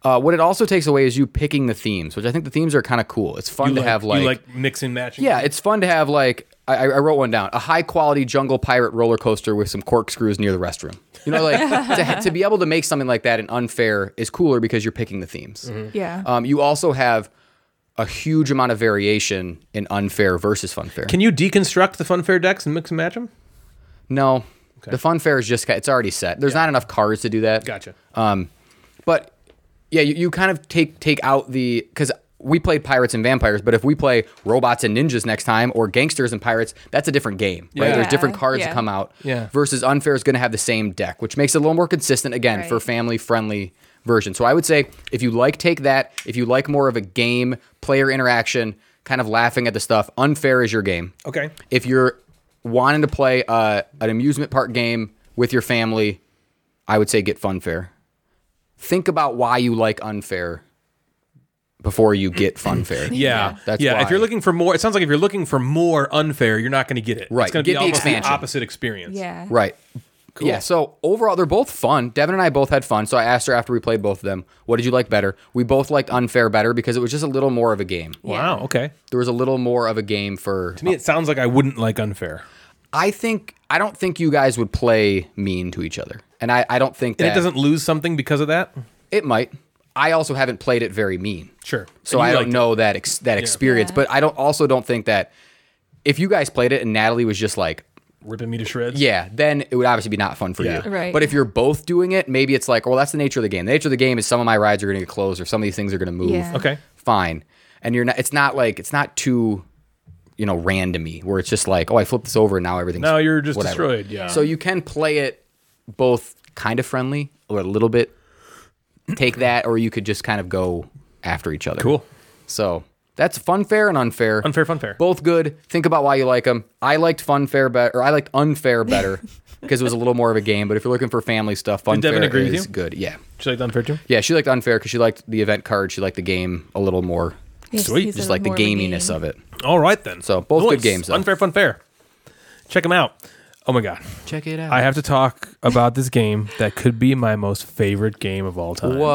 [SPEAKER 3] Uh, what it also takes away is you picking the themes, which I think the themes are kind of cool. It's fun
[SPEAKER 1] You
[SPEAKER 3] to
[SPEAKER 1] like,
[SPEAKER 3] have
[SPEAKER 1] you like mix and matching.
[SPEAKER 3] yeah, it's fun to have like I, I wrote one down: a high quality jungle pirate roller coaster with some corkscrews near the restroom. You know, like to, to be able to make something like that in unfair is cooler because you're picking the themes.
[SPEAKER 1] Mm-hmm.
[SPEAKER 4] Yeah.
[SPEAKER 1] Oh,
[SPEAKER 3] Um, you also have a huge amount of variation in unfair versus funfair.
[SPEAKER 1] Can you deconstruct the funfair decks and mix and match them?
[SPEAKER 3] no, the funfair is just it's already set. There's not enough cards to do that.
[SPEAKER 1] Gotcha.
[SPEAKER 3] But yeah, you, you kind of take take out the because we played pirates and vampires, but if we play robots and ninjas next time or gangsters and pirates, that's a different game, right?
[SPEAKER 1] Yeah.
[SPEAKER 3] There's different
[SPEAKER 4] Yeah,
[SPEAKER 3] cards that
[SPEAKER 4] yeah.
[SPEAKER 3] come out.
[SPEAKER 1] Yeah.
[SPEAKER 3] Versus unfair is going to have the same deck, which makes it a little more consistent again for
[SPEAKER 4] Right.
[SPEAKER 3] family friendly version. So I would say if you like take that, if you like more of a game player interaction, kind of laughing at the stuff, unfair is your game
[SPEAKER 1] okay.
[SPEAKER 3] if you're wanting to play uh, an amusement park game with your family, I would say get Funfair. Think about why you like Unfair before you get Funfair.
[SPEAKER 1] Yeah,
[SPEAKER 3] That's
[SPEAKER 1] yeah. If
[SPEAKER 3] why.
[SPEAKER 1] you're looking for more, it sounds like if you're looking for more unfair, you're not going to get it.
[SPEAKER 3] Right.
[SPEAKER 1] It's going to
[SPEAKER 3] Get
[SPEAKER 1] be
[SPEAKER 3] the
[SPEAKER 1] almost
[SPEAKER 3] expansion.
[SPEAKER 1] the opposite experience.
[SPEAKER 4] yeah.
[SPEAKER 3] Right. Yeah. So overall, they're both fun. Devin and I both had fun. So I asked her after we played both of them, what did you like better? We both liked Unfair better because it was just a little more of a game.
[SPEAKER 1] Wow. Okay.
[SPEAKER 3] There was a little more of a game for.
[SPEAKER 1] To me, it sounds like I wouldn't like unfair,
[SPEAKER 3] I think, I don't think you guys would play mean to each other. And I, I don't think
[SPEAKER 1] and
[SPEAKER 3] that.
[SPEAKER 1] it doesn't lose something because of that.
[SPEAKER 3] It might. I also haven't played it very mean.
[SPEAKER 1] Sure.
[SPEAKER 3] So
[SPEAKER 1] And you
[SPEAKER 3] I don't
[SPEAKER 1] liked
[SPEAKER 3] know that ex- that experience,
[SPEAKER 4] Yeah.
[SPEAKER 3] but I don't also don't think that if you guys played it and Natalie was just like,
[SPEAKER 1] Ripping me to shreds.
[SPEAKER 3] yeah, then it would obviously be not fun for
[SPEAKER 1] Yeah.
[SPEAKER 3] you.
[SPEAKER 4] Right.
[SPEAKER 3] But if you're both doing it, maybe it's like, well, that's the nature of the game. The nature of the game is some of my rides are going to get closed or some of these things are going to move.
[SPEAKER 4] Yeah.
[SPEAKER 1] Okay.
[SPEAKER 3] Fine. And you're not. It's not like it's not too, you know, randomy where it's just like, oh, I flipped this over and now everything's.
[SPEAKER 1] Now you're just
[SPEAKER 3] whatever.
[SPEAKER 1] destroyed. Yeah.
[SPEAKER 3] So you can play it both kind of friendly or a little bit take that, or you could just kind of go after each other.
[SPEAKER 1] Cool.
[SPEAKER 3] So that's fun fair and unfair.
[SPEAKER 1] Unfair, funfair.
[SPEAKER 3] Both good. Think about why you like them. I liked fun fair better, or I liked unfair better because it was a little more of a game. But if you're looking for family stuff, fun
[SPEAKER 1] Devin
[SPEAKER 3] fair
[SPEAKER 1] agree
[SPEAKER 3] is
[SPEAKER 1] with you?
[SPEAKER 3] good. Yeah,
[SPEAKER 1] Did you like the unfair too?
[SPEAKER 3] yeah. She liked unfair because she liked the event card. She liked the game a little more.
[SPEAKER 4] He's-
[SPEAKER 1] Sweet.
[SPEAKER 4] he's
[SPEAKER 3] Just
[SPEAKER 4] a
[SPEAKER 3] like the
[SPEAKER 4] more a game.
[SPEAKER 3] gaminess of it.
[SPEAKER 1] All right then.
[SPEAKER 3] So, both good games, though.
[SPEAKER 1] Unfair, funfair. Check them out. Oh my god.
[SPEAKER 3] Check it out.
[SPEAKER 1] I have to talk about this game that could be my most favorite game of all time.
[SPEAKER 3] what?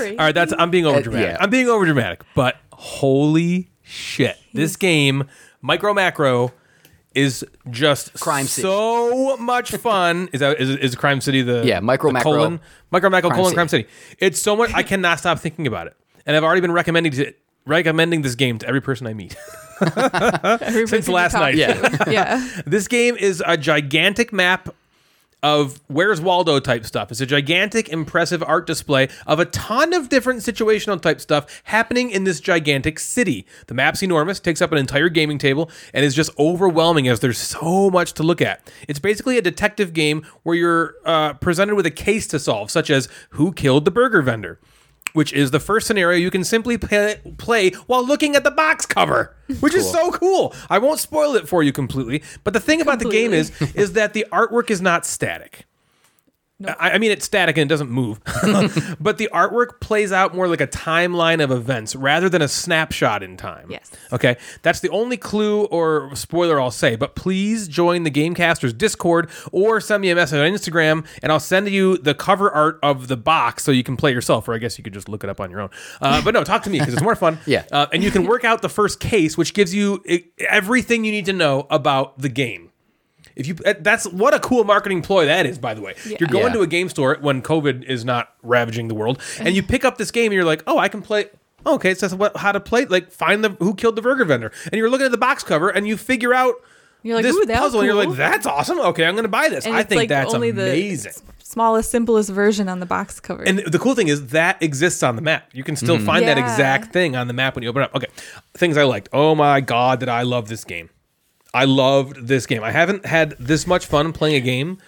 [SPEAKER 1] All right, that's I'm being overdramatic.
[SPEAKER 3] Uh, yeah.
[SPEAKER 1] I'm being overdramatic, but holy shit. This game, Micro Macro, is just
[SPEAKER 3] Crime City.
[SPEAKER 1] so much fun. is that is, is Crime City the
[SPEAKER 3] Yeah, Micro
[SPEAKER 1] the
[SPEAKER 3] Macro.
[SPEAKER 1] colon? Micro Macro
[SPEAKER 3] Crime
[SPEAKER 1] colon
[SPEAKER 3] City.
[SPEAKER 1] Crime City. It's so much I cannot stop thinking about it. And I've already been recommending to recommending this game to every person I meet.
[SPEAKER 4] Everybody
[SPEAKER 1] Since
[SPEAKER 4] can
[SPEAKER 1] last
[SPEAKER 4] talk
[SPEAKER 1] night.
[SPEAKER 4] to.
[SPEAKER 3] Yeah.
[SPEAKER 4] yeah.
[SPEAKER 1] This game is a gigantic map of Where's Waldo type stuff. It's a gigantic, impressive art display of a ton of different situational type stuff happening in this gigantic city. The map's enormous, takes up an entire gaming table, and is just overwhelming as there's so much to look at. It's basically a detective game where you're uh, presented with a case to solve, such as who killed the burger vendor? Which is the first scenario you can simply play, play while looking at the box cover, which is so cool. I won't spoil it for you completely, but the thing about the game is is that the artwork is not static. I, I mean, it's static and it doesn't move, but the artwork plays out more like a timeline of events rather than a snapshot in time.
[SPEAKER 4] Yes.
[SPEAKER 1] Okay. That's the only clue or spoiler I'll say, but please join the Gamecasters Discord or send me a message on Instagram and I'll send you the cover art of the box so you can play yourself, or I guess you could just look it up on your own. Uh, but no, talk to me because it's more fun.
[SPEAKER 3] Yeah.
[SPEAKER 1] Uh, and you can work out the first case, which gives you eh, everything you need to know about the game. If you eh, that's what a cool marketing ploy that is, by the way. You're going
[SPEAKER 3] Yeah.
[SPEAKER 1] to a game store when COVID is not ravaging the world, and you pick up this game and you're like, oh, I can play. oh, okay, it says what how to play, like find the who killed the burger vendor, and you're looking at the box cover and you figure out.
[SPEAKER 4] You're like,
[SPEAKER 1] this
[SPEAKER 4] "Ooh, that was
[SPEAKER 1] puzzle, and you're
[SPEAKER 4] cool."
[SPEAKER 1] like, that's awesome. Okay, I'm going to buy this.
[SPEAKER 4] And
[SPEAKER 1] I
[SPEAKER 4] it's
[SPEAKER 1] think
[SPEAKER 4] like
[SPEAKER 1] that's
[SPEAKER 4] only the
[SPEAKER 1] amazing.
[SPEAKER 4] s- smallest, simplest version on the box cover.
[SPEAKER 1] And the cool thing is that exists on the map. You can still find that
[SPEAKER 4] Yeah.
[SPEAKER 1] exact thing on the map when you open it up. Okay. Things I liked. Oh my god, did I love this game. I loved this game. I haven't had this much fun playing a game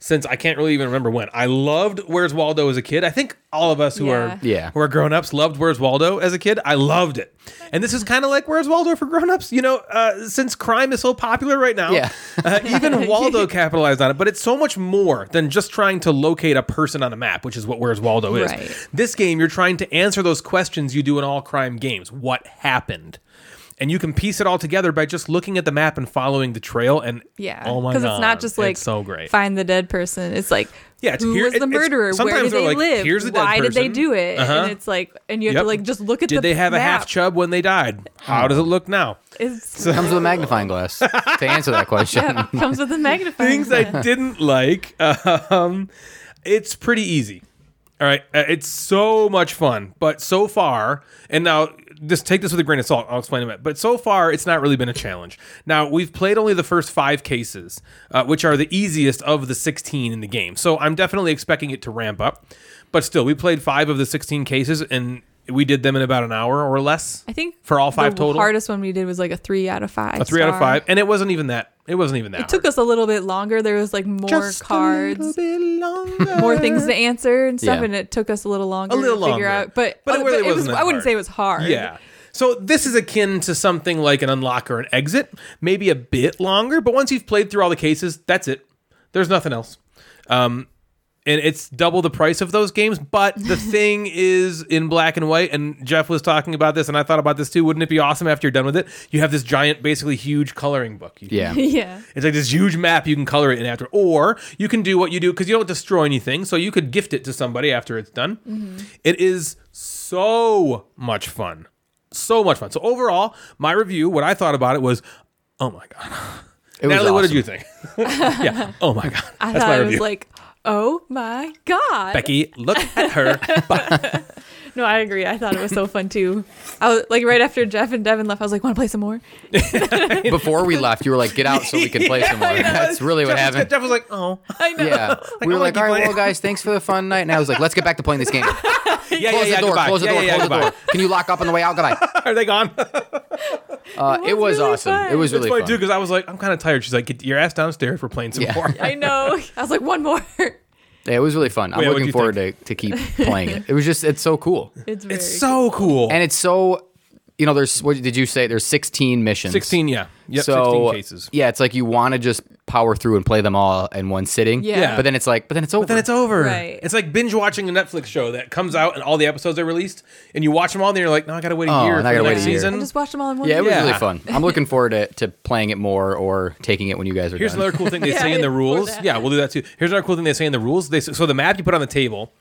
[SPEAKER 1] since I can't really even remember when. I loved Where's Waldo as a kid. I think all of us who are
[SPEAKER 3] Yeah. Yeah.
[SPEAKER 1] who are grown ups loved Where's Waldo as a kid. I loved it, and this is kind of like Where's Waldo for grown ups. You know, uh, since crime is so popular right now,
[SPEAKER 3] Yeah.
[SPEAKER 1] uh, even Waldo capitalized on it. But it's so much more than just trying to locate a person on a map, which is what Where's Waldo is.
[SPEAKER 4] Right.
[SPEAKER 1] This game, you're trying to answer those questions you do in all crime games. What happened? And you can piece it all together by just looking at the map and following the trail. And
[SPEAKER 4] Yeah,
[SPEAKER 1] oh my god,
[SPEAKER 4] because it's not just like
[SPEAKER 1] it's so great.
[SPEAKER 4] find the dead person. It's like
[SPEAKER 1] Yeah, it's
[SPEAKER 4] who
[SPEAKER 1] here-
[SPEAKER 4] was
[SPEAKER 1] it-
[SPEAKER 4] the
[SPEAKER 1] it's-
[SPEAKER 4] murderer? Where
[SPEAKER 1] sometimes
[SPEAKER 4] did
[SPEAKER 1] they're
[SPEAKER 4] they
[SPEAKER 1] like,
[SPEAKER 4] live?
[SPEAKER 1] "Here's the dead
[SPEAKER 4] Why did they
[SPEAKER 1] person."
[SPEAKER 4] do it?
[SPEAKER 1] Uh-huh.
[SPEAKER 4] And it's like, and you have
[SPEAKER 1] Yep.
[SPEAKER 4] to like just look at
[SPEAKER 1] Did
[SPEAKER 4] the
[SPEAKER 1] they have a half
[SPEAKER 4] map.
[SPEAKER 1] chub when they died? How does it look now?
[SPEAKER 4] It's,
[SPEAKER 3] Comes with a magnifying glass to answer that question.
[SPEAKER 4] yeah, it comes with a magnifying.
[SPEAKER 1] Things
[SPEAKER 4] glass.
[SPEAKER 1] I didn't like. Um, it's pretty easy. All right, Uh, it's so much fun, but so far, and now just take this with a grain of salt. I'll explain in a minute. But so far, it's not really been a challenge. Now we've played only the first five cases, uh, which are the easiest of the sixteen in the game. So I'm definitely expecting it to ramp up, but still, we played five of the sixteen cases, and we did them in about an hour or less.
[SPEAKER 4] I think
[SPEAKER 1] for all five
[SPEAKER 4] the
[SPEAKER 1] total.
[SPEAKER 4] hardest one we did was like a three out of five.
[SPEAKER 1] a three out of five, and it wasn't even that. It wasn't even that.
[SPEAKER 4] Took us a little bit longer. There was like more cards, more
[SPEAKER 1] more
[SPEAKER 4] things to answer and stuff,
[SPEAKER 3] Yeah.
[SPEAKER 4] and it took us a little longer
[SPEAKER 1] A little
[SPEAKER 4] to
[SPEAKER 1] longer,
[SPEAKER 4] figure out. But
[SPEAKER 1] but it
[SPEAKER 4] uh,
[SPEAKER 1] really
[SPEAKER 4] it was.
[SPEAKER 1] wasn't that
[SPEAKER 4] I wouldn't
[SPEAKER 1] hard.
[SPEAKER 4] say it was hard.
[SPEAKER 1] Yeah. So this is akin to something like an unlock or an exit, maybe a bit longer, but once you've played through all the cases, that's it. There's nothing else. Um, and it's double the price of those games, but the thing is in black and white. And Jeff was talking about this, and I thought about this too. Wouldn't it be awesome after you're done with it? You have this giant, basically huge coloring book. You can
[SPEAKER 3] Yeah.
[SPEAKER 4] yeah.
[SPEAKER 1] It's like this huge map you can color it in after, or you can do what you do because you don't destroy anything, so you could gift it to somebody after it's done.
[SPEAKER 4] Mm-hmm.
[SPEAKER 1] It is so much fun, so much fun. So overall, my review, what I thought about it was, oh my god,
[SPEAKER 3] It was
[SPEAKER 1] Natalie, what did
[SPEAKER 3] awesome.
[SPEAKER 1] you think? yeah, oh my god,
[SPEAKER 4] I
[SPEAKER 1] that's my
[SPEAKER 4] thought it
[SPEAKER 1] review.
[SPEAKER 4] was like, oh my god.
[SPEAKER 1] Becky, look at her.
[SPEAKER 4] No, I agree. I thought it was so fun too. I was like right after Jeff and Devin left, I was like, want to play some more?
[SPEAKER 3] Before we left, you were like, "Get out so we can play some more." That's really what
[SPEAKER 1] Jeff was-
[SPEAKER 3] happened.
[SPEAKER 1] Jeff was like, oh,
[SPEAKER 4] I know.
[SPEAKER 3] Yeah, we
[SPEAKER 1] I wanna
[SPEAKER 3] were like, "All
[SPEAKER 1] keep
[SPEAKER 3] right,
[SPEAKER 1] playing."
[SPEAKER 3] well, guys, thanks for the fun night." And I was like, "Let's get back to playing this game."
[SPEAKER 1] yeah, yeah,
[SPEAKER 3] Close
[SPEAKER 1] yeah,
[SPEAKER 3] the door.
[SPEAKER 1] goodbye.
[SPEAKER 3] Close the
[SPEAKER 1] Yeah,
[SPEAKER 3] door.
[SPEAKER 1] yeah,
[SPEAKER 3] Close the
[SPEAKER 1] goodbye.
[SPEAKER 3] door. Can you lock up on the way out? Goodbye.
[SPEAKER 1] Are they gone?
[SPEAKER 3] Uh, it was
[SPEAKER 4] really
[SPEAKER 3] awesome.
[SPEAKER 4] fun.
[SPEAKER 3] It was
[SPEAKER 4] That's
[SPEAKER 3] really
[SPEAKER 1] That's what I
[SPEAKER 3] fun.
[SPEAKER 1] do because I was like, I'm kind of tired. She's like, get your ass downstairs. We're playing some
[SPEAKER 3] Yeah.
[SPEAKER 1] more.
[SPEAKER 4] I know. I was like, one more.
[SPEAKER 3] Yeah, it was really fun. I'm
[SPEAKER 1] Wait, what'd
[SPEAKER 3] looking
[SPEAKER 1] you
[SPEAKER 3] forward to, to keep playing it. It was just it's so cool,
[SPEAKER 4] It's, very
[SPEAKER 1] It's so cool.
[SPEAKER 3] and it's so you know. There's what did you say? There's 16 missions.
[SPEAKER 1] 16, yeah. Yep,
[SPEAKER 3] so
[SPEAKER 1] 16 cases.
[SPEAKER 3] yeah, it's like you want to just power through and play them all in one sitting.
[SPEAKER 4] Yeah. Yeah.
[SPEAKER 3] but then it's like, but then it's over.
[SPEAKER 1] Then it's over.
[SPEAKER 4] Right.
[SPEAKER 1] It's like binge watching a Netflix show that comes out and all the episodes are released, and you watch them all, and you're like, no, I gotta wait a
[SPEAKER 3] Oh,
[SPEAKER 1] year
[SPEAKER 3] and
[SPEAKER 1] for
[SPEAKER 3] I
[SPEAKER 1] the
[SPEAKER 3] gotta wait
[SPEAKER 1] next
[SPEAKER 3] a year.
[SPEAKER 1] season.
[SPEAKER 4] I just watched them all in one.
[SPEAKER 3] yeah, it was
[SPEAKER 1] Yeah.
[SPEAKER 3] really fun. I'm looking forward to, to playing it more or taking it when you guys are
[SPEAKER 1] Here's
[SPEAKER 3] done.
[SPEAKER 1] another cool thing they
[SPEAKER 4] Yeah,
[SPEAKER 1] say in the
[SPEAKER 4] for
[SPEAKER 1] rules.
[SPEAKER 4] that.
[SPEAKER 1] Yeah, we'll do that too. Here's another cool thing they say in the rules. They so the map you put on the table,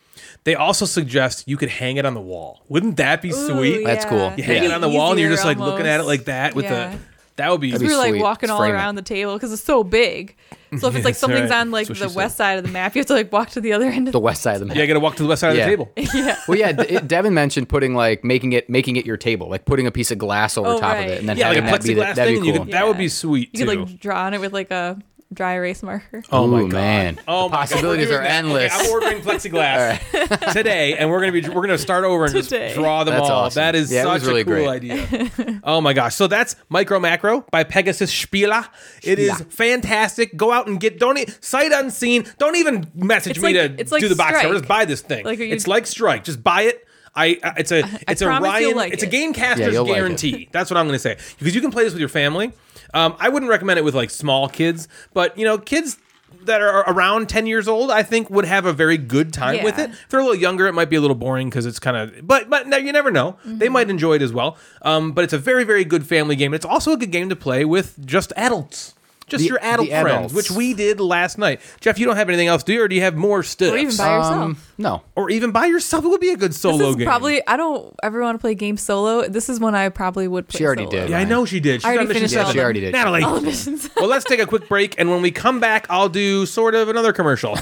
[SPEAKER 1] they also suggest you could hang it on the wall. Wouldn't that be sweet?
[SPEAKER 3] That's cool.
[SPEAKER 1] You hang
[SPEAKER 3] Yeah.
[SPEAKER 1] it on the wall, and you're just like looking at it like that with the. That would be.
[SPEAKER 3] That'd
[SPEAKER 4] We
[SPEAKER 3] be
[SPEAKER 4] were like
[SPEAKER 3] sweet.
[SPEAKER 4] walking
[SPEAKER 3] Just
[SPEAKER 4] all
[SPEAKER 3] frame it.
[SPEAKER 4] around the table because it's so big. So if it's like
[SPEAKER 1] That's
[SPEAKER 4] something's
[SPEAKER 1] right.
[SPEAKER 4] on like
[SPEAKER 1] That's what
[SPEAKER 4] the
[SPEAKER 1] she
[SPEAKER 4] west side of the map, you have to like walk to the other end of
[SPEAKER 3] the west side of the map.
[SPEAKER 1] yeah, you gotta walk to the west side of
[SPEAKER 3] Yeah.
[SPEAKER 1] the table.
[SPEAKER 4] yeah.
[SPEAKER 3] well, yeah, De- Devin mentioned putting like making it making it your table, like putting a piece of glass over
[SPEAKER 4] Oh,
[SPEAKER 3] top of
[SPEAKER 4] right.
[SPEAKER 3] it, and then
[SPEAKER 1] Yeah, like a
[SPEAKER 3] having that be the,
[SPEAKER 1] plexiglass
[SPEAKER 3] that'd
[SPEAKER 1] thing.
[SPEAKER 3] be
[SPEAKER 1] and you
[SPEAKER 3] cool.
[SPEAKER 1] could- that would be
[SPEAKER 4] Yeah.
[SPEAKER 1] sweet
[SPEAKER 4] You
[SPEAKER 1] too.
[SPEAKER 4] could like draw on it with like a dry erase marker.
[SPEAKER 1] Oh my
[SPEAKER 3] Ooh,
[SPEAKER 1] god.
[SPEAKER 3] man.
[SPEAKER 1] Oh
[SPEAKER 3] The
[SPEAKER 1] my God.
[SPEAKER 3] possibilities
[SPEAKER 1] We're
[SPEAKER 3] are
[SPEAKER 1] doing that. Okay,
[SPEAKER 3] endless.
[SPEAKER 1] I'm ordering plexiglass today, and we're gonna be we're gonna start over and
[SPEAKER 4] Today.
[SPEAKER 1] just draw them
[SPEAKER 3] That's
[SPEAKER 1] all.
[SPEAKER 3] awesome.
[SPEAKER 1] That is
[SPEAKER 3] Yeah, it was
[SPEAKER 1] such
[SPEAKER 3] really
[SPEAKER 1] a cool
[SPEAKER 3] great.
[SPEAKER 1] idea. oh my gosh! So that's Micro Macro by Pegasus Spiela. It is
[SPEAKER 3] Spiela.
[SPEAKER 1] fantastic. Go out and get don't e- sight unseen. Don't even message
[SPEAKER 4] It's
[SPEAKER 1] me
[SPEAKER 4] like-
[SPEAKER 1] to
[SPEAKER 4] it's like
[SPEAKER 1] do the box
[SPEAKER 4] Strike.
[SPEAKER 1] cover. Just buy this thing.
[SPEAKER 4] Like, are you-
[SPEAKER 1] it's like Strike. Just buy it. I, I it's a it's a
[SPEAKER 4] promise you'll
[SPEAKER 1] Ryan
[SPEAKER 4] like
[SPEAKER 1] it's a
[SPEAKER 4] it.
[SPEAKER 1] Gamecaster's
[SPEAKER 3] you'll like it.
[SPEAKER 1] guarantee. That's what I'm going to say because you can play this with your family. Um, I wouldn't recommend it with like small kids, but you know, kids that are around 10 years old, I think would have a very good time with
[SPEAKER 4] Yeah.
[SPEAKER 1] it. If they're a little younger, it might be a little boring because it's kind of, but but no, you never know.
[SPEAKER 4] Mm-hmm.
[SPEAKER 1] They might enjoy it as well. Um, but it's a very very good family game. It's also a good game to play with just adults. Just
[SPEAKER 3] The-
[SPEAKER 1] your adult
[SPEAKER 3] the
[SPEAKER 1] friends,
[SPEAKER 3] adults.
[SPEAKER 1] which we did last night. Jeff, you don't have anything else, do you? Or do you have more stuff?
[SPEAKER 4] Or even by
[SPEAKER 3] Um,
[SPEAKER 4] yourself.
[SPEAKER 3] no,
[SPEAKER 1] Or even by yourself? It would be a good solo
[SPEAKER 4] This is
[SPEAKER 1] game.
[SPEAKER 4] probably I don't ever want to play games solo. This is one I probably would play
[SPEAKER 3] She already
[SPEAKER 4] solo.
[SPEAKER 3] did.
[SPEAKER 1] Yeah, I know she did. She's
[SPEAKER 4] I
[SPEAKER 1] on
[SPEAKER 4] already Oh,
[SPEAKER 1] mission
[SPEAKER 4] finished
[SPEAKER 1] seven.
[SPEAKER 4] all
[SPEAKER 3] She already did.
[SPEAKER 1] Natalie.
[SPEAKER 4] All the missions.
[SPEAKER 1] well, let's take a quick break, and when we come back, I'll do sort of another commercial.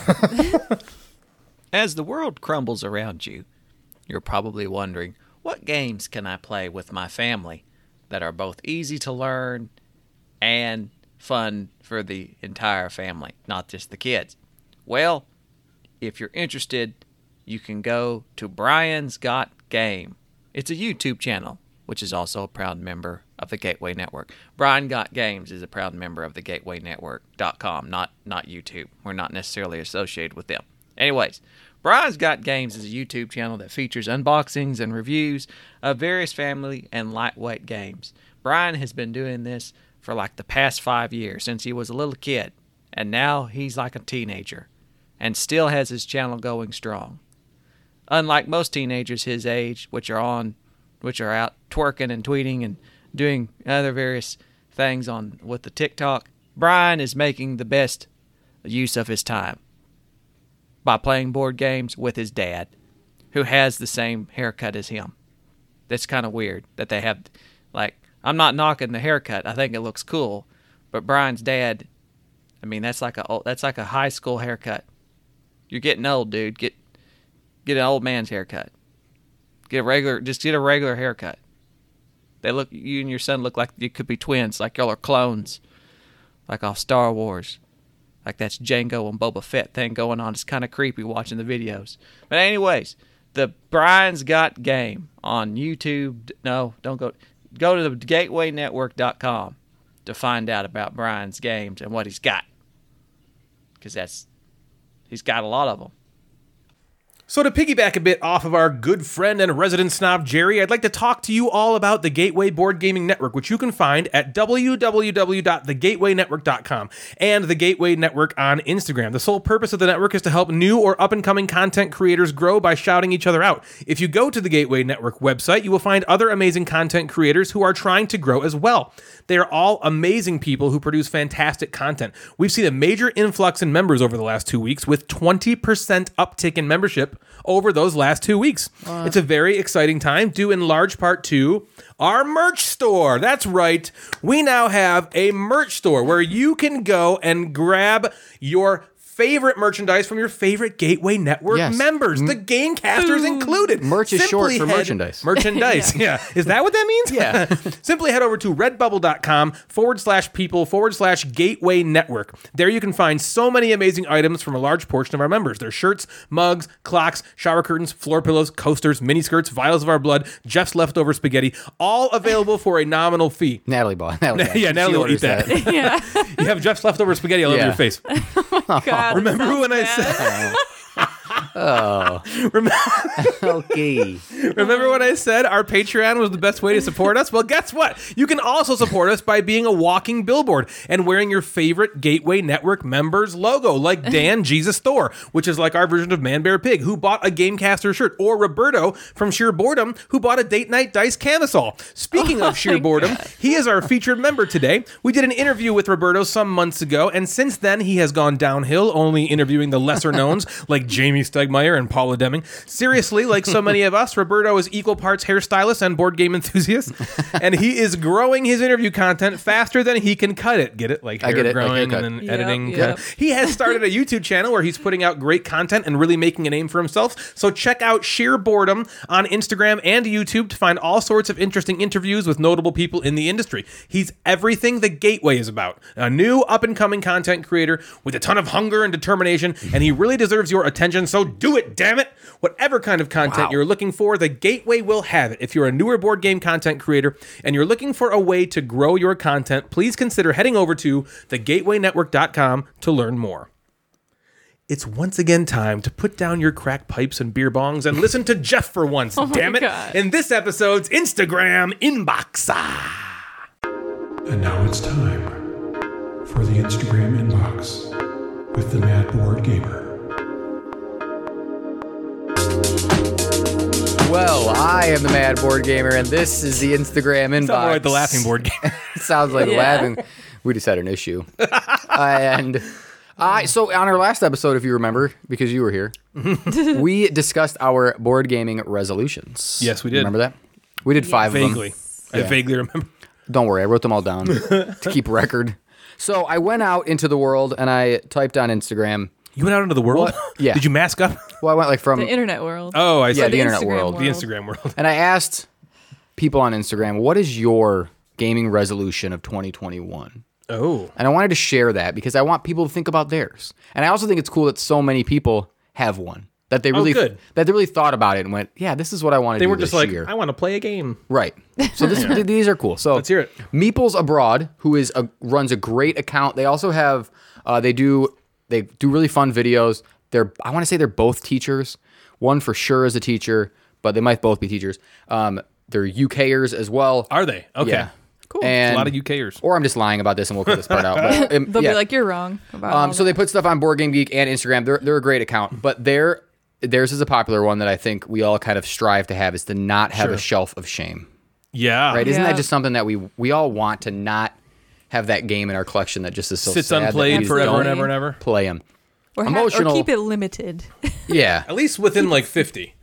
[SPEAKER 5] As the world crumbles around you, you're probably wondering what games can I play with my family that are both easy to learn and fun for the entire family, not just the kids? Well, if you're interested, you can go to Brian's Got Game. It's a YouTube channel. which is also a proud member of the Gateway Network. Brian Got Games is a proud member of the Gateway Network.com, not not YouTube. We're not necessarily associated with them. Anyways, Brian's Got Games is a YouTube channel that features unboxings and reviews of various family and lightweight games. Brian has been doing this for like the past five years since he was a little kid, and now he's like a teenager and still has his channel going strong unlike most teenagers his age, which are on, which are out twerking and tweeting and doing other various things on with the TikTok, Brian is making the best use of his time by playing board games with his dad, who has the same haircut as him. That's kind of weird that they have, like, I'm not knocking the haircut. I think it looks cool, but Brian's dad, I mean, that's like a old- that's like a high school haircut. You're getting old, dude. Get get an old man's haircut. Get a regular, just get a regular haircut. They look, you and your son look like you could be twins, like y'all are clones, like off Star Wars, like that's Django and Boba Fett thing going on. It's kind of creepy watching the videos. But anyways, the Brian's Got Game on YouTube. No, don't go. Go to the GatewayNetwork.com to find out about Brian's games and what he's got, because that's he's got a lot of them.
[SPEAKER 1] So, to piggyback a bit off of our good friend and resident snob, Jerry, I'd like to talk to you all about the Gateway Board Gaming Network, which you can find at www.thegatewaynetwork.com and the Gateway Network on Instagram. The sole purpose of the network is to help new or up and coming content creators grow by shouting each other out. If you go to the Gateway Network website, you will find other amazing content creators who are trying to grow as well. They are all amazing people who produce fantastic content. We've seen a major influx in members over the last two weeks with 20% uptick in membership over those last two weeks. It's a very exciting time, due in large part to our merch store. That's right. We now have a merch store where you can go and grab your favorite merchandise from your favorite Gateway Network
[SPEAKER 3] Yes.
[SPEAKER 1] members, the Gamecasters included.
[SPEAKER 3] Merch is short for
[SPEAKER 1] head-
[SPEAKER 3] merchandise.
[SPEAKER 1] Merchandise. yeah. Is that what that means?
[SPEAKER 3] Yeah.
[SPEAKER 1] Simply head over to redbubble.com forward slash people forward slash gateway network. There you can find so many amazing items from a large portion of our members. Their shirts, mugs, clocks, shower curtains, floor pillows, coasters, miniskirts, vials of our blood, Jeff's leftover spaghetti, all available for a nominal fee.
[SPEAKER 3] Natalie bought. Natalie bought it.
[SPEAKER 1] Yeah,
[SPEAKER 3] She
[SPEAKER 1] Natalie will eat
[SPEAKER 3] orders
[SPEAKER 1] that.
[SPEAKER 4] Yeah.
[SPEAKER 1] You have Jeff's leftover spaghetti all over
[SPEAKER 3] Yeah.
[SPEAKER 1] your face.
[SPEAKER 3] Oh.
[SPEAKER 4] God,
[SPEAKER 1] Remember when I said Remember,
[SPEAKER 3] okay.
[SPEAKER 1] remember when I said our Patreon was the best way to support us? Well, guess what? You can also support us by being a walking billboard and wearing your favorite Gateway Network members logo, like Dan Jesus Thor, which is like our version of Man Bear Pig, who bought a Gamecaster shirt, or Roberto from Sheer Boredom, who bought a Date Night Dice camisole. Speaking of Sheer Boredom, he is our featured member today. We did an interview with Roberto some months ago, and since then he has gone downhill, only interviewing the lesser knowns like Jamie Stegmeyer and Paula Deming. Seriously, like so many of us, Roberto is equal parts hairstylist and board game enthusiast, and he is growing his interview content faster than he can cut it. Get it? Like hair
[SPEAKER 3] I get it, like
[SPEAKER 1] growing
[SPEAKER 3] haircut.
[SPEAKER 1] and then
[SPEAKER 4] Yep,
[SPEAKER 1] editing.
[SPEAKER 4] yep.
[SPEAKER 1] cut. He has started a YouTube channel where he's putting out great content and really making a name for himself. So check out Sheer Boredom on Instagram and YouTube to find all sorts of interesting interviews with notable people in the industry. He's everything the Gateway is about a new up and coming content creator with a ton of hunger and determination, and he really deserves your attention. So do it, damn it! Whatever kind of content you're looking for, the Gateway will have it. If you're a newer board game content creator and you're looking for a way to grow your content, please consider heading over to thegatewaynetwork.com to learn more it's once again time to put down your crack pipes and beer bongs and listen to Jeff for once, damn it,
[SPEAKER 4] God.
[SPEAKER 1] in this episode's Instagram inbox.
[SPEAKER 2] And now it's time for the Instagram inbox with the Mad Board Gamer.
[SPEAKER 3] Well, I am the Mad Board Gamer, and this is the Instagram inbox.
[SPEAKER 1] Somewhere at the laughing board game.
[SPEAKER 3] Sounds like
[SPEAKER 4] Yeah.
[SPEAKER 3] laughing. We just had an issue, and I. So on our last episode, if you remember, because you were here, we discussed our board gaming resolutions.
[SPEAKER 1] Yes, we did.
[SPEAKER 3] Remember that? We did five of them.
[SPEAKER 1] vaguely. I vaguely remember.
[SPEAKER 3] Don't worry, I wrote them all down to keep record. So I went out into the world and I typed on Instagram.
[SPEAKER 1] You went out into the world?
[SPEAKER 3] What? Yeah.
[SPEAKER 1] Did you mask up?
[SPEAKER 3] Well, I went like from
[SPEAKER 4] the internet world.
[SPEAKER 1] Oh, I see.
[SPEAKER 3] yeah
[SPEAKER 1] the,
[SPEAKER 3] the internet
[SPEAKER 4] Instagram
[SPEAKER 3] world,
[SPEAKER 4] world.
[SPEAKER 1] Instagram world.
[SPEAKER 3] and I asked people on Instagram, "What is your gaming resolution of 2021?"
[SPEAKER 1] Oh.
[SPEAKER 3] And I wanted to share that because I want people to think about theirs. And I also think it's cool that so many people have one. That they really
[SPEAKER 1] Oh, good.
[SPEAKER 3] that they really thought about it and went, yeah, this is what I want to
[SPEAKER 1] They
[SPEAKER 3] do
[SPEAKER 1] weren't just
[SPEAKER 3] this
[SPEAKER 1] like,
[SPEAKER 3] year.
[SPEAKER 1] I want to play a game.
[SPEAKER 3] Right. So this, th- these are cool. So
[SPEAKER 1] Let's hear it.
[SPEAKER 3] Meeples Abroad, who is a, runs a great account. They also have uh, they do they do really fun videos. They're I want to say they're both teachers. One for sure is a teacher, but they might both be teachers. Um, they're UKers as well.
[SPEAKER 1] Are they? Okay.
[SPEAKER 3] Yeah.
[SPEAKER 4] Cool.
[SPEAKER 3] And,
[SPEAKER 1] A lot of UKers.
[SPEAKER 3] Or I'm just lying about this, and we'll cut this part out. But, um,
[SPEAKER 4] They'll
[SPEAKER 3] yeah.
[SPEAKER 4] be like, you're wrong about
[SPEAKER 3] Um,
[SPEAKER 4] all
[SPEAKER 3] so
[SPEAKER 4] that."
[SPEAKER 3] they put stuff on Board Game Geek and Instagram. They're they're a great account, but their theirs is a popular one that I think we all kind of strive to have is to not have a shelf of shame.
[SPEAKER 1] Yeah.
[SPEAKER 3] Right? Isn't that
[SPEAKER 4] Yeah.
[SPEAKER 3] just something that we we all want to not have that game in our collection that just is so
[SPEAKER 1] Sits
[SPEAKER 3] sad that we
[SPEAKER 1] unplayed
[SPEAKER 3] just
[SPEAKER 1] forever and
[SPEAKER 3] don't
[SPEAKER 1] ever and ever.
[SPEAKER 3] Play them.
[SPEAKER 4] or, ha-
[SPEAKER 3] emotional-
[SPEAKER 4] or keep it limited.
[SPEAKER 3] Yeah,
[SPEAKER 1] At least within like 50.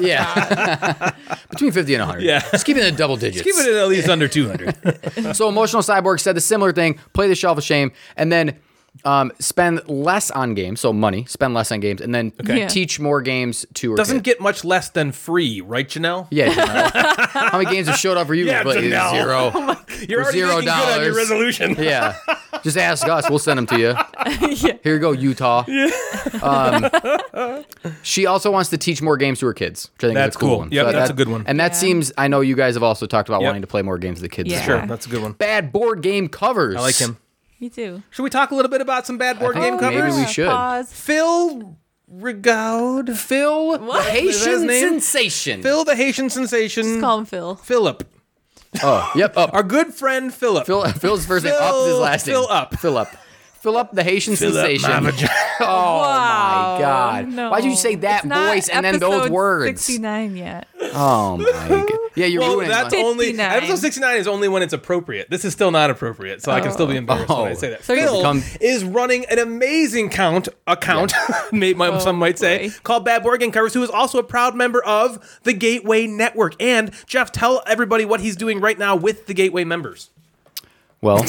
[SPEAKER 3] yeah. Between fifty and hundred.
[SPEAKER 1] Yeah.
[SPEAKER 3] just keep it in the double digits.
[SPEAKER 1] Give it at least under 200.
[SPEAKER 3] So emotional cyborg said the similar thing. Play the shelf of shame, and then um, spend less on games. So money, spend less on games, and then
[SPEAKER 4] Yeah.
[SPEAKER 3] teach more games to. Her
[SPEAKER 1] Doesn't
[SPEAKER 3] kid.
[SPEAKER 1] get much less than free, right, Janelle?
[SPEAKER 3] Yeah. Janelle. How many games have showed up for you?
[SPEAKER 1] Yeah,
[SPEAKER 3] But it's
[SPEAKER 1] Janelle. Oh
[SPEAKER 3] Zero.
[SPEAKER 1] You're already
[SPEAKER 3] Zero
[SPEAKER 1] making good on your
[SPEAKER 3] dollars.
[SPEAKER 1] resolution.
[SPEAKER 3] Yeah. Just ask us. We'll send them to you. Here you go, Utah. Um, she also wants to teach more games to her kids, which I think
[SPEAKER 1] That's
[SPEAKER 3] is a cool,
[SPEAKER 1] cool.
[SPEAKER 3] one.
[SPEAKER 1] Yep, that's a good one.
[SPEAKER 3] And that
[SPEAKER 4] Yeah.
[SPEAKER 3] seems, I know you guys have also talked about
[SPEAKER 1] Yep.
[SPEAKER 3] wanting to play more games with the kids.
[SPEAKER 4] Yeah.
[SPEAKER 3] as
[SPEAKER 1] Sure,
[SPEAKER 3] well.
[SPEAKER 1] that's a good one.
[SPEAKER 3] Bad board game covers.
[SPEAKER 1] I like him.
[SPEAKER 4] Me too.
[SPEAKER 1] Should we talk a little bit about some bad board
[SPEAKER 3] I
[SPEAKER 1] game
[SPEAKER 3] think
[SPEAKER 1] covers?
[SPEAKER 3] Maybe we should.
[SPEAKER 4] Pause.
[SPEAKER 1] Phil Rigaud.
[SPEAKER 3] Phil, the
[SPEAKER 1] Is
[SPEAKER 3] Haitian
[SPEAKER 1] that his name?
[SPEAKER 3] sensation.
[SPEAKER 1] Phil, the Haitian sensation.
[SPEAKER 4] Just call him Phil.
[SPEAKER 1] Philip.
[SPEAKER 3] Oh, yep. Up.
[SPEAKER 1] Our good friend Philip.
[SPEAKER 3] Phil, Phil's first name. Up is his
[SPEAKER 1] Phil-
[SPEAKER 3] last name.
[SPEAKER 1] Phil Up.
[SPEAKER 3] Phil up. Phil up the Haitian sensation. Oh
[SPEAKER 4] Wow.
[SPEAKER 3] my God!
[SPEAKER 4] No.
[SPEAKER 3] Why'd you say that
[SPEAKER 4] It's not
[SPEAKER 3] voice and then those
[SPEAKER 4] episode
[SPEAKER 3] words?
[SPEAKER 4] 69 yet.
[SPEAKER 3] Oh my God! Yeah, you're
[SPEAKER 1] Well,
[SPEAKER 3] ruining.
[SPEAKER 1] that's
[SPEAKER 3] my-
[SPEAKER 1] only
[SPEAKER 4] 59.
[SPEAKER 1] episode sixty nine is only when it's appropriate. This is still not appropriate, so I can still be embarrassed when I
[SPEAKER 3] Oh.
[SPEAKER 1] say that.
[SPEAKER 4] So you're-
[SPEAKER 1] Phil
[SPEAKER 3] Become-
[SPEAKER 1] is running an amazing count account, may my, some might say,
[SPEAKER 4] Oh, boy.
[SPEAKER 1] called Bad Board Game Covers, who is also a proud member of the Gateway Network. And Jeff, tell everybody what he's doing right now with the Gateway members.
[SPEAKER 3] well,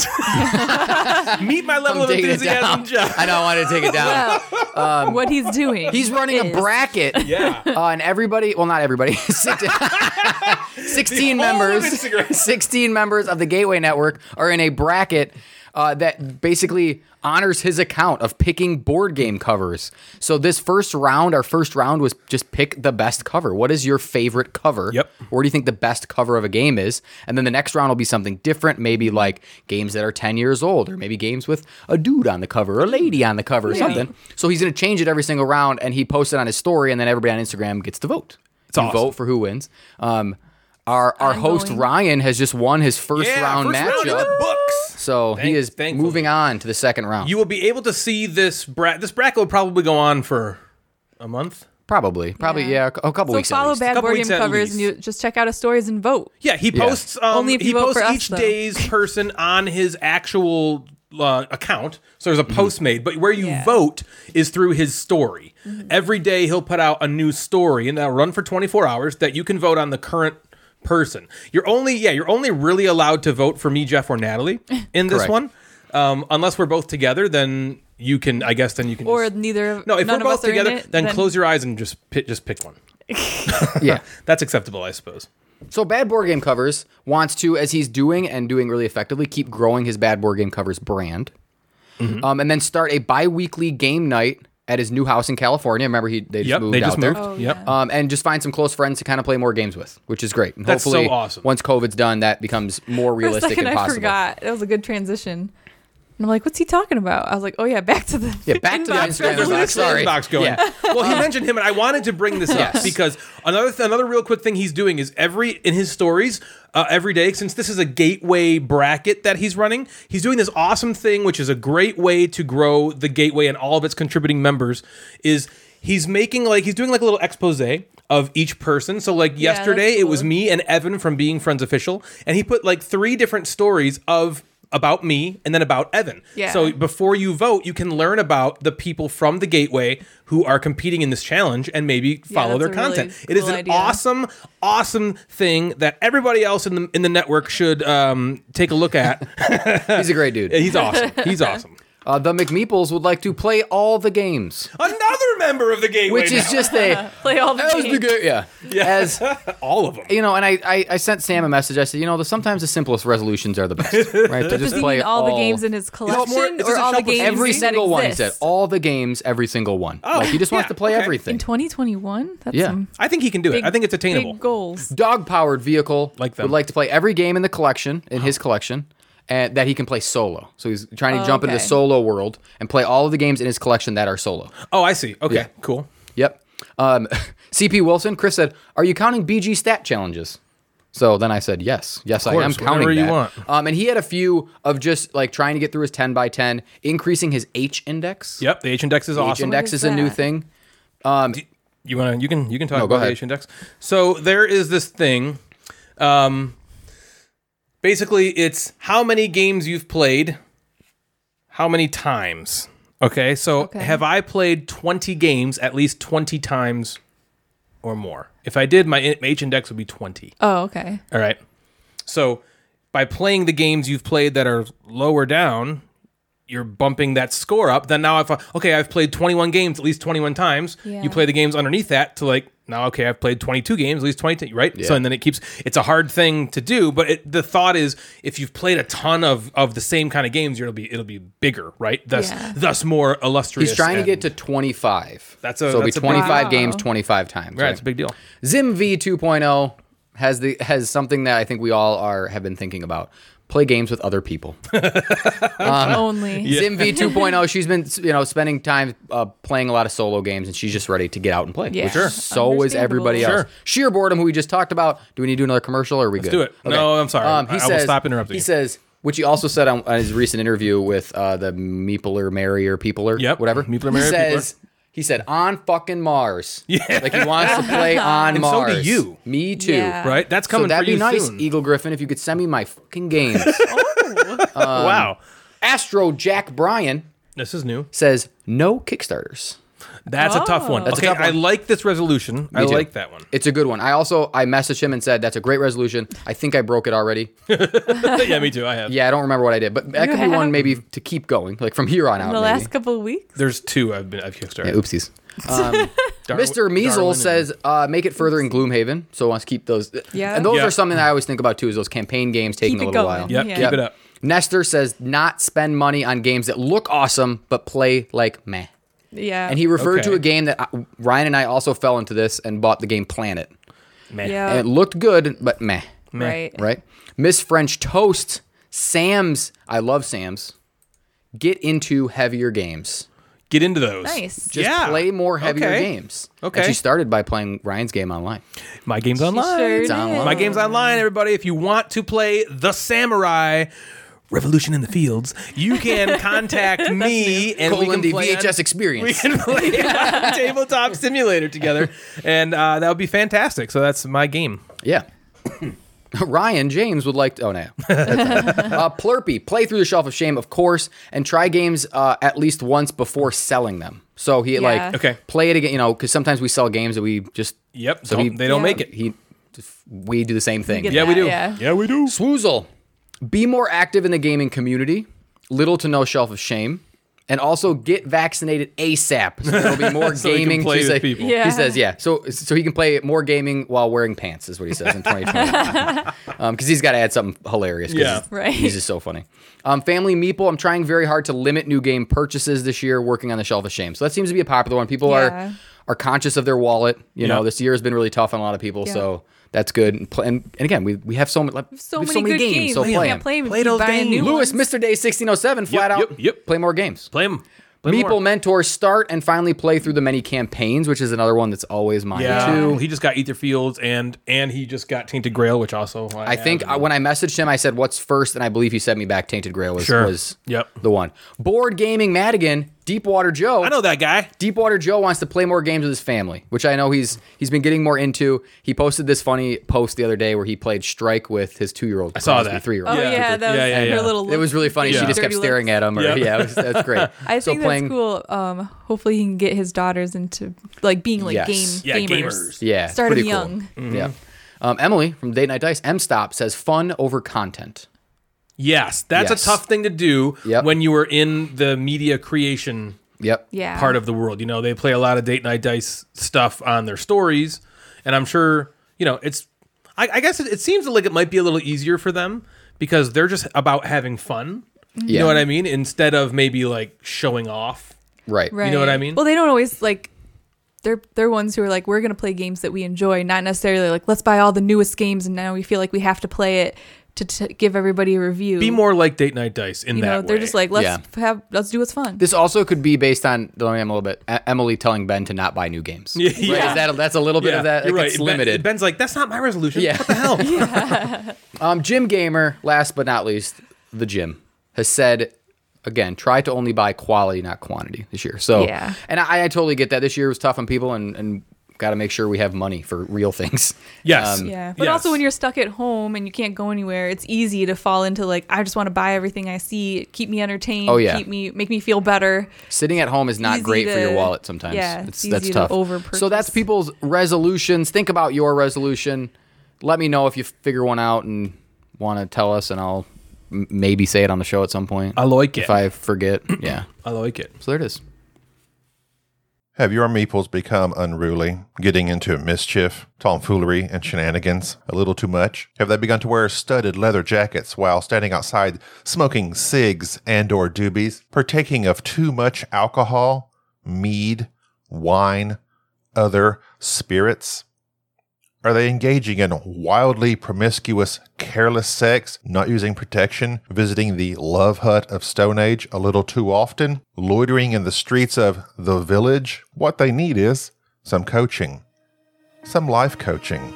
[SPEAKER 1] Meet my level
[SPEAKER 3] I'm
[SPEAKER 1] of
[SPEAKER 3] taking it down.
[SPEAKER 1] enthusiasm, Jeff.
[SPEAKER 3] I know. I wanted to take it down.
[SPEAKER 4] what he's doing.
[SPEAKER 3] Um, He's running a
[SPEAKER 4] is-
[SPEAKER 3] bracket.
[SPEAKER 1] Yeah.
[SPEAKER 3] Uh, and everybody, well, not everybody, 16 16
[SPEAKER 1] The whole of
[SPEAKER 3] members,
[SPEAKER 1] Instagram.
[SPEAKER 3] 16 members of the Gateway Network are in a bracket uh, that basically honors his account of picking board game covers. So this first round, our first round was just pick the best cover. What is your favorite cover?
[SPEAKER 1] Yep.
[SPEAKER 3] Where do you think the best cover of a game is? And then the next round will be something different, maybe like games that are 10 years old, or maybe games with a dude on the cover, or a lady on the cover, or something. So he's going to change it every single round, and he posts it on his story, and then everybody on Instagram gets to vote. It's
[SPEAKER 1] awesome.
[SPEAKER 3] vote for who wins. Um, our our host
[SPEAKER 4] Ongoing.
[SPEAKER 3] Ryan has just won his first
[SPEAKER 1] Yeah,
[SPEAKER 3] round
[SPEAKER 1] first round in
[SPEAKER 3] matchup,
[SPEAKER 1] the books.
[SPEAKER 3] so he
[SPEAKER 1] Thank-
[SPEAKER 3] is
[SPEAKER 1] thankfully.
[SPEAKER 3] moving on to the second round.
[SPEAKER 1] You will be able to see this bra- this bracket will probably go on for a month.
[SPEAKER 3] probably, probably, yeah, a cou- a couple
[SPEAKER 4] so
[SPEAKER 3] weeks. at
[SPEAKER 4] follow
[SPEAKER 3] least.
[SPEAKER 4] Bad
[SPEAKER 1] Couple
[SPEAKER 4] Board
[SPEAKER 1] weeks
[SPEAKER 4] Game
[SPEAKER 1] at
[SPEAKER 4] Covers and you
[SPEAKER 1] least.
[SPEAKER 4] just check out his stories and vote.
[SPEAKER 1] Yeah, he posts um,
[SPEAKER 4] Only if
[SPEAKER 1] he
[SPEAKER 4] you vote
[SPEAKER 1] posts
[SPEAKER 4] for us,
[SPEAKER 1] each
[SPEAKER 4] though.
[SPEAKER 1] day's person on his actual uh, account. So there's a
[SPEAKER 3] Mm-hmm.
[SPEAKER 1] post made, but where you
[SPEAKER 4] Yeah. Mm-hmm.
[SPEAKER 1] vote is through his story. Every day he'll put out a new story, and that'll run for 24 hours. That you can vote on the current person. You're only yeah, you're only really allowed to vote for me, Jeff, or Natalie in this
[SPEAKER 3] Correct.
[SPEAKER 1] one, um, unless we're both together. Then you can, I guess, then you can.
[SPEAKER 4] Or
[SPEAKER 1] just-
[SPEAKER 4] neither of
[SPEAKER 1] no, if
[SPEAKER 4] none
[SPEAKER 1] we're
[SPEAKER 4] of
[SPEAKER 1] both
[SPEAKER 4] us are in
[SPEAKER 1] together,
[SPEAKER 4] it,
[SPEAKER 1] then, close your eyes and just pick, just pick one.
[SPEAKER 3] Yeah.
[SPEAKER 1] That's acceptable, I suppose.
[SPEAKER 3] So Bad Board Game Covers wants to, as he's doing and doing really effectively, keep growing his Bad Board Game Covers brand,
[SPEAKER 1] Mm-hmm.
[SPEAKER 3] um, and then start a bi-weekly game night at his new house in California. Remember, he they just
[SPEAKER 1] Yep,
[SPEAKER 3] moved
[SPEAKER 1] they
[SPEAKER 3] out
[SPEAKER 1] just
[SPEAKER 3] there.
[SPEAKER 1] moved.
[SPEAKER 4] Oh,
[SPEAKER 1] yep.
[SPEAKER 3] Um, and just find some close friends to kind of play more games with, which is great. And
[SPEAKER 1] That's so
[SPEAKER 3] hopefully,
[SPEAKER 1] awesome.
[SPEAKER 3] once COVID's done, that becomes more
[SPEAKER 4] For a
[SPEAKER 3] realistic
[SPEAKER 4] second,
[SPEAKER 3] and
[SPEAKER 4] I
[SPEAKER 3] possible.
[SPEAKER 4] forgot. That was a good transition. And I'm like, what's he talking about? I was like, oh yeah, back to the
[SPEAKER 3] Yeah, back to the
[SPEAKER 4] inbox
[SPEAKER 3] Instagram
[SPEAKER 1] There's
[SPEAKER 3] inbox.
[SPEAKER 1] an
[SPEAKER 4] resolution.
[SPEAKER 1] actual
[SPEAKER 3] Sorry.
[SPEAKER 1] inbox going.
[SPEAKER 3] Yeah.
[SPEAKER 1] Well, he mentioned him, and I wanted to bring this up
[SPEAKER 3] Yes.
[SPEAKER 1] because another th- another real quick thing he's doing is every in his stories uh, every day. Since this is a gateway bracket that he's running, he's doing this awesome thing, which is a great way to grow the gateway and all of its contributing members. Is he's making like he's doing like a little expose of each person. So like
[SPEAKER 4] Yeah, that's
[SPEAKER 1] yesterday, it
[SPEAKER 4] cool.
[SPEAKER 1] was me and Evan from Being Friends Official, and he put like three different stories of. About me and then about Evan.
[SPEAKER 4] Yeah.
[SPEAKER 1] So before you vote, you can learn about the people from the gateway who are competing in this challenge and maybe follow
[SPEAKER 4] that's
[SPEAKER 1] their
[SPEAKER 4] a really
[SPEAKER 1] content. it is
[SPEAKER 4] cool
[SPEAKER 1] an
[SPEAKER 4] idea.
[SPEAKER 1] awesome, awesome thing that everybody else in the in the network should um, take a look at.
[SPEAKER 3] He's a great dude.
[SPEAKER 1] He's awesome. He's awesome.
[SPEAKER 3] Uh, the McMeeples would like to play all the games,
[SPEAKER 1] Another member of the Gateway,
[SPEAKER 3] which is
[SPEAKER 1] now.
[SPEAKER 3] just a
[SPEAKER 4] Play all the
[SPEAKER 3] as the
[SPEAKER 4] games.
[SPEAKER 3] game, yeah. As
[SPEAKER 1] all of them.
[SPEAKER 3] you know, and I, I, I sent Sam a message. I said, you know, the, sometimes the simplest resolutions are the best, right? To
[SPEAKER 4] Does
[SPEAKER 3] just
[SPEAKER 4] he
[SPEAKER 3] play
[SPEAKER 4] mean all, the games in his collection,
[SPEAKER 1] more- is this
[SPEAKER 4] or
[SPEAKER 1] a
[SPEAKER 4] all the
[SPEAKER 1] shuffle
[SPEAKER 4] games
[SPEAKER 3] every
[SPEAKER 4] that
[SPEAKER 3] single one. He
[SPEAKER 4] exist?
[SPEAKER 3] said all the games, every single one. like he just wants
[SPEAKER 1] Oh, yeah,
[SPEAKER 3] to play
[SPEAKER 1] okay.
[SPEAKER 4] in
[SPEAKER 3] everything.
[SPEAKER 4] 2021. That's
[SPEAKER 3] Yeah.
[SPEAKER 4] some
[SPEAKER 1] I think he can do it.
[SPEAKER 4] big-
[SPEAKER 1] I think it's attainable.
[SPEAKER 4] Big goals.
[SPEAKER 3] Dog powered vehicle
[SPEAKER 1] Like them. Uh-huh.
[SPEAKER 3] would like to play every game in the collection in his collection. And that he can play solo, so he's trying to jump into
[SPEAKER 4] okay.
[SPEAKER 3] the solo world and play all of the games in his collection that are solo.
[SPEAKER 1] Oh, I see. Okay,
[SPEAKER 3] Yeah.
[SPEAKER 1] cool.
[SPEAKER 3] Yep. Um, CP Wilson, Chris said, "Are you counting BG stat challenges?" So then I said, "Yes, yes, I am
[SPEAKER 1] course,
[SPEAKER 3] counting
[SPEAKER 1] whatever you
[SPEAKER 3] that."
[SPEAKER 1] want.
[SPEAKER 3] Um, and he had a few of just like trying to get through his ten by ten, increasing his H index.
[SPEAKER 1] Yep, the H index is
[SPEAKER 3] H
[SPEAKER 1] awesome.
[SPEAKER 3] index
[SPEAKER 4] What
[SPEAKER 3] is,
[SPEAKER 4] is
[SPEAKER 3] a new
[SPEAKER 4] that?
[SPEAKER 3] thing.
[SPEAKER 1] You want to? You can. You can talk
[SPEAKER 3] No, go
[SPEAKER 1] about the
[SPEAKER 3] ahead.
[SPEAKER 1] H index. So there is this thing. Um, basically, it's how many games you've played, how many times. Okay, so
[SPEAKER 4] Okay.
[SPEAKER 1] have I played twenty games at least twenty times or more? If I did, my in- H index would be twenty.
[SPEAKER 4] Oh, okay.
[SPEAKER 1] All right. So by playing the games you've played that are lower down, you're bumping that score up. Then now if I, okay, I've played 21 games at least 21 times.
[SPEAKER 4] Yeah.
[SPEAKER 1] You play the games underneath that to like now okay, I've played 22 games at least 22, right? So and then it keeps it's a hard thing to do, but it, the thought is if you've played a ton of of the same kind of games, you'll be it'll be bigger, right? Thus
[SPEAKER 4] Yeah.
[SPEAKER 1] thus more illustrious.
[SPEAKER 3] He's trying to
[SPEAKER 1] and-
[SPEAKER 3] get to twenty five.
[SPEAKER 1] That's a-
[SPEAKER 3] so it'll
[SPEAKER 1] that's a
[SPEAKER 3] be
[SPEAKER 1] big-
[SPEAKER 3] twenty five
[SPEAKER 4] Wow.
[SPEAKER 3] games, twenty five times.
[SPEAKER 1] Right, it's a big deal.
[SPEAKER 3] Zim V 2.0 has the has something that I think we all are have been thinking about. Play games with other people.
[SPEAKER 4] Only.
[SPEAKER 3] Um, Zim V 2.0. She's been you know spending time uh, playing a lot of solo games, and she's just ready to get out and play.
[SPEAKER 4] Yeah.
[SPEAKER 3] which So
[SPEAKER 4] Sure.
[SPEAKER 3] is
[SPEAKER 4] Understandable.
[SPEAKER 3] everybody else.
[SPEAKER 1] Sure.
[SPEAKER 3] Sheer boredom, who we just talked about. Do we need to do another commercial? Or are we good? Um,
[SPEAKER 1] do it. No, I'm sorry. I- I will stop interrupting
[SPEAKER 3] He
[SPEAKER 1] you.
[SPEAKER 3] says, which he also said on, on his recent interview with uh, the Meepler, Merrier, Peopler,
[SPEAKER 1] Yep.
[SPEAKER 3] whatever.
[SPEAKER 1] Meepler,
[SPEAKER 3] he
[SPEAKER 1] Merrier,
[SPEAKER 3] says. He said, "On fucking Mars." Yeah, like he wants to play on Mars.
[SPEAKER 1] so do you.
[SPEAKER 3] Me too.
[SPEAKER 4] Yeah.
[SPEAKER 1] Right? That's coming
[SPEAKER 3] so that'd
[SPEAKER 1] for you
[SPEAKER 3] be nice,
[SPEAKER 1] soon.
[SPEAKER 3] Eagle Griffin, if you could send me my fucking games.
[SPEAKER 1] wow.
[SPEAKER 3] Astro Jack Bryan
[SPEAKER 1] This is new.
[SPEAKER 3] says no Kickstarters.
[SPEAKER 1] That's a tough one.
[SPEAKER 3] That's a
[SPEAKER 1] okay,
[SPEAKER 3] tough one.
[SPEAKER 1] I like this resolution. I
[SPEAKER 3] Me too.
[SPEAKER 1] like that one.
[SPEAKER 3] It's a good one. I also I messaged him and said that's a great resolution. I think I broke it already.
[SPEAKER 1] yeah, me too. I have.
[SPEAKER 3] Yeah, I don't remember what I did, but that
[SPEAKER 4] You
[SPEAKER 3] could be
[SPEAKER 4] have?
[SPEAKER 3] one maybe to keep going, like from here on out.
[SPEAKER 4] the
[SPEAKER 3] maybe.
[SPEAKER 4] last couple of weeks.
[SPEAKER 1] There's two I've been I've kickstarted.
[SPEAKER 3] Yeah, oopsies.
[SPEAKER 1] Dar-
[SPEAKER 3] Mr.
[SPEAKER 1] Darwin
[SPEAKER 3] Measle
[SPEAKER 1] and-
[SPEAKER 3] says, uh, make it further in Gloomhaven. So wants to keep those.
[SPEAKER 4] Yeah.
[SPEAKER 3] And those
[SPEAKER 1] Yeah.
[SPEAKER 3] are something I always think about too, is those campaign games taking
[SPEAKER 4] Keep
[SPEAKER 3] a
[SPEAKER 4] it
[SPEAKER 3] little
[SPEAKER 4] going.
[SPEAKER 3] while.
[SPEAKER 1] Yep,
[SPEAKER 4] Yeah.
[SPEAKER 1] keep it up.
[SPEAKER 3] Nestor says, not spend money on games that look awesome, but play like meh.
[SPEAKER 4] Yeah.
[SPEAKER 3] And he referred to
[SPEAKER 1] Okay.
[SPEAKER 3] a game that I, Ryan and I also fell into this and bought the game Planet.
[SPEAKER 1] Man.
[SPEAKER 4] Yeah.
[SPEAKER 3] And it looked good, but meh.
[SPEAKER 4] right.
[SPEAKER 3] Right? Miss French Toast, Sam's, I love Sam's. Get into heavier games.
[SPEAKER 1] Get into those.
[SPEAKER 4] Nice.
[SPEAKER 3] Just
[SPEAKER 1] yeah.
[SPEAKER 3] play more heavier
[SPEAKER 1] Okay.
[SPEAKER 3] games.
[SPEAKER 1] Okay.
[SPEAKER 3] And she started by playing Ryan's game online.
[SPEAKER 1] My game's online.
[SPEAKER 4] Sure
[SPEAKER 3] It's
[SPEAKER 4] did.
[SPEAKER 3] online.
[SPEAKER 1] My game's online, everybody. If you want to play The Samurai Revolution in the Fields, you can contact me and we
[SPEAKER 3] Colon
[SPEAKER 1] can
[SPEAKER 3] the
[SPEAKER 1] play on-
[SPEAKER 3] VHS experience.
[SPEAKER 1] we can play on tabletop simulator together, and uh, that would be fantastic. So that's my game.
[SPEAKER 3] Yeah. Ryan James would like to. Oh, no. That's not- uh, Plurpy, play through the Shelf of Shame, of course, and try games uh, at least once before selling them. So he,
[SPEAKER 4] Yeah.
[SPEAKER 3] like,
[SPEAKER 1] Okay.
[SPEAKER 3] play it again, you know, because sometimes we sell games that we just.
[SPEAKER 1] Yep,
[SPEAKER 3] So
[SPEAKER 1] don't-
[SPEAKER 3] he,
[SPEAKER 1] they don't
[SPEAKER 4] Yeah.
[SPEAKER 1] make it.
[SPEAKER 3] He, we do the same thing.
[SPEAKER 4] get
[SPEAKER 1] Yeah, we
[SPEAKER 4] that,
[SPEAKER 1] do.
[SPEAKER 4] yeah.
[SPEAKER 1] we do.
[SPEAKER 3] Swoozle, be more active in the gaming community. Little to no Shelf of Shame. And also get vaccinated ASAP. So there'll be more
[SPEAKER 1] he can
[SPEAKER 3] gaming.
[SPEAKER 1] play
[SPEAKER 3] she
[SPEAKER 1] with
[SPEAKER 3] say-
[SPEAKER 1] people.
[SPEAKER 4] Yeah.
[SPEAKER 3] He says, yeah. So so he can play more gaming while wearing pants, is what he says in 2020. Because he's got to add something hilarious. 'cause
[SPEAKER 1] Yeah.
[SPEAKER 3] he's-
[SPEAKER 4] Right.
[SPEAKER 3] He's just so funny. Um, Family Meeple, I'm trying very hard to limit new game purchases this year, working on the Shelf of Shame. So that seems to be a popular one. People
[SPEAKER 4] Yeah.
[SPEAKER 3] are are conscious of their wallet.
[SPEAKER 1] Yeah.
[SPEAKER 3] You know, this year has been really tough on a lot of people.
[SPEAKER 4] Yeah.
[SPEAKER 3] So. That's good, and, pl- and, and again, we, we have so many like,
[SPEAKER 4] So
[SPEAKER 3] we
[SPEAKER 4] many,
[SPEAKER 3] have so many
[SPEAKER 4] good
[SPEAKER 3] games, so
[SPEAKER 4] You
[SPEAKER 3] play
[SPEAKER 4] can't
[SPEAKER 3] 'em.
[SPEAKER 4] play 'em, you
[SPEAKER 1] Play
[SPEAKER 4] keep
[SPEAKER 1] those
[SPEAKER 4] buying
[SPEAKER 1] games.
[SPEAKER 4] new
[SPEAKER 3] Lewis,
[SPEAKER 4] ones.
[SPEAKER 3] Mr. Day 1607, flat
[SPEAKER 1] Yep,
[SPEAKER 3] out.
[SPEAKER 1] yep, yep.
[SPEAKER 3] Play more games.
[SPEAKER 1] Play them.
[SPEAKER 3] Meeple Mentor start and finally play through the many campaigns, which is another one that's always mine
[SPEAKER 1] Yeah.
[SPEAKER 3] too.
[SPEAKER 1] He just got Ether Fields and and he just got Tainted Grail, which also I,
[SPEAKER 3] I think
[SPEAKER 1] have.
[SPEAKER 3] I, when I messaged him, I said, "What's first? and I believe he sent me back. "Tainted Grail" was,
[SPEAKER 1] Sure.
[SPEAKER 3] was
[SPEAKER 1] Yep.
[SPEAKER 3] the one. Board gaming Madigan, Deepwater Joe.
[SPEAKER 1] I know that guy.
[SPEAKER 3] Deepwater Joe wants to play more games with his family, which I know he's he's been getting more into. He posted this funny post the other day where he played Strike with his two year old. I
[SPEAKER 1] saw that.
[SPEAKER 3] Three year
[SPEAKER 4] Oh
[SPEAKER 3] old.
[SPEAKER 4] yeah, that was
[SPEAKER 1] Yeah, yeah, yeah.
[SPEAKER 4] her little.
[SPEAKER 3] It was really funny.
[SPEAKER 1] Yeah.
[SPEAKER 3] She just kept
[SPEAKER 4] Dirty looks.
[SPEAKER 3] staring at him. Or,
[SPEAKER 1] Yep.
[SPEAKER 3] Yeah, it was, that's great.
[SPEAKER 4] I
[SPEAKER 3] so
[SPEAKER 4] think
[SPEAKER 3] playing,
[SPEAKER 4] that's cool. Um, hopefully, he can get his daughters into like being like
[SPEAKER 3] Yes.
[SPEAKER 4] game
[SPEAKER 1] Yeah, gamers.
[SPEAKER 4] gamers.
[SPEAKER 3] Yeah, it's
[SPEAKER 4] start 'em
[SPEAKER 3] pretty cool.
[SPEAKER 1] Mm-hmm.
[SPEAKER 4] young.
[SPEAKER 3] Yeah. Um, Emily from Date Night Dice, M Stop says fun over content.
[SPEAKER 1] Yes, that's
[SPEAKER 3] Yes.
[SPEAKER 1] a tough thing to do
[SPEAKER 3] Yep.
[SPEAKER 1] when you are in the media creation
[SPEAKER 3] Yep.
[SPEAKER 4] Yeah.
[SPEAKER 1] part of the world. You know, they play a lot of date night dice stuff on their stories, and I'm sure you know it's. I, I guess it, it seems like it might be a little easier for them because they're just about having fun. You
[SPEAKER 3] Yeah.
[SPEAKER 1] know what I mean? Instead of maybe like showing off.
[SPEAKER 3] Right.
[SPEAKER 4] Right.
[SPEAKER 1] know what I mean?
[SPEAKER 4] Well, they don't always like. They're they're ones who are like, we're gonna play games that we enjoy, not necessarily like let's buy all the newest games and now we feel like we have to play it to t- give everybody a review.
[SPEAKER 1] Be more like date night dice in
[SPEAKER 4] You
[SPEAKER 1] that
[SPEAKER 4] know, they're
[SPEAKER 1] way.
[SPEAKER 4] just like let's
[SPEAKER 3] Yeah.
[SPEAKER 4] f- have let's do what's fun.
[SPEAKER 3] This also could be based on the only I'm a little bit E- Emily telling Ben to not buy new games.
[SPEAKER 1] Yeah.
[SPEAKER 3] Right? Is that that's a little bit of that.
[SPEAKER 1] you're
[SPEAKER 3] like, It's
[SPEAKER 1] Ben-
[SPEAKER 3] limited.
[SPEAKER 1] Ben's like, that's not my resolution.
[SPEAKER 3] Yeah.
[SPEAKER 1] What the hell?
[SPEAKER 3] Um, Jim Gamer, last but not least, the Jim has said again, try to only buy quality, not quantity this year. So,
[SPEAKER 4] Yeah.
[SPEAKER 3] and I, I totally get that. This year was tough on people, and and got to make sure we have money for real things.
[SPEAKER 1] Yes.
[SPEAKER 3] Um,
[SPEAKER 4] yeah, but
[SPEAKER 1] Yes.
[SPEAKER 4] also when you're stuck at home and you can't go anywhere, it's easy to fall into like I just want to buy everything I see, keep me entertained,
[SPEAKER 3] Oh, yeah.
[SPEAKER 4] keep me make me feel better.
[SPEAKER 3] Sitting at home is not
[SPEAKER 4] Easy
[SPEAKER 3] great for your
[SPEAKER 4] to-
[SPEAKER 3] wallet sometimes.
[SPEAKER 4] yeah,
[SPEAKER 3] it's,
[SPEAKER 4] it's
[SPEAKER 3] that's
[SPEAKER 4] easy to
[SPEAKER 3] tough.
[SPEAKER 4] overpurchase.
[SPEAKER 3] so that's people's resolutions. Think about your resolution. Let me know if you figure one out and want to tell us, and I'll m- maybe say it on the show at some point.
[SPEAKER 1] I like
[SPEAKER 3] if
[SPEAKER 1] it.
[SPEAKER 3] I forget. yeah.
[SPEAKER 1] I like it.
[SPEAKER 3] So there it is.
[SPEAKER 6] Have your meeples become unruly, getting into mischief, tomfoolery, and shenanigans a little too much? Have they begun to wear studded leather jackets while standing outside smoking cigs and or doobies, partaking of too much alcohol, mead, wine, other spirits? Are they engaging in wildly promiscuous, careless sex, not using protection, visiting the love hut of Stone Age a little too often, loitering in the streets of the village? What they need is some coaching, some life coaching,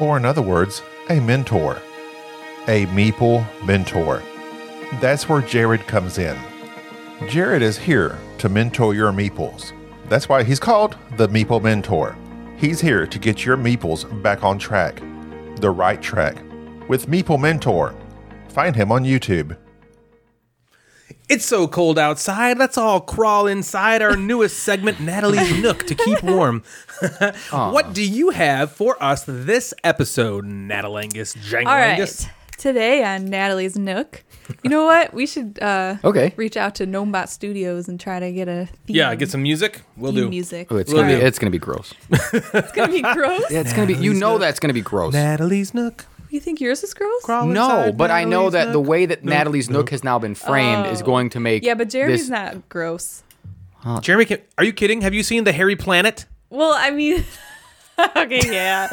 [SPEAKER 6] or in other words, a mentor, a meeple mentor. That's where Jared comes in. Jared is here to mentor your meeples. That's why he's called the Meeple Mentor. He's here to get your meeples back on track, the right track, with Meeple Mentor. Find him on YouTube.
[SPEAKER 1] It's so cold outside. Let's all crawl inside our newest segment, Natalie's Nook, to keep warm. what do you have for us this episode, Natalangus Jangalangus?
[SPEAKER 4] All right, today on Natalie's Nook, you know what? We should uh,
[SPEAKER 3] Okay.
[SPEAKER 4] reach out to Gnomebot Studios and try to get a theme,
[SPEAKER 1] Yeah, get some music. We'll
[SPEAKER 4] theme
[SPEAKER 1] do.
[SPEAKER 4] music.
[SPEAKER 3] Oh, it's
[SPEAKER 1] Will
[SPEAKER 3] gonna be,
[SPEAKER 1] do.
[SPEAKER 3] it's gonna be gross.
[SPEAKER 4] It's gonna be gross.
[SPEAKER 3] Yeah, it's gonna be. You know that's gonna be gross.
[SPEAKER 1] Natalie's Nook.
[SPEAKER 4] You think yours is gross?
[SPEAKER 1] Crawl
[SPEAKER 3] No,
[SPEAKER 1] inside
[SPEAKER 3] but I know
[SPEAKER 1] Natalie's
[SPEAKER 3] that the
[SPEAKER 1] Nook.
[SPEAKER 3] way that Natalie's Nook has now been framed is going to make
[SPEAKER 4] Oh. Yeah, but Jeremy's
[SPEAKER 3] this-
[SPEAKER 4] not gross.
[SPEAKER 1] Jeremy, can, are you kidding? Have you seen the Harry Planet?
[SPEAKER 4] Well, I mean, okay, yeah.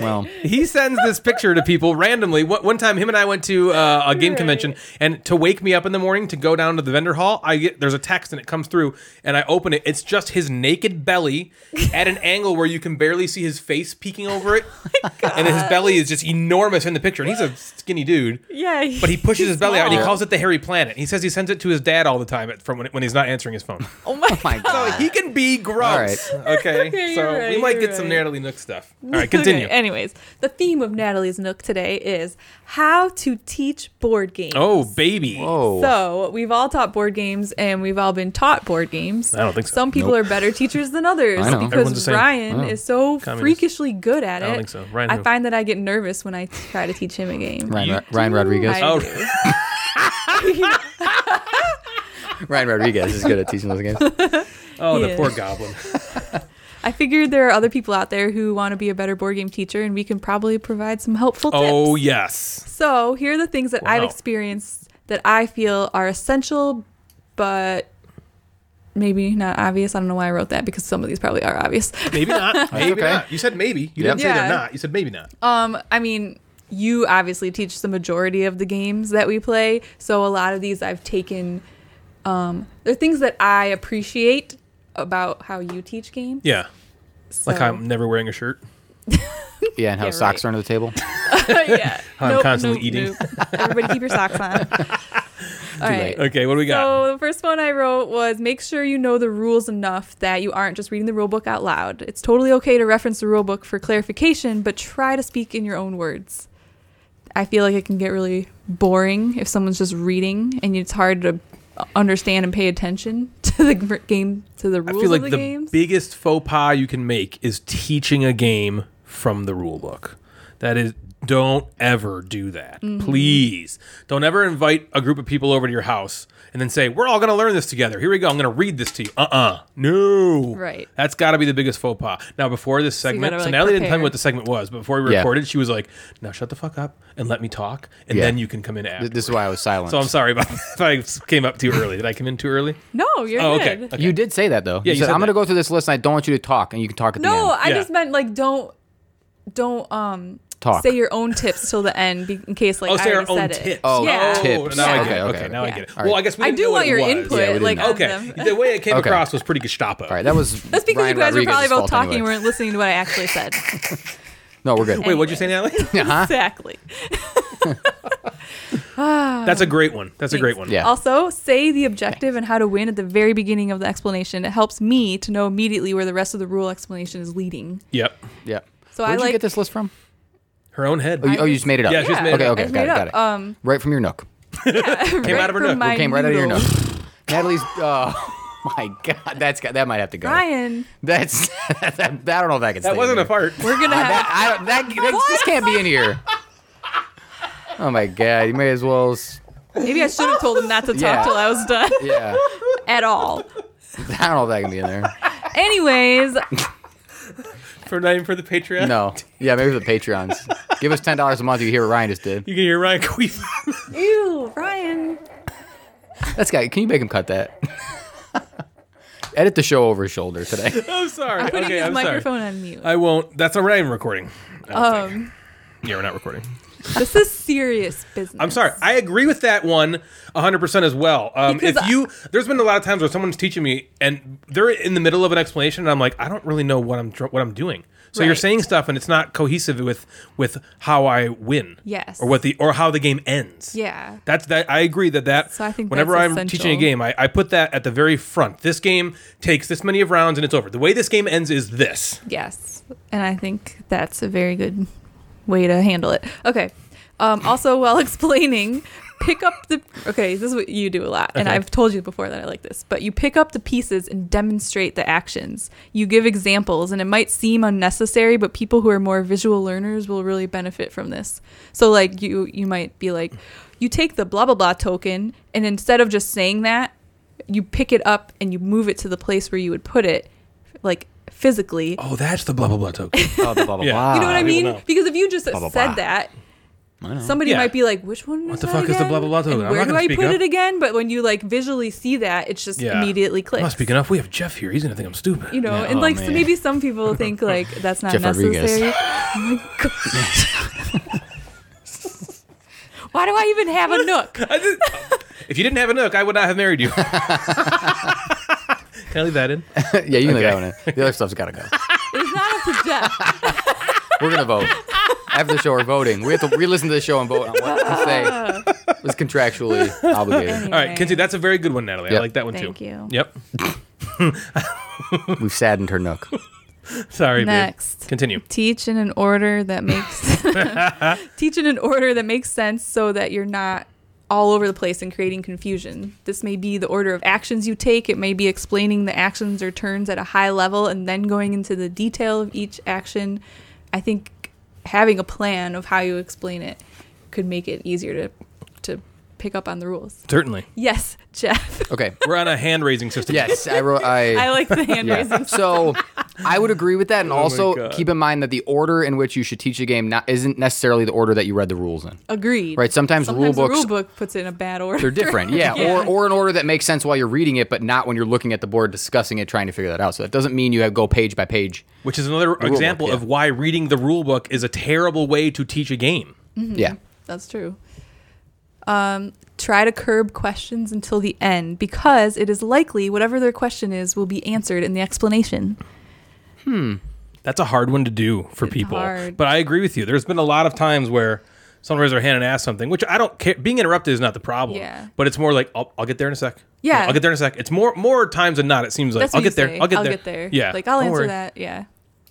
[SPEAKER 3] Well,
[SPEAKER 1] He sends this picture to people randomly. One, one time, him and I went to uh, a game convention, and to wake me up in the morning to go down to the vendor hall, I get there's a text and it comes through, and I open it. It's just his naked belly at an angle where you can barely see his face peeking over it,
[SPEAKER 4] Oh
[SPEAKER 1] and his belly is just enormous in the picture. And he's a skinny dude,
[SPEAKER 4] Yeah, he-
[SPEAKER 1] but he pushes
[SPEAKER 4] he's
[SPEAKER 1] his belly out and he
[SPEAKER 4] small.
[SPEAKER 1] calls it the hairy planet. He says he sends it to his dad all the time at, from when, when he's not answering his phone.
[SPEAKER 4] Oh my,
[SPEAKER 3] my
[SPEAKER 1] So
[SPEAKER 3] God.
[SPEAKER 1] he can be gross. Okay,
[SPEAKER 4] Okay,
[SPEAKER 1] so
[SPEAKER 4] you're right,
[SPEAKER 1] we might
[SPEAKER 4] you're
[SPEAKER 1] get some
[SPEAKER 4] right.
[SPEAKER 1] Natalie Nook stuff. All right, continue.
[SPEAKER 4] Okay, anyways, the theme of Natalie's Nook today is how to teach board games.
[SPEAKER 1] Oh baby.
[SPEAKER 3] Oh,
[SPEAKER 4] So we've all taught board games, and we've all been taught board games.
[SPEAKER 1] I don't think so.
[SPEAKER 4] Some people are better teachers than others
[SPEAKER 3] I know.
[SPEAKER 1] Everyone's the
[SPEAKER 4] because
[SPEAKER 1] same.
[SPEAKER 4] Ryan is so freakishly good at it.
[SPEAKER 1] I don't think so. Ryan
[SPEAKER 4] I
[SPEAKER 1] who?
[SPEAKER 4] find that I get nervous when I try to teach him a game.
[SPEAKER 3] Ryan, Ro- Ryan Rodriguez.
[SPEAKER 4] I
[SPEAKER 1] Oh.
[SPEAKER 4] do.
[SPEAKER 3] Ryan Rodriguez is good at teaching those games.
[SPEAKER 1] Oh, the
[SPEAKER 4] Yeah.
[SPEAKER 1] poor goblin.
[SPEAKER 4] I figured there are other people out there who want to be a better board game teacher, and we can probably provide some helpful tips.
[SPEAKER 1] Oh, yes.
[SPEAKER 4] So here are the things that I've
[SPEAKER 1] Wow.
[SPEAKER 4] experienced that I feel are essential, but maybe not obvious. I don't know why I wrote that because some of these probably are obvious.
[SPEAKER 1] Maybe not. Maybe
[SPEAKER 3] okay.
[SPEAKER 1] not. You said maybe. You
[SPEAKER 3] Yep.
[SPEAKER 1] didn't say they're
[SPEAKER 4] Yeah.
[SPEAKER 1] not. You said maybe not.
[SPEAKER 4] Um, I mean, you obviously teach the majority of the games that we play, so a lot of these I've taken. Um, they're things that I appreciate about how you teach games.
[SPEAKER 1] yeah. Like
[SPEAKER 4] so-
[SPEAKER 1] I'm never wearing a shirt.
[SPEAKER 3] Yeah, and how
[SPEAKER 4] Yeah,
[SPEAKER 3] socks
[SPEAKER 4] right.
[SPEAKER 3] are under the table.
[SPEAKER 4] yeah.
[SPEAKER 1] I'm constantly eating.
[SPEAKER 4] Everybody keep your socks on. All right.
[SPEAKER 1] Okay, what do we got?
[SPEAKER 4] So the first one I wrote was make sure you know the rules enough that you aren't just reading the rule book out loud. It's totally okay to reference the rule book for clarification, but try to speak in your own words. I feel like it can get really boring if someone's just reading and it's hard to understand and pay attention to the gr- game to the
[SPEAKER 1] I
[SPEAKER 4] rules
[SPEAKER 1] feel like
[SPEAKER 4] of
[SPEAKER 1] the,
[SPEAKER 4] the, games.
[SPEAKER 1] biggest faux pas you can make is teaching a game from the rule book. That is Don't ever do that.
[SPEAKER 4] Mm-hmm.
[SPEAKER 1] Please. Don't ever invite a group of people over to your house and then say, We're all going to learn this together. Here we go. I'm going to read this to you. Uh uh No.
[SPEAKER 4] Right.
[SPEAKER 1] That's got to be the biggest faux pas. Now, before this
[SPEAKER 4] you
[SPEAKER 1] segment,
[SPEAKER 4] gotta,
[SPEAKER 1] so,
[SPEAKER 4] like,
[SPEAKER 1] Natalie didn't tell me
[SPEAKER 4] prepare.
[SPEAKER 1] what the segment was, but before we
[SPEAKER 3] Yeah.
[SPEAKER 1] recorded, she was like, Now shut the fuck up and let me talk, and
[SPEAKER 3] Yeah.
[SPEAKER 1] then you can come in after.
[SPEAKER 3] Th- This is why I was silent.
[SPEAKER 1] so I'm sorry about if I came up too early. Did I come in too early?
[SPEAKER 4] No, you're
[SPEAKER 1] Oh, okay.
[SPEAKER 4] good.
[SPEAKER 1] okay.
[SPEAKER 3] You did say that though.
[SPEAKER 1] you
[SPEAKER 3] Yeah, you said,
[SPEAKER 1] said
[SPEAKER 3] I'm going
[SPEAKER 1] that.
[SPEAKER 3] to go through this list and I don't want you to talk, and you can talk at the
[SPEAKER 4] No,
[SPEAKER 3] end.
[SPEAKER 4] I
[SPEAKER 1] Yeah.
[SPEAKER 4] just meant like don't don't um
[SPEAKER 3] Talk.
[SPEAKER 4] say your own tips till the end be- in case like
[SPEAKER 1] Oh,
[SPEAKER 4] I
[SPEAKER 1] say our
[SPEAKER 4] already
[SPEAKER 1] own
[SPEAKER 4] said it.
[SPEAKER 1] tips.
[SPEAKER 3] Oh,
[SPEAKER 4] yeah.
[SPEAKER 3] tips.
[SPEAKER 1] Now I
[SPEAKER 4] Yeah.
[SPEAKER 1] get it.
[SPEAKER 3] Okay,
[SPEAKER 1] Okay,
[SPEAKER 3] okay.
[SPEAKER 1] now I
[SPEAKER 4] Yeah.
[SPEAKER 1] get it.
[SPEAKER 3] All
[SPEAKER 1] Well,
[SPEAKER 3] right.
[SPEAKER 1] I guess we
[SPEAKER 4] I
[SPEAKER 1] didn't
[SPEAKER 4] do
[SPEAKER 1] know
[SPEAKER 4] want
[SPEAKER 1] it
[SPEAKER 4] your
[SPEAKER 1] was.
[SPEAKER 4] input
[SPEAKER 3] Yeah, we didn't
[SPEAKER 4] like
[SPEAKER 3] know.
[SPEAKER 4] on
[SPEAKER 1] Okay,
[SPEAKER 4] them.
[SPEAKER 1] the way it came
[SPEAKER 3] Okay.
[SPEAKER 1] across was pretty Gestapo.
[SPEAKER 3] All right, that was
[SPEAKER 4] That's because
[SPEAKER 3] Ryan
[SPEAKER 4] you guys
[SPEAKER 3] Rodriguez's
[SPEAKER 4] were probably both
[SPEAKER 3] fault
[SPEAKER 4] talking
[SPEAKER 3] anyway.
[SPEAKER 4] and weren't listening to what I actually said.
[SPEAKER 3] No, we're good.
[SPEAKER 1] Wait, what'd you say, Natalie?
[SPEAKER 4] Exactly.
[SPEAKER 1] That's a great one. That's a great one.
[SPEAKER 3] Yeah.
[SPEAKER 4] Also, say the objective and how to win at the very beginning of the explanation. It helps me to know immediately where the rest of the rule explanation is leading.
[SPEAKER 1] Yep.
[SPEAKER 3] Yeah.
[SPEAKER 4] So I
[SPEAKER 3] Where'd you
[SPEAKER 4] like-
[SPEAKER 3] get this list from?
[SPEAKER 1] Her own head.
[SPEAKER 3] Oh, you, oh, you just made it up.
[SPEAKER 1] Yeah, she just made it
[SPEAKER 3] okay,
[SPEAKER 1] up.
[SPEAKER 3] okay,
[SPEAKER 4] I just
[SPEAKER 3] got
[SPEAKER 4] made
[SPEAKER 3] it,
[SPEAKER 4] up.
[SPEAKER 3] got it.
[SPEAKER 4] Um,
[SPEAKER 3] right from your nook.
[SPEAKER 1] Came out of her
[SPEAKER 4] from
[SPEAKER 1] nook.
[SPEAKER 4] my
[SPEAKER 3] Came right out of your nook.
[SPEAKER 4] noodles.
[SPEAKER 3] Natalie's. Oh my god, that's got that might have to go.
[SPEAKER 4] Ryan,
[SPEAKER 3] That's that, I don't know if that can.
[SPEAKER 1] that wasn't a fart.
[SPEAKER 4] we're gonna
[SPEAKER 3] That,
[SPEAKER 4] have.
[SPEAKER 3] I don't, that, that this can't be in here. Oh my god, you may as well. s-
[SPEAKER 4] Maybe I should have told him not to talk
[SPEAKER 3] Yeah.
[SPEAKER 4] till I was done
[SPEAKER 3] Yeah,
[SPEAKER 4] at all.
[SPEAKER 3] I don't know if that can be in there.
[SPEAKER 4] Anyways,
[SPEAKER 1] For name for the Patreon.
[SPEAKER 3] No. Yeah, maybe for the Patreons. Give us ten dollars a month. You hear what Ryan just did.
[SPEAKER 1] You can hear Ryan queef.
[SPEAKER 4] ew, Ryan.
[SPEAKER 3] That's got. Can you make him cut that? Edit the show over his shoulder today.
[SPEAKER 1] I'm sorry.
[SPEAKER 4] Putting
[SPEAKER 1] okay,
[SPEAKER 4] his
[SPEAKER 1] I'm
[SPEAKER 4] microphone
[SPEAKER 1] sorry.
[SPEAKER 4] on mute.
[SPEAKER 1] I won't. That's not right. I'm recording. I don't think.
[SPEAKER 4] Um,
[SPEAKER 1] Yeah, we're not recording.
[SPEAKER 4] this is serious business.
[SPEAKER 1] I'm sorry. I agree with that one 100% as well. Um, if
[SPEAKER 4] Because I-
[SPEAKER 1] you, there's been a lot of times where someone's teaching me and they're in the middle of an explanation and I'm like, I don't really know what I'm dr- what I'm doing. So you're
[SPEAKER 4] Right.
[SPEAKER 1] saying stuff and it's not cohesive with with how I win.
[SPEAKER 4] Yes.
[SPEAKER 1] Or what the or how the game ends.
[SPEAKER 4] Yeah.
[SPEAKER 1] That's that I agree that that
[SPEAKER 4] So I think
[SPEAKER 1] whenever
[SPEAKER 4] that's
[SPEAKER 1] I'm
[SPEAKER 4] essential.
[SPEAKER 1] teaching a game, I, I put that at the very front. This game takes this many of rounds and it's over. The way this game ends is this.
[SPEAKER 4] Yes, and I think that's a very good way to handle it. Okay. Um, also, while explaining, pick up the. Okay, this is what you do a lot, and I've told you before that I like this. But you pick up the pieces and demonstrate the actions. You give examples, and it might seem unnecessary, but people who are more visual learners will really benefit from this. So, like you, you might be like, you take the blah blah blah token, and instead of just saying that, you pick it up and you move it to the place where you would put it, like physically
[SPEAKER 1] Oh, that's the blah blah blah token.
[SPEAKER 3] Oh, blah, blah,
[SPEAKER 1] Yeah.
[SPEAKER 3] blah.
[SPEAKER 4] you know what I mean?
[SPEAKER 1] know.
[SPEAKER 4] Because if you just said
[SPEAKER 3] blah.
[SPEAKER 4] that, somebody
[SPEAKER 1] Yeah.
[SPEAKER 4] might be like, "Which one? What
[SPEAKER 1] the fuck is the blah, blah, blah token? I'm
[SPEAKER 4] where
[SPEAKER 1] not
[SPEAKER 4] do
[SPEAKER 1] gonna
[SPEAKER 4] I
[SPEAKER 1] speak
[SPEAKER 4] put
[SPEAKER 1] up."
[SPEAKER 4] it again?" But when you like visually see that, it's just immediately
[SPEAKER 1] I'm
[SPEAKER 4] clicks.
[SPEAKER 1] not speaking up. We have Jeff here. He's gonna think I'm stupid.
[SPEAKER 4] You know,
[SPEAKER 3] Yeah.
[SPEAKER 4] and
[SPEAKER 3] Oh,
[SPEAKER 4] like so
[SPEAKER 3] man.
[SPEAKER 4] maybe some people think like that's not
[SPEAKER 3] Jeff Rodriguez.
[SPEAKER 4] necessary. oh my god. Why do I even have a nook?
[SPEAKER 1] I did- if you didn't have a nook, I would not have married you. Can I leave that in?
[SPEAKER 3] yeah, you know that one. in. The other stuff's got to go.
[SPEAKER 4] It's not up to Jeff.
[SPEAKER 3] We're gonna vote after the show. We're voting. We have to re-listen to the show and vote on what to say. was contractually obligated.
[SPEAKER 1] All right, Kinsey, that's a very good one, Natalie. I
[SPEAKER 3] Yep.
[SPEAKER 1] like that one
[SPEAKER 4] Thank
[SPEAKER 1] too.
[SPEAKER 4] you.
[SPEAKER 1] Yep.
[SPEAKER 3] We've saddened her nook.
[SPEAKER 1] Sorry,
[SPEAKER 4] Next.
[SPEAKER 1] babe. Continue.
[SPEAKER 4] Teach in an order that makes teach in an order that makes sense so that you're not all over the place and creating confusion. This may be the order of actions you take. It may be explaining the actions or turns at a high level and then going into the detail of each action. I think having a plan of how you explain it could make it easier to to pick up on the rules.
[SPEAKER 1] Certainly.
[SPEAKER 4] Yes, Jeff.
[SPEAKER 3] Okay.
[SPEAKER 1] We're on a hand raising system.
[SPEAKER 3] Yes, I wrote. I.
[SPEAKER 4] I like the hand
[SPEAKER 3] yeah.
[SPEAKER 4] raising.
[SPEAKER 3] So I would agree with that, and also
[SPEAKER 1] God.
[SPEAKER 3] keep in mind that the order in which you should teach a game not isn't necessarily the order that you read the rules in.
[SPEAKER 4] Agreed.
[SPEAKER 3] Right, sometimes
[SPEAKER 4] Sometimes
[SPEAKER 3] rule
[SPEAKER 4] the rule
[SPEAKER 3] books-
[SPEAKER 4] book puts it in a bad order.
[SPEAKER 3] They're different, yeah. Or or an order that makes sense while you're reading it, but not when you're looking at the board, discussing it, trying to figure that out. So that doesn't mean you have go page by page.
[SPEAKER 1] Which is another
[SPEAKER 3] book,
[SPEAKER 1] example of
[SPEAKER 3] yeah.
[SPEAKER 1] why reading the rule book is a terrible way to teach a game.
[SPEAKER 4] Mm-hmm.
[SPEAKER 3] Yeah.
[SPEAKER 4] That's true. Um, try to curb questions until the end because it is likely whatever their question is will be answered in the explanation.
[SPEAKER 1] That's a hard one to do for people.
[SPEAKER 4] hard.
[SPEAKER 1] But I agree with you. There's been a lot of times where someone raises their hand and asks something, which I don't care. Being interrupted is not the problem.
[SPEAKER 4] Yeah.
[SPEAKER 1] But it's more like, I'll, I'll get there in a sec.
[SPEAKER 4] Yeah.
[SPEAKER 1] I'll get there in a sec. It's more more times than not, it seems like.
[SPEAKER 4] That's what
[SPEAKER 1] I'll
[SPEAKER 4] you
[SPEAKER 1] get there.
[SPEAKER 4] say.
[SPEAKER 1] I'll get there. Yeah.
[SPEAKER 4] Like I'll
[SPEAKER 1] Don't
[SPEAKER 4] answer
[SPEAKER 1] worry.
[SPEAKER 4] that. Yeah.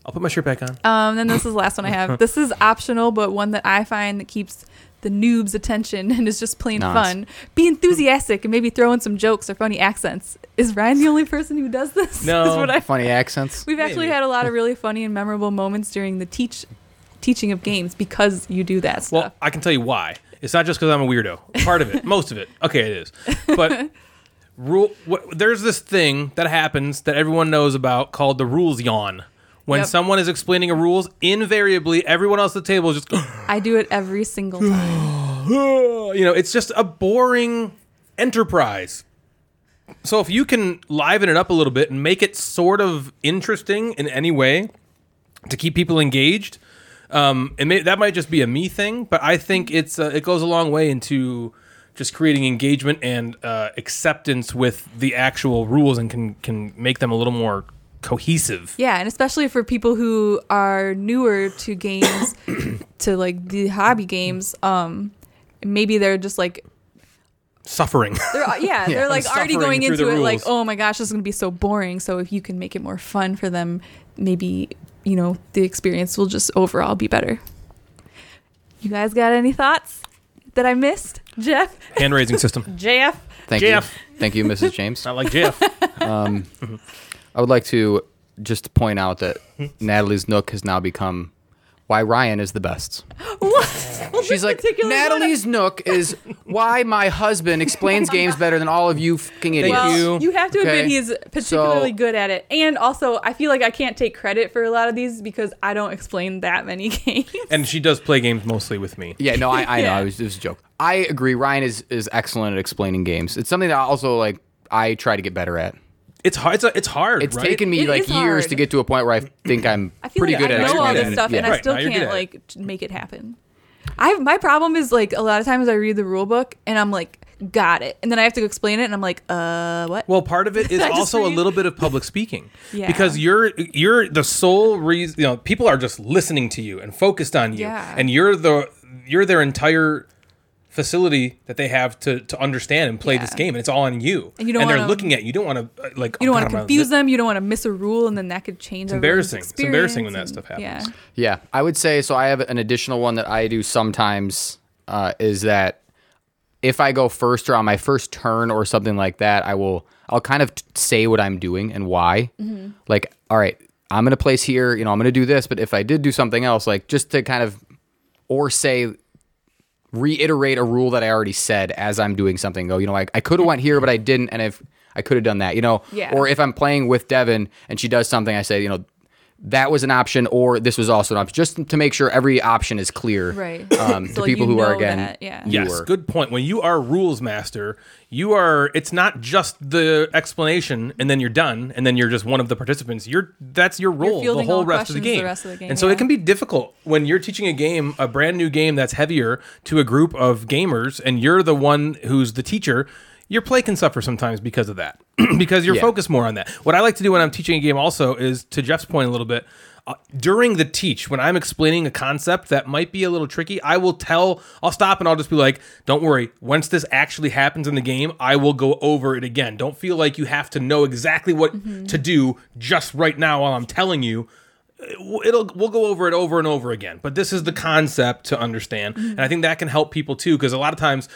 [SPEAKER 1] I'll put my shirt back on.
[SPEAKER 4] Um, then this is the last one I have. This is optional, but one that I find that keeps the noob's attention and is just plain
[SPEAKER 3] Nice.
[SPEAKER 4] fun. Be enthusiastic and maybe throw in some jokes or funny accents. Is Ryan the only person who does this?
[SPEAKER 1] No.
[SPEAKER 4] is what I
[SPEAKER 3] Funny accents.
[SPEAKER 4] We've actually
[SPEAKER 1] Maybe.
[SPEAKER 4] had a lot of really funny and memorable moments during the teach teaching of games because you do that stuff.
[SPEAKER 1] Well, I can tell you why. It's not just because I'm a weirdo. Part of it, most of it. Okay, it is. But rule. What, there's this thing that happens that everyone knows about called the rules yawn. When
[SPEAKER 4] Yep.
[SPEAKER 1] someone is explaining a rules, invariably everyone else at the table is just,
[SPEAKER 4] I do it every single time.
[SPEAKER 1] you know, it's just a boring enterprise. So if you can liven it up a little bit and make it sort of interesting in any way to keep people engaged, um, it may, that might just be a me thing, but I think it's uh, it goes a long way into just creating engagement and uh, acceptance with the actual rules and can can make them a little more cohesive.
[SPEAKER 4] Yeah, and especially for people who are newer to games, to like the hobby games, um, maybe they're just like
[SPEAKER 1] Suffering.
[SPEAKER 4] they're uh, yeah, they're like
[SPEAKER 1] I'm
[SPEAKER 4] already
[SPEAKER 1] suffering
[SPEAKER 4] going
[SPEAKER 1] through
[SPEAKER 4] into
[SPEAKER 1] the
[SPEAKER 4] it like,
[SPEAKER 1] rules.
[SPEAKER 4] oh my gosh, this is gonna be so boring. So if you can make it more fun for them, maybe you know the experience will just overall be better. You guys got any thoughts that I missed, Jeff?
[SPEAKER 1] Hand raising system.
[SPEAKER 4] JF.
[SPEAKER 3] Thank
[SPEAKER 1] Jeff.
[SPEAKER 3] you. Thank you, Mrs. James.
[SPEAKER 1] Not like Jeff.
[SPEAKER 3] I would like to just point out that Natalie's Nook has now become why Ryan is the best.
[SPEAKER 4] What? Well,
[SPEAKER 3] She's
[SPEAKER 4] this
[SPEAKER 3] like,
[SPEAKER 4] particular one-
[SPEAKER 3] Natalie's Nook is why my husband explains games better than all of you fucking idiots.
[SPEAKER 1] Thank
[SPEAKER 4] Well,
[SPEAKER 1] you.
[SPEAKER 4] you. have to
[SPEAKER 3] Okay.
[SPEAKER 4] admit he's particularly
[SPEAKER 3] So-
[SPEAKER 4] good at it. And also, I feel like I can't take credit for a lot of these because I don't explain that many games.
[SPEAKER 1] and she does play games mostly with me.
[SPEAKER 3] Yeah, no, I, I
[SPEAKER 4] Yeah.
[SPEAKER 3] know. It was, it was a joke. I agree. Ryan is, is excellent at explaining games. It's something that I also like. I try to get better at.
[SPEAKER 1] It's hard. It's, it's hard.
[SPEAKER 3] It's
[SPEAKER 1] right?
[SPEAKER 3] taken me
[SPEAKER 4] It
[SPEAKER 3] like
[SPEAKER 4] is
[SPEAKER 3] years
[SPEAKER 4] hard.
[SPEAKER 3] to get to a point where I think I'm
[SPEAKER 4] I feel
[SPEAKER 3] pretty
[SPEAKER 4] like
[SPEAKER 3] good
[SPEAKER 4] I
[SPEAKER 3] at
[SPEAKER 4] know all
[SPEAKER 3] explaining
[SPEAKER 4] this stuff
[SPEAKER 3] it.
[SPEAKER 4] and
[SPEAKER 3] Yeah.
[SPEAKER 4] I
[SPEAKER 1] Right,
[SPEAKER 4] still
[SPEAKER 1] now you're good
[SPEAKER 4] can't
[SPEAKER 1] at it.
[SPEAKER 4] like t- make it happen. I my problem is like a lot of times I read the rule book and I'm like, got it, and then I have to explain it and I'm like, uh, what?
[SPEAKER 1] Well, part of it is
[SPEAKER 4] I just
[SPEAKER 1] also a
[SPEAKER 4] read-
[SPEAKER 1] little bit of public speaking
[SPEAKER 4] Yeah.
[SPEAKER 1] because you're you're the sole reason. You know, people are just listening to you and focused on you,
[SPEAKER 4] Yeah.
[SPEAKER 1] and you're the you're their entire facility that they have to to understand and play this
[SPEAKER 4] Yeah.
[SPEAKER 1] game, and it's all on you.
[SPEAKER 4] And you don't
[SPEAKER 1] they're
[SPEAKER 4] wanna-
[SPEAKER 1] looking at you. You don't want to like.
[SPEAKER 4] you don't want to confuse them. You don't want to miss a rule, and then that could change. It's
[SPEAKER 1] embarrassing. It's embarrassing when that stuff happens.
[SPEAKER 4] Yeah.
[SPEAKER 3] Yeah, I would say so. I have an additional one that I do sometimes uh, is that if I go first or on my first turn or something like that, I will I'll kind of t- say what I'm doing and why. Like, all right, I'm gonna place here. You know, I'm gonna do this. But if I did do something else, like just to kind of or say reiterate a rule that I already said as I'm doing something. Go, you know, I, I could have went here, but I didn't, and if I could have done that, you know,
[SPEAKER 4] Yeah.
[SPEAKER 3] or if I'm playing with Devin and she does something, I say, you know, that was an option, or this was also an option, just to make sure every option is clear,
[SPEAKER 4] Right.
[SPEAKER 3] Um,
[SPEAKER 4] So,
[SPEAKER 3] to
[SPEAKER 4] like,
[SPEAKER 3] people
[SPEAKER 4] you
[SPEAKER 3] who are
[SPEAKER 4] know
[SPEAKER 3] again,
[SPEAKER 4] that, yeah.
[SPEAKER 1] Yes,
[SPEAKER 3] newer.
[SPEAKER 1] good point. When you are rules master, you are. It's not just the explanation, and then you're done, and then you're just one of the participants. You're that's your role the
[SPEAKER 4] fielding
[SPEAKER 1] whole
[SPEAKER 4] all
[SPEAKER 1] rest of the
[SPEAKER 4] questions
[SPEAKER 1] game.
[SPEAKER 4] the rest of the game,
[SPEAKER 1] and so
[SPEAKER 4] yeah.
[SPEAKER 1] it can be difficult when you're teaching a game, a brand new game that's heavier to a group of gamers, and you're the one who's the teacher. Your play can suffer sometimes because of that, because you're
[SPEAKER 3] Yeah.
[SPEAKER 1] focused more on that. What I like to do when I'm teaching a game also is, to Jeff's point a little bit, uh, during the teach, when I'm explaining a concept that might be a little tricky, I will tell, I'll stop and I'll just be like, don't worry, once this actually happens in the game, I will go over it again. Don't feel like you have to know exactly what to do just right now while I'm telling you it'll we'll go over it over and over again but this is the concept to understand
[SPEAKER 4] Mm-hmm.
[SPEAKER 1] and i think that can help people too because a lot of times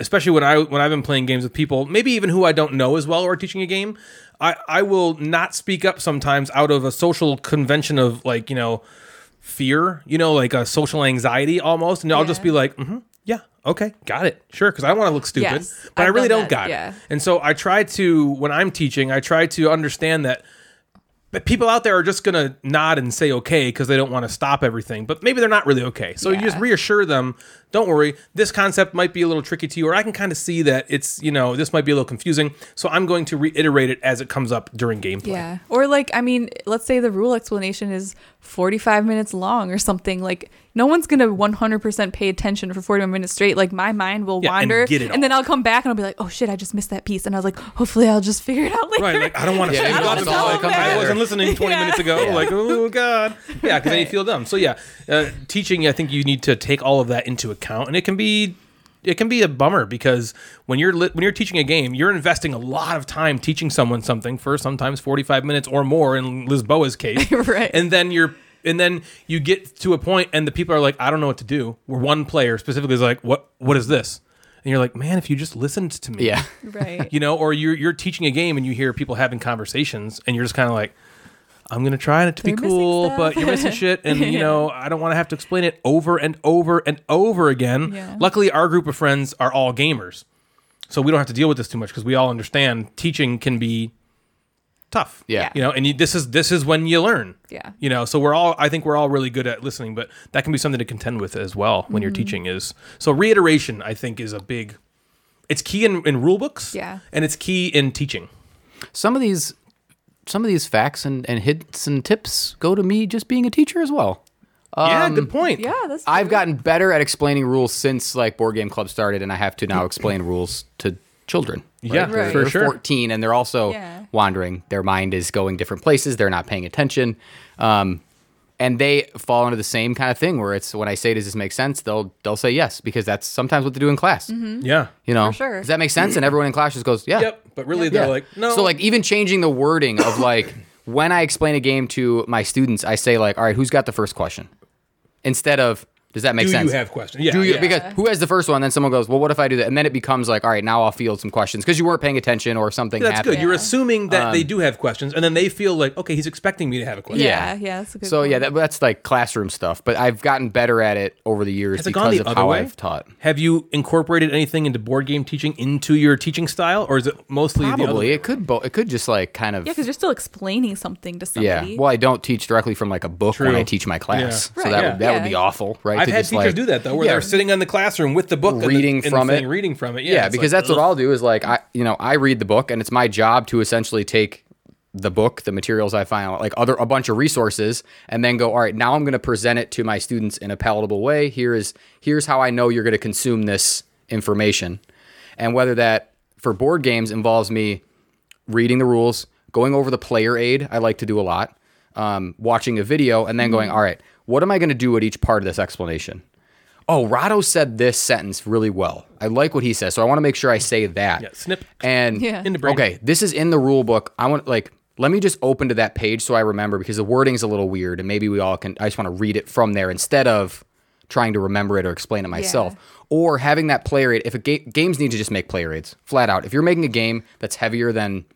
[SPEAKER 1] especially when i when i've been playing games with people maybe even who i don't know as well or teaching a game i i will not speak up sometimes out of a social convention of like you know fear you know like a social anxiety almost and i'll just
[SPEAKER 4] Yeah.
[SPEAKER 1] be like mm-hmm yeah okay got it sure because i don't want to look stupid
[SPEAKER 4] Yes,
[SPEAKER 1] but i
[SPEAKER 4] I've
[SPEAKER 1] really
[SPEAKER 4] done
[SPEAKER 1] don't
[SPEAKER 4] that,
[SPEAKER 1] got
[SPEAKER 4] yeah.
[SPEAKER 1] it and so i try to when i'm teaching i try to understand that but people out there are just gonna nod and say okay because they don't want to stop everything but maybe they're not really okay so you just
[SPEAKER 4] Yeah.
[SPEAKER 1] reassure them don't worry this concept might be a little tricky to you or i can kind of see that it's you know this might be a little confusing so i'm going to reiterate it as it comes up during gameplay
[SPEAKER 4] Yeah. Or like, I mean, let's say the rule explanation is 45 minutes long or something. Like, no one's going to 100% pay attention for 41 minutes straight. Like, my mind will
[SPEAKER 1] Yeah, and
[SPEAKER 4] wander.
[SPEAKER 1] get it
[SPEAKER 4] then
[SPEAKER 1] all.
[SPEAKER 4] I'll come back and I'll be like, oh shit, I just missed that piece. And I was like, hopefully I'll just figure it out later.
[SPEAKER 1] Right, like I don't want to.
[SPEAKER 3] Yeah,
[SPEAKER 1] Yeah,
[SPEAKER 3] it
[SPEAKER 1] I,
[SPEAKER 3] was all that comes
[SPEAKER 1] I
[SPEAKER 3] together.
[SPEAKER 1] wasn't listening 20
[SPEAKER 4] Yeah.
[SPEAKER 1] minutes ago. Like, oh god, yeah, because then you feel dumb. So yeah, uh, teaching, I think you need to take all of that into account, and it can be, it can be a bummer because when you're lit when you're teaching a game, you're investing a lot of time teaching someone something for sometimes 45 minutes or more in Lisboa's case,
[SPEAKER 4] Right.
[SPEAKER 1] And then you're. And then you get to a point, and the people are like, "I don't know what to do." Where one player specifically is like, "What? What is this?" And you're like, "Man, if you just listened to me,
[SPEAKER 3] yeah.
[SPEAKER 4] Right.
[SPEAKER 1] you know, or you're you're teaching a game and you hear people having conversations and you're just kind of like, I'm gonna try to be
[SPEAKER 4] They're missing
[SPEAKER 1] cool,
[SPEAKER 4] stuff.
[SPEAKER 1] but you're missing shit, and you know I don't want to have to explain it over and over and over again.
[SPEAKER 4] Yeah.
[SPEAKER 1] Luckily, our group of friends are all gamers, so we don't have to deal with this too much because we all understand teaching can be tough.
[SPEAKER 3] Yeah.
[SPEAKER 1] you know, and you, this is this is when you learn.
[SPEAKER 4] Yeah.
[SPEAKER 1] you know, so we're all I think we're all really good at listening, but that can be something to contend with as well when
[SPEAKER 4] Mm-hmm.
[SPEAKER 1] you're teaching. Is so reiteration I think is a big. It's key in, in rule books.
[SPEAKER 4] Yeah.
[SPEAKER 1] and it's key in teaching.
[SPEAKER 3] Some of these, some of these facts and, and hints and tips go to me just being a teacher as well.
[SPEAKER 1] yeah, good point.
[SPEAKER 4] Um, Yeah, that's
[SPEAKER 3] I've gotten better at explaining rules since like board game club started, and I have to now explain rules to children.
[SPEAKER 1] Yeah,
[SPEAKER 3] They're-
[SPEAKER 1] for
[SPEAKER 3] they're
[SPEAKER 1] sure.
[SPEAKER 3] 14, and they're also
[SPEAKER 4] Yeah.
[SPEAKER 3] wandering. Their mind is going different places. They're not paying attention, um, and they fall into the same kind of thing where it's when I say, "Does this make sense?" They'll they'll say yes because that's sometimes what they do in class.
[SPEAKER 4] Mm-hmm.
[SPEAKER 1] Yeah.
[SPEAKER 3] You know,
[SPEAKER 4] For sure.
[SPEAKER 3] does that make sense? And everyone in class just goes, "Yeah."
[SPEAKER 1] Yep. But really, they're
[SPEAKER 3] Yeah.
[SPEAKER 1] like, no.
[SPEAKER 3] So like even changing the wording of like when I explain a game to my students, I say like, all right, who's got the first question? Instead of does that make
[SPEAKER 1] do
[SPEAKER 3] sense?
[SPEAKER 1] you have questions? Yeah.
[SPEAKER 3] do you
[SPEAKER 1] yeah.
[SPEAKER 3] because who has the first one? Then someone goes, well, what if I do that? And then it becomes like, all right, now I'll field some questions because you weren't paying attention or something.
[SPEAKER 1] that's
[SPEAKER 3] happened.
[SPEAKER 1] good. You're assuming that
[SPEAKER 3] Um,
[SPEAKER 1] they do have questions, and then they feel like, okay, he's expecting me to have a question.
[SPEAKER 4] yeah, yeah, that's a good
[SPEAKER 3] So yeah,
[SPEAKER 4] point.
[SPEAKER 3] that, that's like classroom stuff. But I've gotten better at it over the years
[SPEAKER 1] Has it gone
[SPEAKER 3] because
[SPEAKER 1] the
[SPEAKER 3] of
[SPEAKER 1] other
[SPEAKER 3] how
[SPEAKER 1] way?
[SPEAKER 3] I've taught.
[SPEAKER 1] Have you incorporated anything into board game teaching into your teaching style, or is it mostly the other
[SPEAKER 3] Probably
[SPEAKER 1] way?
[SPEAKER 3] it could bo- it could just like kind of
[SPEAKER 4] yeah, because you're still explaining something to
[SPEAKER 3] Yeah.
[SPEAKER 4] somebody.
[SPEAKER 3] Well, I don't teach directly from like a book when
[SPEAKER 1] True.
[SPEAKER 3] I teach my class,
[SPEAKER 1] Yeah.
[SPEAKER 3] so that
[SPEAKER 4] Right. Yeah.
[SPEAKER 3] would, that would
[SPEAKER 4] Yeah.
[SPEAKER 3] be awful, right?
[SPEAKER 1] I've
[SPEAKER 3] to
[SPEAKER 1] had
[SPEAKER 3] just,
[SPEAKER 1] teachers
[SPEAKER 3] like-
[SPEAKER 1] do that though, where
[SPEAKER 3] Yeah.
[SPEAKER 1] they're sitting in the classroom with the book, and the-
[SPEAKER 3] Reading
[SPEAKER 1] and the
[SPEAKER 3] from
[SPEAKER 1] thing,
[SPEAKER 3] it.
[SPEAKER 1] reading from it. Yeah,
[SPEAKER 3] yeah,
[SPEAKER 1] it's
[SPEAKER 3] because
[SPEAKER 1] like,
[SPEAKER 3] that's what
[SPEAKER 1] ugh.
[SPEAKER 3] I'll do is like I you know I read the book and it's my job to essentially take the book the materials I find like other a bunch of resources and then go all right now I'm going to present it to my students in a palatable way here is here's how I know you're going to consume this information and whether that for board games involves me reading the rules going over the player aid I like to do a lot um, watching a video and then going all right what am I going to do at each part of this explanation oh, Rado said this sentence really well. I like what he says, so I want to make sure I say that.
[SPEAKER 1] Yeah, snip.
[SPEAKER 3] And
[SPEAKER 4] Yeah. In
[SPEAKER 1] the brain.
[SPEAKER 3] okay, this is in the rule book. I want like let me just open to that page so I remember because the wording's a little weird and maybe we all can I just want to read it from there instead of trying to remember it or explain it myself. Or having that player aid. If a ga- games need to just make player aids flat out. If you're making a game that's heavier than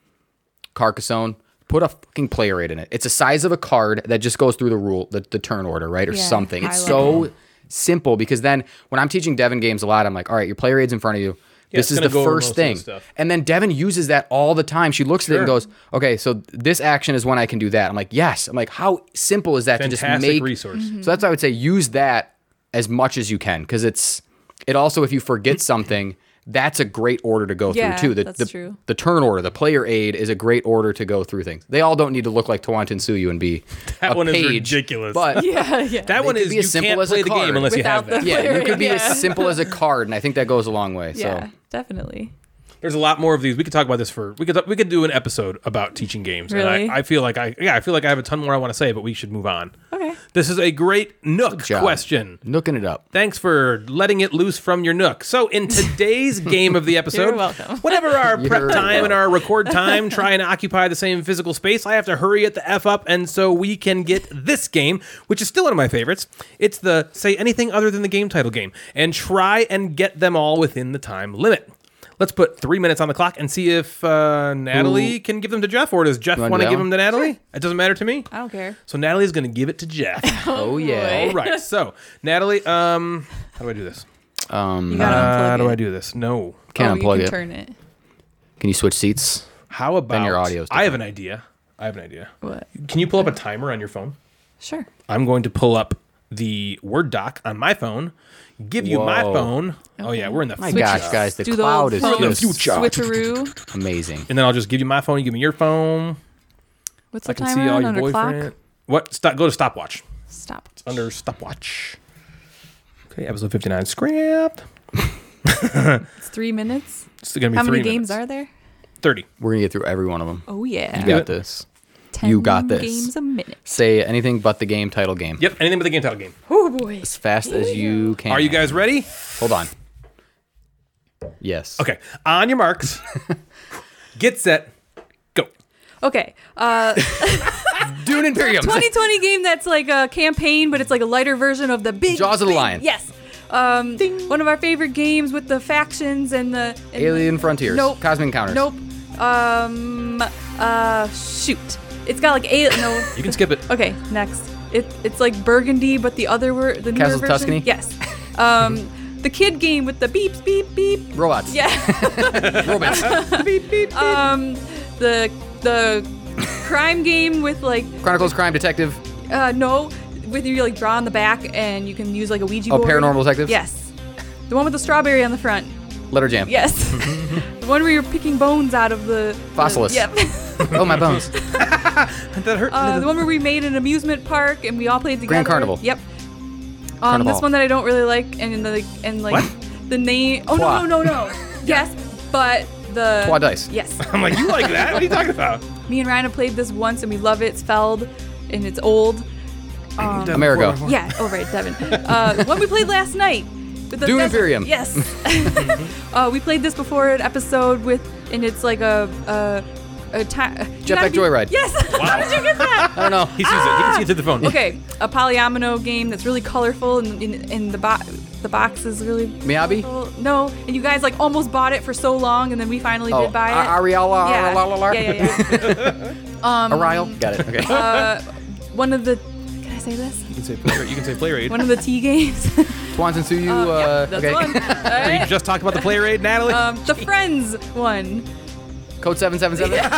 [SPEAKER 3] Carcassonne, put a fucking player aid in it. It's the size of a card that just goes through the rule, the, the turn order, right? Or
[SPEAKER 4] Yeah,
[SPEAKER 3] something. It's
[SPEAKER 4] high
[SPEAKER 3] so simple because then when I'm teaching Devin games a lot, I'm like, all right, your player aid's in front of you.
[SPEAKER 1] it's
[SPEAKER 3] this is
[SPEAKER 1] gonna
[SPEAKER 3] the
[SPEAKER 1] go over most
[SPEAKER 3] first
[SPEAKER 1] of the
[SPEAKER 3] thing.
[SPEAKER 1] stuff.
[SPEAKER 3] And then Devin uses that all the time. She looks at it and goes, okay, so this action is when I can do that. I'm like, yes. I'm like, how simple is that to just
[SPEAKER 1] Fantastic
[SPEAKER 3] make
[SPEAKER 1] resource.
[SPEAKER 3] So that's why I would say use that as much as you can because it's, it also, if you forget something, that's a great order to go
[SPEAKER 4] Yeah,
[SPEAKER 3] through too. The,
[SPEAKER 4] that's
[SPEAKER 3] the,
[SPEAKER 4] true.
[SPEAKER 3] the turn order, the player aid is a great order to go through things. They all don't need to look like Tawan Suyu and be
[SPEAKER 1] That
[SPEAKER 3] a
[SPEAKER 1] one is
[SPEAKER 3] page,
[SPEAKER 1] ridiculous.
[SPEAKER 3] But
[SPEAKER 4] yeah, yeah.
[SPEAKER 1] that one
[SPEAKER 3] could
[SPEAKER 1] is
[SPEAKER 3] be
[SPEAKER 1] you
[SPEAKER 3] as simple
[SPEAKER 1] can't
[SPEAKER 3] as a
[SPEAKER 1] play the game
[SPEAKER 3] card.
[SPEAKER 1] unless you have
[SPEAKER 4] Without
[SPEAKER 1] that.
[SPEAKER 4] the-
[SPEAKER 3] yeah,
[SPEAKER 4] player
[SPEAKER 3] you could be
[SPEAKER 4] aid, yeah.
[SPEAKER 3] as simple as a card, and I think that goes a long way.
[SPEAKER 4] yeah,
[SPEAKER 3] So
[SPEAKER 4] definitely.
[SPEAKER 1] There's a lot more of these. We could talk about this for we could we could do an episode about teaching games.
[SPEAKER 4] Really?
[SPEAKER 1] And I, I feel like I yeah I feel like I have a ton more I want to say, but we should move on.
[SPEAKER 4] Okay.
[SPEAKER 1] This is a great Nook
[SPEAKER 3] job.
[SPEAKER 1] question.
[SPEAKER 3] nooking it up.
[SPEAKER 1] Thanks for letting it loose from your Nook. So in today's game of the episode,
[SPEAKER 4] You're welcome.
[SPEAKER 1] whatever our prep
[SPEAKER 3] You're
[SPEAKER 1] time and our record time try and occupy the same physical space, I have to hurry it the f up, and so we can get this game, which is still one of my favorites. It's the say anything other than the game title game, and try and get them all within the time limit. Let's put three minutes on the clock and see if uh, Natalie can give them to Jeff, or does Jeff
[SPEAKER 3] wanna
[SPEAKER 1] want to
[SPEAKER 3] do
[SPEAKER 1] give
[SPEAKER 3] that
[SPEAKER 1] them to Natalie? It doesn't matter to me.
[SPEAKER 4] I don't care.
[SPEAKER 1] So Natalie's going to give it to Jeff.
[SPEAKER 3] Oh, yeah.
[SPEAKER 1] All right. So, Natalie, um, how do I do this? Uh,
[SPEAKER 4] You
[SPEAKER 3] Um,
[SPEAKER 4] gotta
[SPEAKER 1] how
[SPEAKER 4] unplug
[SPEAKER 1] do
[SPEAKER 4] it.
[SPEAKER 1] I do this? No.
[SPEAKER 4] oh,
[SPEAKER 3] can't
[SPEAKER 4] you
[SPEAKER 3] unplug
[SPEAKER 4] can
[SPEAKER 3] it.
[SPEAKER 4] turn it.
[SPEAKER 3] Can you switch seats?
[SPEAKER 1] How about
[SPEAKER 3] your audio's
[SPEAKER 1] I have an idea. I have an idea.
[SPEAKER 4] What?
[SPEAKER 1] Can you pull up a timer on your phone?
[SPEAKER 4] Sure.
[SPEAKER 1] I'm going to pull up the Word doc on my phone. Give you my
[SPEAKER 3] Whoa.
[SPEAKER 1] phone. Oh yeah, we're in the
[SPEAKER 3] My
[SPEAKER 1] future.
[SPEAKER 3] gosh, guys, the
[SPEAKER 4] Do the
[SPEAKER 3] cloud is
[SPEAKER 4] full-
[SPEAKER 3] just
[SPEAKER 4] Switcheroo.
[SPEAKER 3] amazing.
[SPEAKER 1] And then I'll just give you my phone. You give me your phone.
[SPEAKER 4] What's
[SPEAKER 1] I
[SPEAKER 4] the
[SPEAKER 1] can
[SPEAKER 4] timer
[SPEAKER 1] see all
[SPEAKER 4] on?
[SPEAKER 1] your
[SPEAKER 4] Under
[SPEAKER 1] boyfriend.
[SPEAKER 4] clock?
[SPEAKER 1] What? Stop. Go to stopwatch.
[SPEAKER 4] Stop.
[SPEAKER 1] Under stopwatch. Okay, episode 59 scrapped.
[SPEAKER 4] It's three minutes.
[SPEAKER 1] It's gonna be
[SPEAKER 4] How
[SPEAKER 1] three
[SPEAKER 4] many games
[SPEAKER 1] minutes.
[SPEAKER 4] are there?
[SPEAKER 1] Thirty.
[SPEAKER 3] We're gonna get through every one of them.
[SPEAKER 4] Oh yeah.
[SPEAKER 3] You
[SPEAKER 1] Yeah.
[SPEAKER 3] got this. you got this.
[SPEAKER 4] Games a minute.
[SPEAKER 3] Say anything but the game title game.
[SPEAKER 1] Yep. Anything but the game title game.
[SPEAKER 4] Oh boy.
[SPEAKER 3] As fast as you can.
[SPEAKER 1] Are you guys ready?
[SPEAKER 3] Hold on. Yes.
[SPEAKER 1] Okay. On your marks. Get set. Go.
[SPEAKER 4] Okay. Uh,
[SPEAKER 3] Dune Imperium.
[SPEAKER 4] 2020 game that's like a campaign, but it's like a lighter version of the big
[SPEAKER 3] Jaws of the
[SPEAKER 4] big-
[SPEAKER 3] Lion.
[SPEAKER 4] Yes. Um, one of our favorite games with the factions and the and
[SPEAKER 3] Alien Frontiers.
[SPEAKER 4] Nope.
[SPEAKER 3] Cosmic Encounters.
[SPEAKER 4] Nope. Um. Uh. Shoot. It's got like a no.
[SPEAKER 1] You can skip it.
[SPEAKER 4] Okay, next. It, it's like Burgundy, but the other word, the newer
[SPEAKER 3] Castle
[SPEAKER 4] version-
[SPEAKER 3] Tuscany?
[SPEAKER 4] Yes. Um, the kid game with the beeps, beep, beep.
[SPEAKER 3] Robots.
[SPEAKER 4] Yeah.
[SPEAKER 3] Robots.
[SPEAKER 4] um, the the crime game with like
[SPEAKER 3] Chronicles Crime Detective.
[SPEAKER 4] uh no, with you like draw on the back and you can use like a Ouija
[SPEAKER 3] Oh,
[SPEAKER 4] board.
[SPEAKER 3] Paranormal Detectives?
[SPEAKER 4] Yes. The one with the strawberry on the front.
[SPEAKER 3] Letter Jam.
[SPEAKER 4] Yes. the one where you're picking bones out of the the-
[SPEAKER 3] Fossilis.
[SPEAKER 4] Yep.
[SPEAKER 3] Oh, my bones.
[SPEAKER 1] That hurt.
[SPEAKER 4] Uh, the one where we made an amusement park and we all played together.
[SPEAKER 3] Grand Carnival.
[SPEAKER 4] Yep. Um,
[SPEAKER 3] Carnival.
[SPEAKER 4] This one that I don't really like, and in the and like the name. Oh
[SPEAKER 3] Trois.
[SPEAKER 4] no no no no. yes, but the
[SPEAKER 3] Trois dice.
[SPEAKER 4] Yes,
[SPEAKER 1] I'm like, you like that? What are you talking about?
[SPEAKER 4] me and Ryan have played this once, and we love it. It's Feld, and it's old.
[SPEAKER 1] Um,
[SPEAKER 3] Amerigo.
[SPEAKER 4] Yeah. Oh right, Devin. Uh, one we played last night. With the
[SPEAKER 3] Dune
[SPEAKER 4] that's-
[SPEAKER 3] Imperium.
[SPEAKER 4] Yes. uh, we played this before an episode with, and it's like a. a a ti-
[SPEAKER 3] Jetpack Joyride.
[SPEAKER 4] Yes. How did you get that?
[SPEAKER 3] I don't know.
[SPEAKER 1] He sees it. He can see it through the phone.
[SPEAKER 4] Okay, a polyomino game that's really colorful and, and, and the bo- the box is really
[SPEAKER 3] Miyabi?
[SPEAKER 4] colorful. No, and you guys like almost bought it for so long, and then we finally
[SPEAKER 3] Oh,
[SPEAKER 4] did buy it.
[SPEAKER 3] A- Ariala,
[SPEAKER 4] yeah.
[SPEAKER 3] Aralalar.
[SPEAKER 4] yeah, Mm-hmm. yeah, yeah.
[SPEAKER 3] Ariel. Got it. Okay.
[SPEAKER 4] One of the can I say this?
[SPEAKER 1] You can say play. You can say play raid.
[SPEAKER 4] One of the T games.
[SPEAKER 3] Twans and Suyu.
[SPEAKER 4] Um,
[SPEAKER 3] uh,
[SPEAKER 4] yep, that's
[SPEAKER 3] okay.
[SPEAKER 4] one. All
[SPEAKER 1] You
[SPEAKER 4] right.
[SPEAKER 1] just talked about the play raid, Natalie.
[SPEAKER 4] Um, the Friends one.
[SPEAKER 3] Code 777.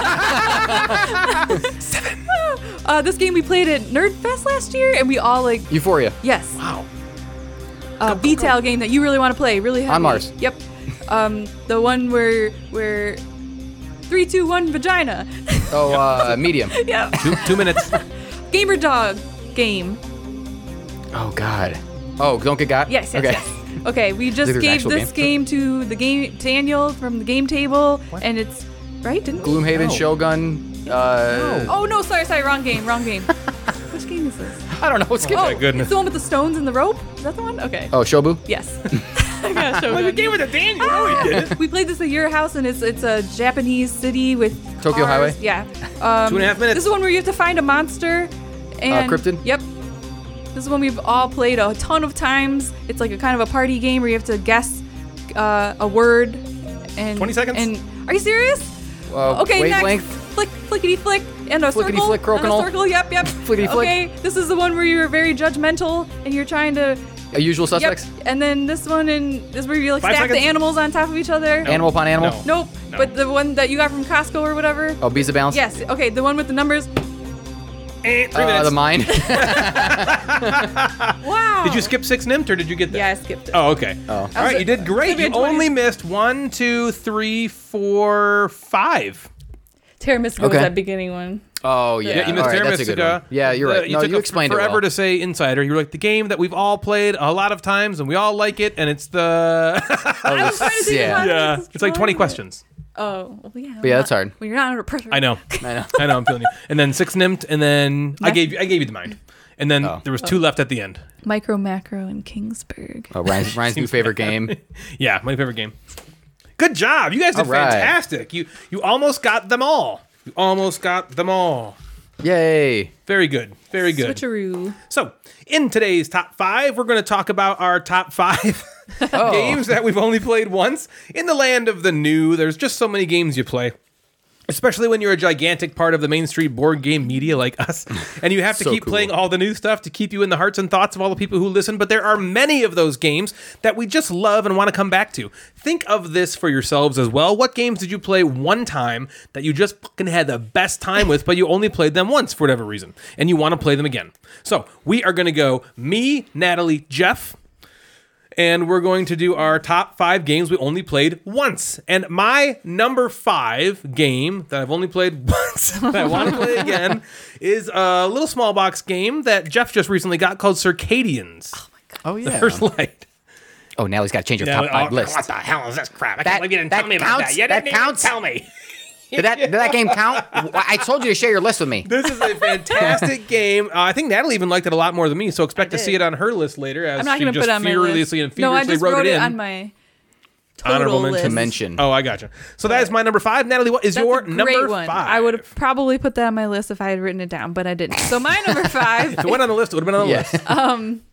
[SPEAKER 4] Uh, this game we played at Nerd Fest last year, and we all like
[SPEAKER 3] Euphoria.
[SPEAKER 4] yes.
[SPEAKER 1] wow.
[SPEAKER 4] uh, VTAL game that you really want to play, really heavy.
[SPEAKER 3] On Mars.
[SPEAKER 4] Yep. Um, the one where where three, two, one, vagina.
[SPEAKER 3] Oh, uh, Medium.
[SPEAKER 4] yep.
[SPEAKER 1] Two, two minutes.
[SPEAKER 4] Gamer dog game.
[SPEAKER 3] Oh, God. Oh, don't get got?
[SPEAKER 4] Yes. Yes.
[SPEAKER 3] okay.
[SPEAKER 4] Yes. Okay. We just
[SPEAKER 3] There's an
[SPEAKER 4] gave
[SPEAKER 3] actual
[SPEAKER 4] this game? to the game Daniel from the game table, and it's right. Didn't we?
[SPEAKER 3] Gloomhaven, Shogun. Uh,
[SPEAKER 4] Oh no! Sorry, sorry. Wrong game. Wrong game. Which game is this?
[SPEAKER 3] I don't know. Skip
[SPEAKER 4] Oh,
[SPEAKER 3] it.
[SPEAKER 1] goodness.
[SPEAKER 4] it's the one with the stones and the rope. Is that the one? Okay.
[SPEAKER 3] Oh, Shobu?
[SPEAKER 4] Yes. I got a
[SPEAKER 1] the game with the Daniel. Oh, he did it.
[SPEAKER 4] Ah! We played this at your house, and it's it's a Japanese city with
[SPEAKER 3] Tokyo Highway?
[SPEAKER 4] cars. Yeah. Um,
[SPEAKER 1] Two and a half minutes.
[SPEAKER 4] This is one where you have to find a monster.
[SPEAKER 3] Uh,
[SPEAKER 4] And
[SPEAKER 3] Cryptid?
[SPEAKER 4] Yep. This is one we've all played a ton of times. It's like a kind of a party game where you have to guess uh, a word. And
[SPEAKER 1] 20 seconds?
[SPEAKER 4] And are you serious?
[SPEAKER 3] Uh,
[SPEAKER 4] okay,
[SPEAKER 3] wavelength?
[SPEAKER 4] next. Flick, flickety flick, and a
[SPEAKER 3] Flickety
[SPEAKER 4] circle,
[SPEAKER 3] flick,
[SPEAKER 4] and
[SPEAKER 3] crokinole.
[SPEAKER 4] a circle. Yep, yep.
[SPEAKER 3] Flickety flick.
[SPEAKER 4] okay, this is the one where you're very judgmental and you're trying to.
[SPEAKER 3] A Uh, usual
[SPEAKER 4] Yep.
[SPEAKER 3] suspects?
[SPEAKER 4] And then this one and this is where you like
[SPEAKER 1] Five
[SPEAKER 4] stack the
[SPEAKER 1] seconds.
[SPEAKER 4] animals on top of each other.
[SPEAKER 3] Animal upon animal?
[SPEAKER 1] No.
[SPEAKER 4] Nope.
[SPEAKER 1] No.
[SPEAKER 4] But the one that you got from Costco or whatever.
[SPEAKER 3] Oh, Bees of Balance?
[SPEAKER 4] Yes. Okay. The one with the numbers.
[SPEAKER 1] Eh, three
[SPEAKER 3] Uh,
[SPEAKER 1] minutes.
[SPEAKER 3] the mine?
[SPEAKER 4] Wow.
[SPEAKER 1] Did you skip six nimt or did you get that?
[SPEAKER 4] Yeah, I skipped it.
[SPEAKER 1] Oh, okay.
[SPEAKER 3] Oh.
[SPEAKER 1] All right, you did great.
[SPEAKER 4] Maybe
[SPEAKER 1] You
[SPEAKER 4] in 20.
[SPEAKER 1] only missed one, two, three, four, five.
[SPEAKER 4] Terra Mystica
[SPEAKER 3] Okay.
[SPEAKER 4] was that beginning one.
[SPEAKER 3] oh, yeah.
[SPEAKER 1] you missed
[SPEAKER 3] All right,
[SPEAKER 1] Terra
[SPEAKER 3] that's a good
[SPEAKER 1] Mystica.
[SPEAKER 3] one. Yeah, you're
[SPEAKER 1] Uh,
[SPEAKER 3] right. no,
[SPEAKER 1] took
[SPEAKER 3] you
[SPEAKER 1] a-
[SPEAKER 3] explained
[SPEAKER 1] forever
[SPEAKER 3] it
[SPEAKER 1] to say Insider. You were like the game that we've all played a lot of times and we all like it, and it's the
[SPEAKER 3] well. Oh,
[SPEAKER 4] trying to think
[SPEAKER 3] yeah.
[SPEAKER 4] of one.
[SPEAKER 1] yeah.
[SPEAKER 4] It's
[SPEAKER 1] It's like twenty
[SPEAKER 4] fun.
[SPEAKER 1] questions.
[SPEAKER 4] Oh, well, yeah.
[SPEAKER 3] yeah, that's hard.
[SPEAKER 4] When you're not under pressure.
[SPEAKER 1] I know.
[SPEAKER 3] I know.
[SPEAKER 1] I know. I'm feeling you. And then six nimt, and then I gave you. I gave you the mind, and then
[SPEAKER 3] Oh.
[SPEAKER 1] there was two left at the end.
[SPEAKER 4] Micro, macro, and Kingsburg.
[SPEAKER 3] Oh, Ryan's, Ryan's new favorite game.
[SPEAKER 1] Yeah, my favorite game. Good job, you guys did
[SPEAKER 3] All right.
[SPEAKER 1] fantastic. You you almost got them all. You almost got them all.
[SPEAKER 3] Yay.
[SPEAKER 1] Very good. Very good.
[SPEAKER 4] Switcheroo.
[SPEAKER 1] So, in today's top five, we're going to talk about our top five
[SPEAKER 3] Oh.
[SPEAKER 1] games that we've only played once. In the land of the new, there's just so many games you play. Especially when you're a gigantic part of the mainstream board game media like us, and you have to
[SPEAKER 3] So
[SPEAKER 1] keep
[SPEAKER 3] cool.
[SPEAKER 1] playing all the new stuff to keep you in the hearts and thoughts of all the people who listen. But there are many of those games that we just love and want to come back to. Think of this for yourselves as well. What games did you play one time that you just fucking had the best time with, but you only played them once for whatever reason, and you want to play them again? So we are going to go me, Natalie, Jeff and we're going to do our top five games we only played once. And my number five game that I've only played once that I want to play again is a little small box game that Jeff just recently got called Circadians.
[SPEAKER 3] Oh, yeah.
[SPEAKER 1] First light.
[SPEAKER 3] Oh, now he's got to change your top five list.
[SPEAKER 1] What the hell is this crap? I
[SPEAKER 3] That-
[SPEAKER 1] can't believe you didn't
[SPEAKER 3] that
[SPEAKER 1] tell me about
[SPEAKER 3] counts?
[SPEAKER 1] that. You
[SPEAKER 3] That
[SPEAKER 1] didn't even
[SPEAKER 3] counts?
[SPEAKER 1] tell me.
[SPEAKER 3] Did that, did that game count? Well, I told you to share your list with me.
[SPEAKER 1] This is a fantastic game. Uh, I think Natalie even liked it a lot more than me, so expect to see it on her list later as
[SPEAKER 4] I'm not
[SPEAKER 1] she
[SPEAKER 4] going to
[SPEAKER 1] just
[SPEAKER 4] put it on my list.
[SPEAKER 1] furiously and feverishly
[SPEAKER 4] no, I just
[SPEAKER 1] wrote, it, in.
[SPEAKER 4] on my total
[SPEAKER 1] Honorable mention.
[SPEAKER 4] list.
[SPEAKER 1] To
[SPEAKER 3] Mention.
[SPEAKER 1] Oh, I gotcha. So that is my number five. Natalie, what is
[SPEAKER 4] That's
[SPEAKER 1] your
[SPEAKER 4] a great
[SPEAKER 1] number
[SPEAKER 4] one.
[SPEAKER 1] five?
[SPEAKER 4] I would have probably put that on my list if I had written it down, but I didn't. So my number five
[SPEAKER 1] If it went on the list, it would have been on the
[SPEAKER 3] Yeah.
[SPEAKER 1] list.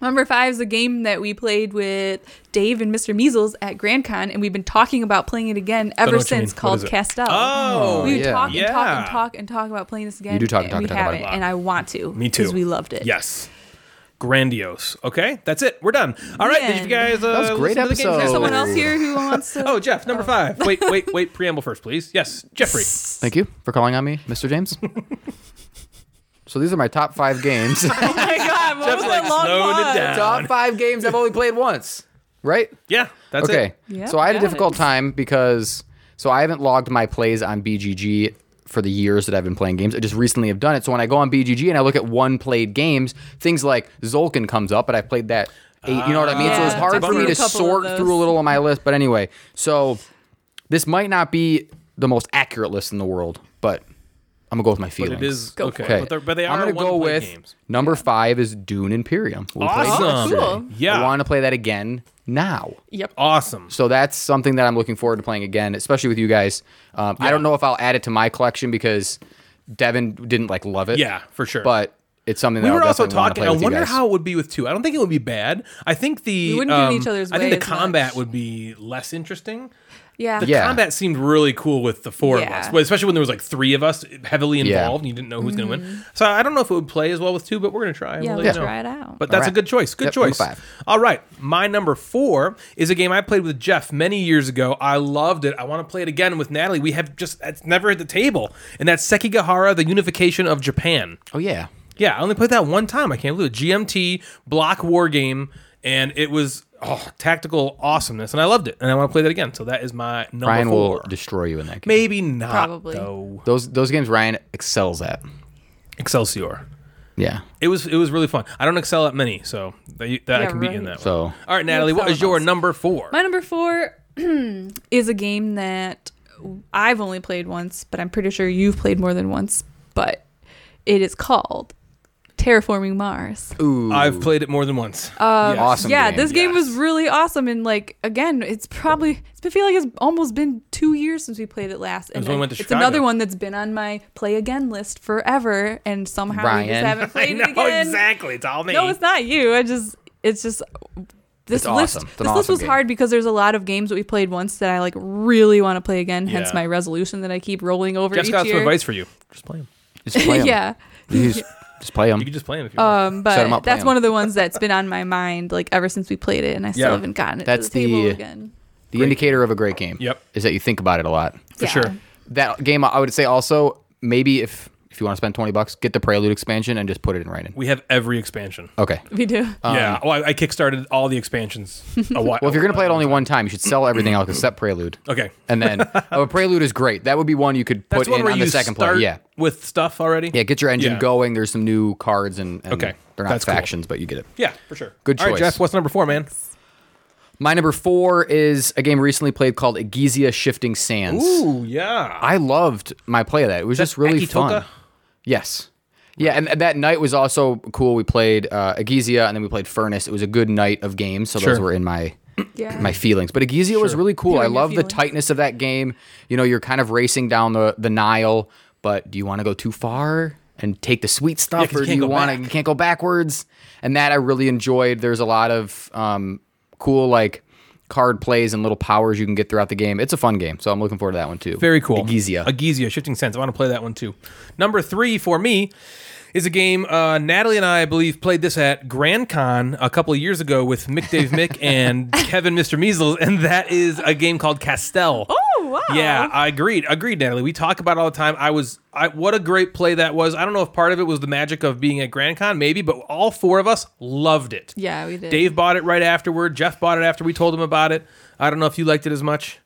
[SPEAKER 4] Number five is a game that we played with Dave and Mr. Measles at Grand Con, and we've been talking about playing it again
[SPEAKER 1] know
[SPEAKER 4] ever
[SPEAKER 1] what you mean.
[SPEAKER 4] since,
[SPEAKER 1] What
[SPEAKER 4] called
[SPEAKER 1] is it?
[SPEAKER 4] Castell.
[SPEAKER 1] Oh,
[SPEAKER 4] we would
[SPEAKER 3] yeah.
[SPEAKER 4] talk and talk
[SPEAKER 1] Yeah.
[SPEAKER 4] and talk and talk about playing this again.
[SPEAKER 3] You do talk and talk
[SPEAKER 4] we
[SPEAKER 3] and talk about it a
[SPEAKER 4] haven't,
[SPEAKER 3] lot.
[SPEAKER 4] and I want to.
[SPEAKER 1] Me too.
[SPEAKER 4] Because we loved it.
[SPEAKER 1] Yes. Grandiose. Okay, that's it. We're done. All right, did you
[SPEAKER 4] Man.
[SPEAKER 1] guys? Uh,
[SPEAKER 3] That was a great
[SPEAKER 1] listen to the game?
[SPEAKER 3] episode.
[SPEAKER 4] There's someone
[SPEAKER 3] Oh.
[SPEAKER 4] else here who wants to.
[SPEAKER 1] Oh, Jeff, number five. Wait, wait, wait. Preamble first, please. Yes, Jeffrey.
[SPEAKER 3] Thank you for calling on me, Mr. James. so these are my top five games.
[SPEAKER 4] Oh my God, what was
[SPEAKER 1] like,
[SPEAKER 4] that long
[SPEAKER 1] slowed it
[SPEAKER 4] pause?
[SPEAKER 1] down.
[SPEAKER 3] top five games I've only played once. Right?
[SPEAKER 1] Yeah, that's
[SPEAKER 3] okay.
[SPEAKER 1] it.
[SPEAKER 4] Yeah,
[SPEAKER 3] so I had a
[SPEAKER 4] got it.
[SPEAKER 3] difficult time because so I haven't logged my plays on BGG for the years that I've been playing games. I just recently have done it. So when I go on BGG and I look at one played games, things like Zolkin comes up, but I played that eight. you know what I mean? so it's
[SPEAKER 4] Ah,
[SPEAKER 3] hard
[SPEAKER 4] I've
[SPEAKER 3] for me
[SPEAKER 4] seen
[SPEAKER 3] to
[SPEAKER 4] a couple of
[SPEAKER 3] sort
[SPEAKER 4] those.
[SPEAKER 3] through a little of my list. But anyway, so this might not be the most accurate list in the world, but I'm gonna go with my feelings.
[SPEAKER 1] It is
[SPEAKER 4] Go
[SPEAKER 1] okay,
[SPEAKER 4] for it.
[SPEAKER 1] But, they're- but they
[SPEAKER 3] I'm
[SPEAKER 1] are
[SPEAKER 3] gonna
[SPEAKER 1] one
[SPEAKER 3] go
[SPEAKER 1] play
[SPEAKER 3] with
[SPEAKER 1] games.
[SPEAKER 3] number five is Dune Imperium. We played
[SPEAKER 1] Awesome.
[SPEAKER 3] yesterday.
[SPEAKER 4] Oh, Cool.
[SPEAKER 1] Yeah.
[SPEAKER 3] I want to play that again now.
[SPEAKER 4] Yep.
[SPEAKER 1] Awesome.
[SPEAKER 3] So that's something that I'm looking forward to playing again, especially with you guys. Um, I don't know if I'll add it to my collection because Devin didn't like love it.
[SPEAKER 1] Yeah, for sure.
[SPEAKER 3] But it's something that
[SPEAKER 1] we
[SPEAKER 3] I'll
[SPEAKER 1] were also
[SPEAKER 3] definitely wanna
[SPEAKER 1] talking.
[SPEAKER 3] play
[SPEAKER 1] I
[SPEAKER 3] with you
[SPEAKER 1] wonder
[SPEAKER 3] guys.
[SPEAKER 1] how it would be with two. I don't think it would be bad. I think the
[SPEAKER 4] We wouldn't get in
[SPEAKER 1] um,
[SPEAKER 4] each other's
[SPEAKER 1] I think
[SPEAKER 4] way
[SPEAKER 1] the
[SPEAKER 4] as much.
[SPEAKER 1] combat would be less interesting.
[SPEAKER 4] Yeah.
[SPEAKER 1] The
[SPEAKER 3] Yeah.
[SPEAKER 1] combat seemed really cool with the four of
[SPEAKER 4] Yeah.
[SPEAKER 1] us, well, especially when there was like three of us heavily
[SPEAKER 3] Yeah.
[SPEAKER 1] involved, and you didn't know who's going to win. So I don't know if it would play as well with two, but we're going to try. and
[SPEAKER 4] Yeah,
[SPEAKER 1] we'll let
[SPEAKER 4] let's
[SPEAKER 1] you know.
[SPEAKER 4] try it out.
[SPEAKER 1] But that's a
[SPEAKER 3] Alright.
[SPEAKER 1] good choice. Good
[SPEAKER 3] Yep, number
[SPEAKER 1] choice.
[SPEAKER 3] five.
[SPEAKER 1] All right. My number four is a game I played with Jeff many years ago. I loved it. I want to play it again with Natalie. We have just, it's never at the table. And that's Sekigahara, The Unification of Japan.
[SPEAKER 3] Oh yeah.
[SPEAKER 1] Yeah, I only played that one time. I can't believe it. GMT block war game, and it was oh, tactical awesomeness, and I loved it. And I want to play that again. So that is my number
[SPEAKER 3] Ryan
[SPEAKER 1] four.
[SPEAKER 3] will destroy you in that game.
[SPEAKER 1] Maybe not.
[SPEAKER 4] Probably.
[SPEAKER 1] Though.
[SPEAKER 3] Those those games Ryan excels at.
[SPEAKER 1] Excelsior.
[SPEAKER 3] Yeah.
[SPEAKER 1] It was it was really fun. I don't excel at many, so that, that I
[SPEAKER 4] Yeah,
[SPEAKER 1] can beat you in that.
[SPEAKER 4] right.
[SPEAKER 1] one.
[SPEAKER 3] So
[SPEAKER 1] All right, Natalie, what
[SPEAKER 4] excel
[SPEAKER 1] is
[SPEAKER 4] at
[SPEAKER 1] your
[SPEAKER 4] most.
[SPEAKER 1] number four?
[SPEAKER 4] My number four is a game that I've only played once, but I'm pretty sure you've played more than once. But it is called Terraforming Mars.
[SPEAKER 3] ooh,
[SPEAKER 1] I've played it more than once.
[SPEAKER 4] Uh,
[SPEAKER 1] Yes.
[SPEAKER 3] awesome.
[SPEAKER 4] yeah,
[SPEAKER 3] game.
[SPEAKER 4] this game was
[SPEAKER 1] yes.
[SPEAKER 4] really awesome, and like again, it's probably it's been feel like it's almost been two years since we played it last. And
[SPEAKER 1] was when we went to
[SPEAKER 4] it's another
[SPEAKER 1] Chicago.
[SPEAKER 4] one that's been on my play again list forever, and somehow we
[SPEAKER 3] Ryan.
[SPEAKER 4] just haven't
[SPEAKER 1] I
[SPEAKER 4] played
[SPEAKER 1] know
[SPEAKER 4] it again.
[SPEAKER 1] exactly. It's all me.
[SPEAKER 4] No, it's not you. I just it's just this
[SPEAKER 3] It's
[SPEAKER 4] list.
[SPEAKER 3] awesome. It's an
[SPEAKER 4] This list
[SPEAKER 3] awesome
[SPEAKER 4] was
[SPEAKER 3] game.
[SPEAKER 4] hard because there's a lot of games that we played once that I like really want to play again. Hence
[SPEAKER 1] Yeah.
[SPEAKER 4] my resolution that I keep rolling over
[SPEAKER 1] Jeff's
[SPEAKER 4] each
[SPEAKER 1] got
[SPEAKER 4] year.
[SPEAKER 1] some advice for you. Just play them.
[SPEAKER 3] just play 'em.
[SPEAKER 4] yeah.
[SPEAKER 3] You just, just play them.
[SPEAKER 1] You can just play them if you want.
[SPEAKER 4] Um, but
[SPEAKER 3] Set 'em up, play
[SPEAKER 4] that's
[SPEAKER 3] 'em.
[SPEAKER 4] one of the ones that's been on my mind like ever since we played it, and I still
[SPEAKER 1] Yeah.
[SPEAKER 4] haven't gotten it
[SPEAKER 3] That's
[SPEAKER 4] to the, table
[SPEAKER 3] the-
[SPEAKER 4] again.
[SPEAKER 3] the indicator of a great game.
[SPEAKER 1] Yep.
[SPEAKER 3] Is that you think about it a lot.
[SPEAKER 1] For sure.
[SPEAKER 3] That game I would say also maybe if if you want to spend twenty bucks, get the Prelude expansion and just put it in right in.
[SPEAKER 1] We have every expansion.
[SPEAKER 3] Okay.
[SPEAKER 4] We do.
[SPEAKER 3] Um,
[SPEAKER 1] yeah. Well, I, I kickstarted all the expansions a while.
[SPEAKER 3] Well, if you're gonna play it only one time, you should sell everything else except Prelude.
[SPEAKER 1] Okay.
[SPEAKER 3] And then, oh, Prelude is great. That would be one you could
[SPEAKER 1] That's
[SPEAKER 3] put
[SPEAKER 1] one
[SPEAKER 3] in
[SPEAKER 1] where
[SPEAKER 3] on
[SPEAKER 1] you
[SPEAKER 3] the second
[SPEAKER 1] start
[SPEAKER 3] play. Yeah,
[SPEAKER 1] with stuff already.
[SPEAKER 3] yeah. Get your engine
[SPEAKER 1] Yeah.
[SPEAKER 3] going. There's some new cards, and, and
[SPEAKER 1] Okay.
[SPEAKER 3] they're not
[SPEAKER 1] That's cool.
[SPEAKER 3] factions, but you get it.
[SPEAKER 1] Yeah, for sure.
[SPEAKER 3] Good
[SPEAKER 1] All right,
[SPEAKER 3] choice.
[SPEAKER 1] Jeff. What's number four, man?
[SPEAKER 3] My number four is a game recently played called Agizia Shifting Sands.
[SPEAKER 1] Ooh, yeah.
[SPEAKER 3] I loved my play of that. It was just really
[SPEAKER 1] Akitoka?
[SPEAKER 3] fun. Yes. Yeah, and th- that night was also cool. We played uh, Agizia, and then we played Furnace. It was a good night of games, so those
[SPEAKER 1] Sure.
[SPEAKER 3] were in my
[SPEAKER 4] Yeah.
[SPEAKER 3] my feelings. But Agizia was really cool.
[SPEAKER 4] Feeling
[SPEAKER 3] I
[SPEAKER 4] your
[SPEAKER 3] love the
[SPEAKER 4] feelings.
[SPEAKER 3] tightness of that game. You know, you're kind of racing down the, the Nile, but do you want to go too far and take the sweet stuff,
[SPEAKER 1] 'cause you
[SPEAKER 3] or do
[SPEAKER 1] can't
[SPEAKER 3] you
[SPEAKER 1] go
[SPEAKER 3] want
[SPEAKER 1] back.
[SPEAKER 3] to? You can't go backwards. And that I really enjoyed. There's a lot of um, cool like card plays and little powers you can get throughout the game. It's a fun game, so I'm looking forward to that one too.
[SPEAKER 1] Very cool.
[SPEAKER 3] Agizia.
[SPEAKER 1] Agizia, Shifting Sense. I want to play that one too. Number three for me is a game uh, Natalie and I, I believe, played this at Grand Con a couple of years ago with Mick Dave Mick and Kevin Mr. Measles, and that is a game called Castell.
[SPEAKER 4] Oh, wow.
[SPEAKER 1] Yeah, I agreed. Agreed, Natalie. We talk about it all the time. I was I what a great play that was. I don't know if part of it was the magic of being at Grand Con, maybe, but all four of us loved it.
[SPEAKER 4] Yeah, we did.
[SPEAKER 1] Dave bought it right afterward. Jeff bought it after we told him about it. I don't know if you liked it as much.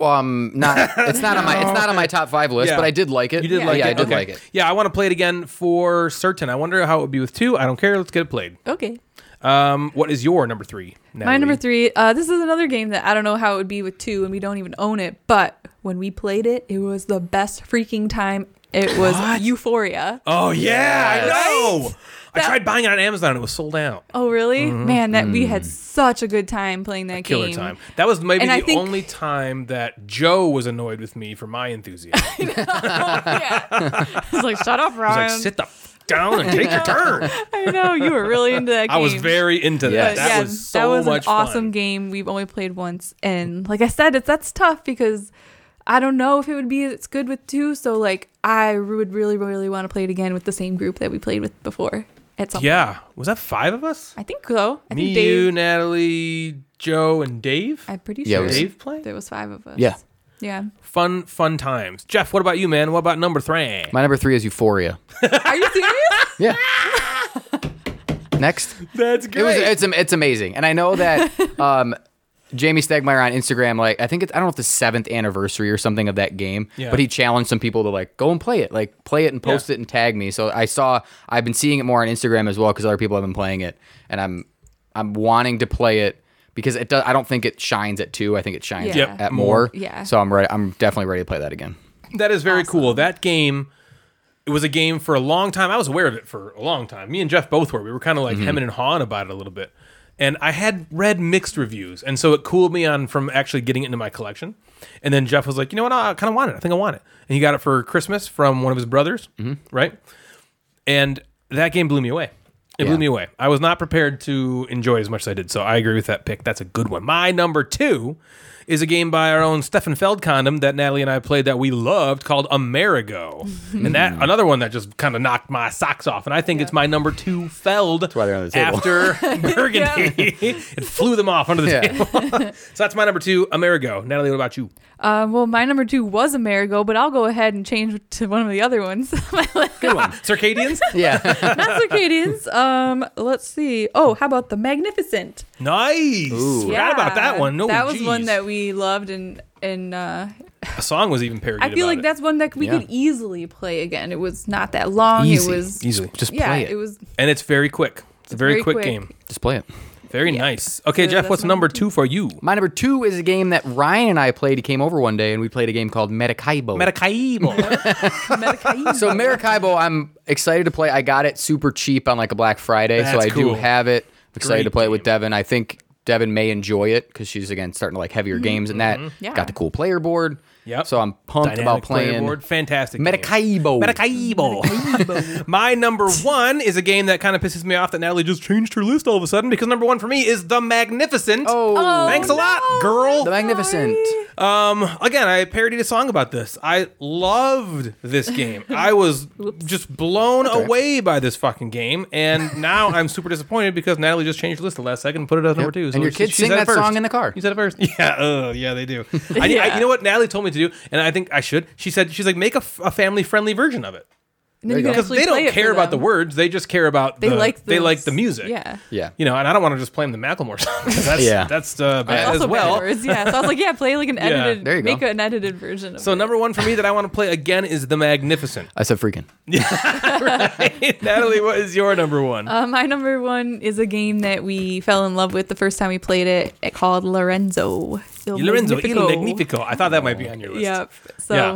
[SPEAKER 3] Um, not it's not on my it's not on my top five list,
[SPEAKER 1] Yeah.
[SPEAKER 3] but I did like it.
[SPEAKER 1] You did
[SPEAKER 3] yeah,
[SPEAKER 1] like
[SPEAKER 3] yeah,
[SPEAKER 1] it.
[SPEAKER 3] I did
[SPEAKER 1] Okay.
[SPEAKER 3] like it.
[SPEAKER 1] Yeah, I want to play it again for certain. I wonder how it would be with two. I don't care. Let's get it played.
[SPEAKER 4] Okay.
[SPEAKER 1] Um, what is your number three?
[SPEAKER 4] My
[SPEAKER 1] Natalie?
[SPEAKER 4] number three. Uh, this is another game that I don't know how it would be with two, and we don't even own it. But when we played it, it was the best freaking time. It was Euphoria.
[SPEAKER 1] Oh yeah,
[SPEAKER 3] Yes.
[SPEAKER 1] I know. I
[SPEAKER 4] That-
[SPEAKER 1] tried buying it on Amazon and it was sold out.
[SPEAKER 4] Oh, really? Man, that we had such a good time playing that
[SPEAKER 1] Mm-hmm. Mm. Killer
[SPEAKER 4] game.
[SPEAKER 1] time. That was maybe
[SPEAKER 4] And I
[SPEAKER 1] the
[SPEAKER 4] think-
[SPEAKER 1] only time that Joe was annoyed with me for my enthusiasm. He
[SPEAKER 4] yeah. I was like, shut up, Ryan. Um,
[SPEAKER 1] was like, "Sit the f- down and take your turn.
[SPEAKER 4] I know you were really into that game.
[SPEAKER 1] I was very into that.
[SPEAKER 3] Yes.
[SPEAKER 4] But
[SPEAKER 1] That
[SPEAKER 4] yeah,
[SPEAKER 1] was so
[SPEAKER 4] that was
[SPEAKER 1] much
[SPEAKER 4] an awesome
[SPEAKER 1] fun.
[SPEAKER 4] game. We've only played once, and like I said, it's that's tough because I don't know if it would be as good with two. So like I would really, really want to play it again with the same group that we played with before. At some
[SPEAKER 1] Yeah, was that five of us?
[SPEAKER 4] I think so. I
[SPEAKER 1] Me,
[SPEAKER 4] think Dave.
[SPEAKER 1] you, Natalie, Joe, and Dave.
[SPEAKER 4] I'm pretty
[SPEAKER 3] Yeah, it
[SPEAKER 4] sure
[SPEAKER 3] was-
[SPEAKER 1] Dave play?
[SPEAKER 4] there was five of us.
[SPEAKER 3] Yeah.
[SPEAKER 4] Yeah.
[SPEAKER 1] Fun, fun times. Jeff, what about you, man? What about number three?
[SPEAKER 3] My number three is Euphoria.
[SPEAKER 4] Are you serious?
[SPEAKER 3] Yeah. Next.
[SPEAKER 1] That's
[SPEAKER 3] It was
[SPEAKER 1] great.
[SPEAKER 3] it's am- it's amazing, and I know that um, Jamie Stegmeyer on Instagram, like I think it's I don't know if the seventh anniversary or something of that game,
[SPEAKER 1] Yeah.
[SPEAKER 3] but he challenged some people to like go and play it, like play it and post
[SPEAKER 1] Yeah.
[SPEAKER 3] it and tag me. So I saw I've been seeing it more on Instagram as well because other people have been playing it, and I'm I'm wanting to play it because it does. I don't think it shines at two. I think it shines
[SPEAKER 4] Yeah. Yep,
[SPEAKER 3] at more.
[SPEAKER 4] Yeah.
[SPEAKER 3] So I'm ready. I'm definitely ready to play that again.
[SPEAKER 1] that is very cool. That game. It was a game for a long time. I was aware of it for a long time. Me and Jeff both were. We were kind of like hemming and hawing about it a little bit. And I had read mixed reviews, and so it cooled me on from actually getting it into my collection. And then Jeff was like, "You know what? I kind of want it. I think I want it." And he got it for Christmas from one of his brothers, right? and that game blew me away. It blew
[SPEAKER 3] Yeah.
[SPEAKER 1] me away. I was not prepared to enjoy it as much as I did, so I agree with that pick. That's a good one. My number two is a game by our own Stefan Feldkondom that Natalie and I played that we loved called Amerigo. and that another one that just kind of knocked my socks off. And I think it's my number two Feld
[SPEAKER 3] why they're on the table.
[SPEAKER 1] after Burgundy. it flew them off under the
[SPEAKER 3] Yeah.
[SPEAKER 1] table. so that's my number two, Amerigo. Natalie, what about you?
[SPEAKER 4] Um, well, my number two was Amerigo, but I'll go ahead and change to one of the other ones.
[SPEAKER 1] Good one. Circadians?
[SPEAKER 3] Yeah.
[SPEAKER 4] Not circadians. Um, let's see. Oh, how about the Magnificent?
[SPEAKER 1] Nice. Forgot about that one. No,
[SPEAKER 4] that was
[SPEAKER 1] geez.
[SPEAKER 4] one that we loved, and and uh,
[SPEAKER 1] a song was even parodied.
[SPEAKER 4] I feel
[SPEAKER 1] about
[SPEAKER 4] like
[SPEAKER 1] it.
[SPEAKER 4] that's one that we
[SPEAKER 3] Yeah.
[SPEAKER 4] could easily play again. It was not that long.
[SPEAKER 3] Easy.
[SPEAKER 4] It was
[SPEAKER 1] easily just
[SPEAKER 4] yeah,
[SPEAKER 3] play
[SPEAKER 4] it.
[SPEAKER 3] it.
[SPEAKER 4] was
[SPEAKER 1] and it's very quick. It's, a very,
[SPEAKER 4] very
[SPEAKER 1] quick,
[SPEAKER 4] quick.
[SPEAKER 1] game.
[SPEAKER 3] Just play it.
[SPEAKER 1] Very nice. Okay,
[SPEAKER 4] So
[SPEAKER 1] Jeff,
[SPEAKER 4] that's
[SPEAKER 1] what's
[SPEAKER 4] my
[SPEAKER 1] number two for you?
[SPEAKER 3] My number two is a game that Ryan and I played. He came over one day and we played a game called Maracaibo.
[SPEAKER 1] Maracaibo.
[SPEAKER 4] Medicaid.
[SPEAKER 3] So Maracaibo, I'm excited to play. I got it super cheap on like a Black Friday, so
[SPEAKER 1] That's
[SPEAKER 3] I
[SPEAKER 1] cool.
[SPEAKER 3] do have it. I'm excited
[SPEAKER 1] Great
[SPEAKER 3] to play it with
[SPEAKER 1] game.
[SPEAKER 3] Devin. I think Devin may enjoy it because she's again starting to like heavier
[SPEAKER 4] Mm-hmm.
[SPEAKER 3] games and that.
[SPEAKER 4] Yeah.
[SPEAKER 3] Got the cool player board.
[SPEAKER 1] Yep.
[SPEAKER 3] So I'm pumped about
[SPEAKER 1] Dynamic player
[SPEAKER 3] playing
[SPEAKER 1] board. Fantastic. game.
[SPEAKER 3] Maracaibo.
[SPEAKER 1] Maracaibo. My number one is a game that kind of pisses me off that Natalie just changed her list all of a sudden because number one for me is The Magnificent.
[SPEAKER 3] Oh,
[SPEAKER 1] Thanks a lot, girl.
[SPEAKER 3] the magnificent.
[SPEAKER 1] Again, I parodied a song about this. I loved this game. I was just blown away by this fucking game, and now I'm super disappointed because Natalie just changed her list the last second and put it as number two.
[SPEAKER 3] And your
[SPEAKER 1] she-
[SPEAKER 3] kids
[SPEAKER 1] she
[SPEAKER 3] sing
[SPEAKER 1] said it
[SPEAKER 3] that
[SPEAKER 1] first.
[SPEAKER 3] song in the car.
[SPEAKER 1] You said it first. Yeah, uh, yeah, they do. I, I,
[SPEAKER 4] Yeah.
[SPEAKER 1] you know what Natalie told me to do, and I think I should. She said she's like make a, family friendly version of it
[SPEAKER 4] And then you
[SPEAKER 3] go.
[SPEAKER 4] could
[SPEAKER 1] because
[SPEAKER 4] actually
[SPEAKER 1] they
[SPEAKER 4] play
[SPEAKER 1] don't
[SPEAKER 4] it
[SPEAKER 1] care
[SPEAKER 4] for
[SPEAKER 1] about the
[SPEAKER 4] them.
[SPEAKER 1] words; they just care about
[SPEAKER 4] They
[SPEAKER 1] the,
[SPEAKER 4] like
[SPEAKER 1] they
[SPEAKER 4] the-
[SPEAKER 1] like the music.
[SPEAKER 4] Yeah.
[SPEAKER 3] Yeah.
[SPEAKER 1] You know, and I don't want to just play them the Macklemore song. 'cause That's
[SPEAKER 3] Yeah.
[SPEAKER 1] that's uh, bad
[SPEAKER 4] Also
[SPEAKER 1] as well.
[SPEAKER 4] bad words, yeah. So I was like, yeah, play like an edited,
[SPEAKER 3] There you go.
[SPEAKER 4] make an edited version of
[SPEAKER 1] So
[SPEAKER 4] it.
[SPEAKER 1] number one for me that I want to play again is The Magnificent.
[SPEAKER 3] I said freaking.
[SPEAKER 1] Natalie, what is your number one?
[SPEAKER 4] Uh, my number one is a game that we fell in love with the first time we played it. It called Lorenzo. Il
[SPEAKER 1] Lorenzo Il
[SPEAKER 4] Magnifico.
[SPEAKER 1] Magnifico. I thought that might be on your list.
[SPEAKER 4] Yep. So
[SPEAKER 1] Yeah.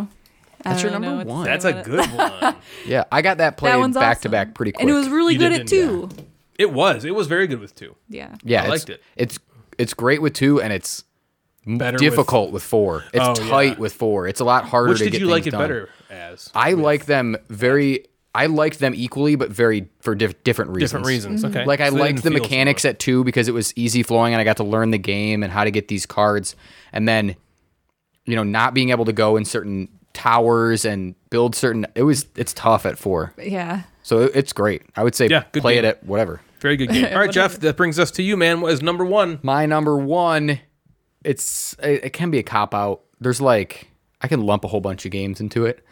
[SPEAKER 4] I
[SPEAKER 3] That's your
[SPEAKER 4] don't know
[SPEAKER 3] number
[SPEAKER 4] what
[SPEAKER 3] one.
[SPEAKER 4] to say
[SPEAKER 1] That's
[SPEAKER 4] about
[SPEAKER 1] a
[SPEAKER 4] it.
[SPEAKER 1] good one.
[SPEAKER 3] Yeah, I got that
[SPEAKER 4] That
[SPEAKER 3] played
[SPEAKER 4] one's
[SPEAKER 3] back to
[SPEAKER 4] awesome.
[SPEAKER 3] back pretty quick.
[SPEAKER 4] and it was really
[SPEAKER 1] You
[SPEAKER 4] good
[SPEAKER 1] did,
[SPEAKER 4] at
[SPEAKER 1] didn't
[SPEAKER 4] two.
[SPEAKER 1] it was. It was very good with two.
[SPEAKER 4] Yeah.
[SPEAKER 3] yeah,
[SPEAKER 1] I
[SPEAKER 3] it's-
[SPEAKER 1] liked it.
[SPEAKER 3] It's it's great with two and it's
[SPEAKER 1] Better with-
[SPEAKER 3] difficult with, four. It's
[SPEAKER 1] Oh, yeah.
[SPEAKER 3] tight with four. It's a lot harder
[SPEAKER 1] which
[SPEAKER 3] to
[SPEAKER 1] did
[SPEAKER 3] get
[SPEAKER 1] you like
[SPEAKER 3] things
[SPEAKER 1] it
[SPEAKER 3] done.
[SPEAKER 1] better as?
[SPEAKER 3] I like them very. I liked them equally, but very for diff- different reasons.
[SPEAKER 1] Different reasons.
[SPEAKER 4] Mm-hmm.
[SPEAKER 1] Okay.
[SPEAKER 3] Like I
[SPEAKER 1] So they
[SPEAKER 3] liked
[SPEAKER 1] didn't
[SPEAKER 3] the
[SPEAKER 1] feel
[SPEAKER 3] mechanics
[SPEAKER 1] similar.
[SPEAKER 3] at two because it was easy flowing, and I got to learn the game and how to get these cards, and then, you know, not being able to go in certain towers and build certain. It was it's tough at four,
[SPEAKER 4] Yeah.
[SPEAKER 3] so it, it's great. I would say
[SPEAKER 1] Yeah, good
[SPEAKER 3] play
[SPEAKER 1] game.
[SPEAKER 3] it at whatever.
[SPEAKER 1] Very good game. All right, Jeff, that brings us to you, man. What is number one?
[SPEAKER 3] My number one, it's it, it can be a cop out. There's like I can lump a whole bunch of games into it.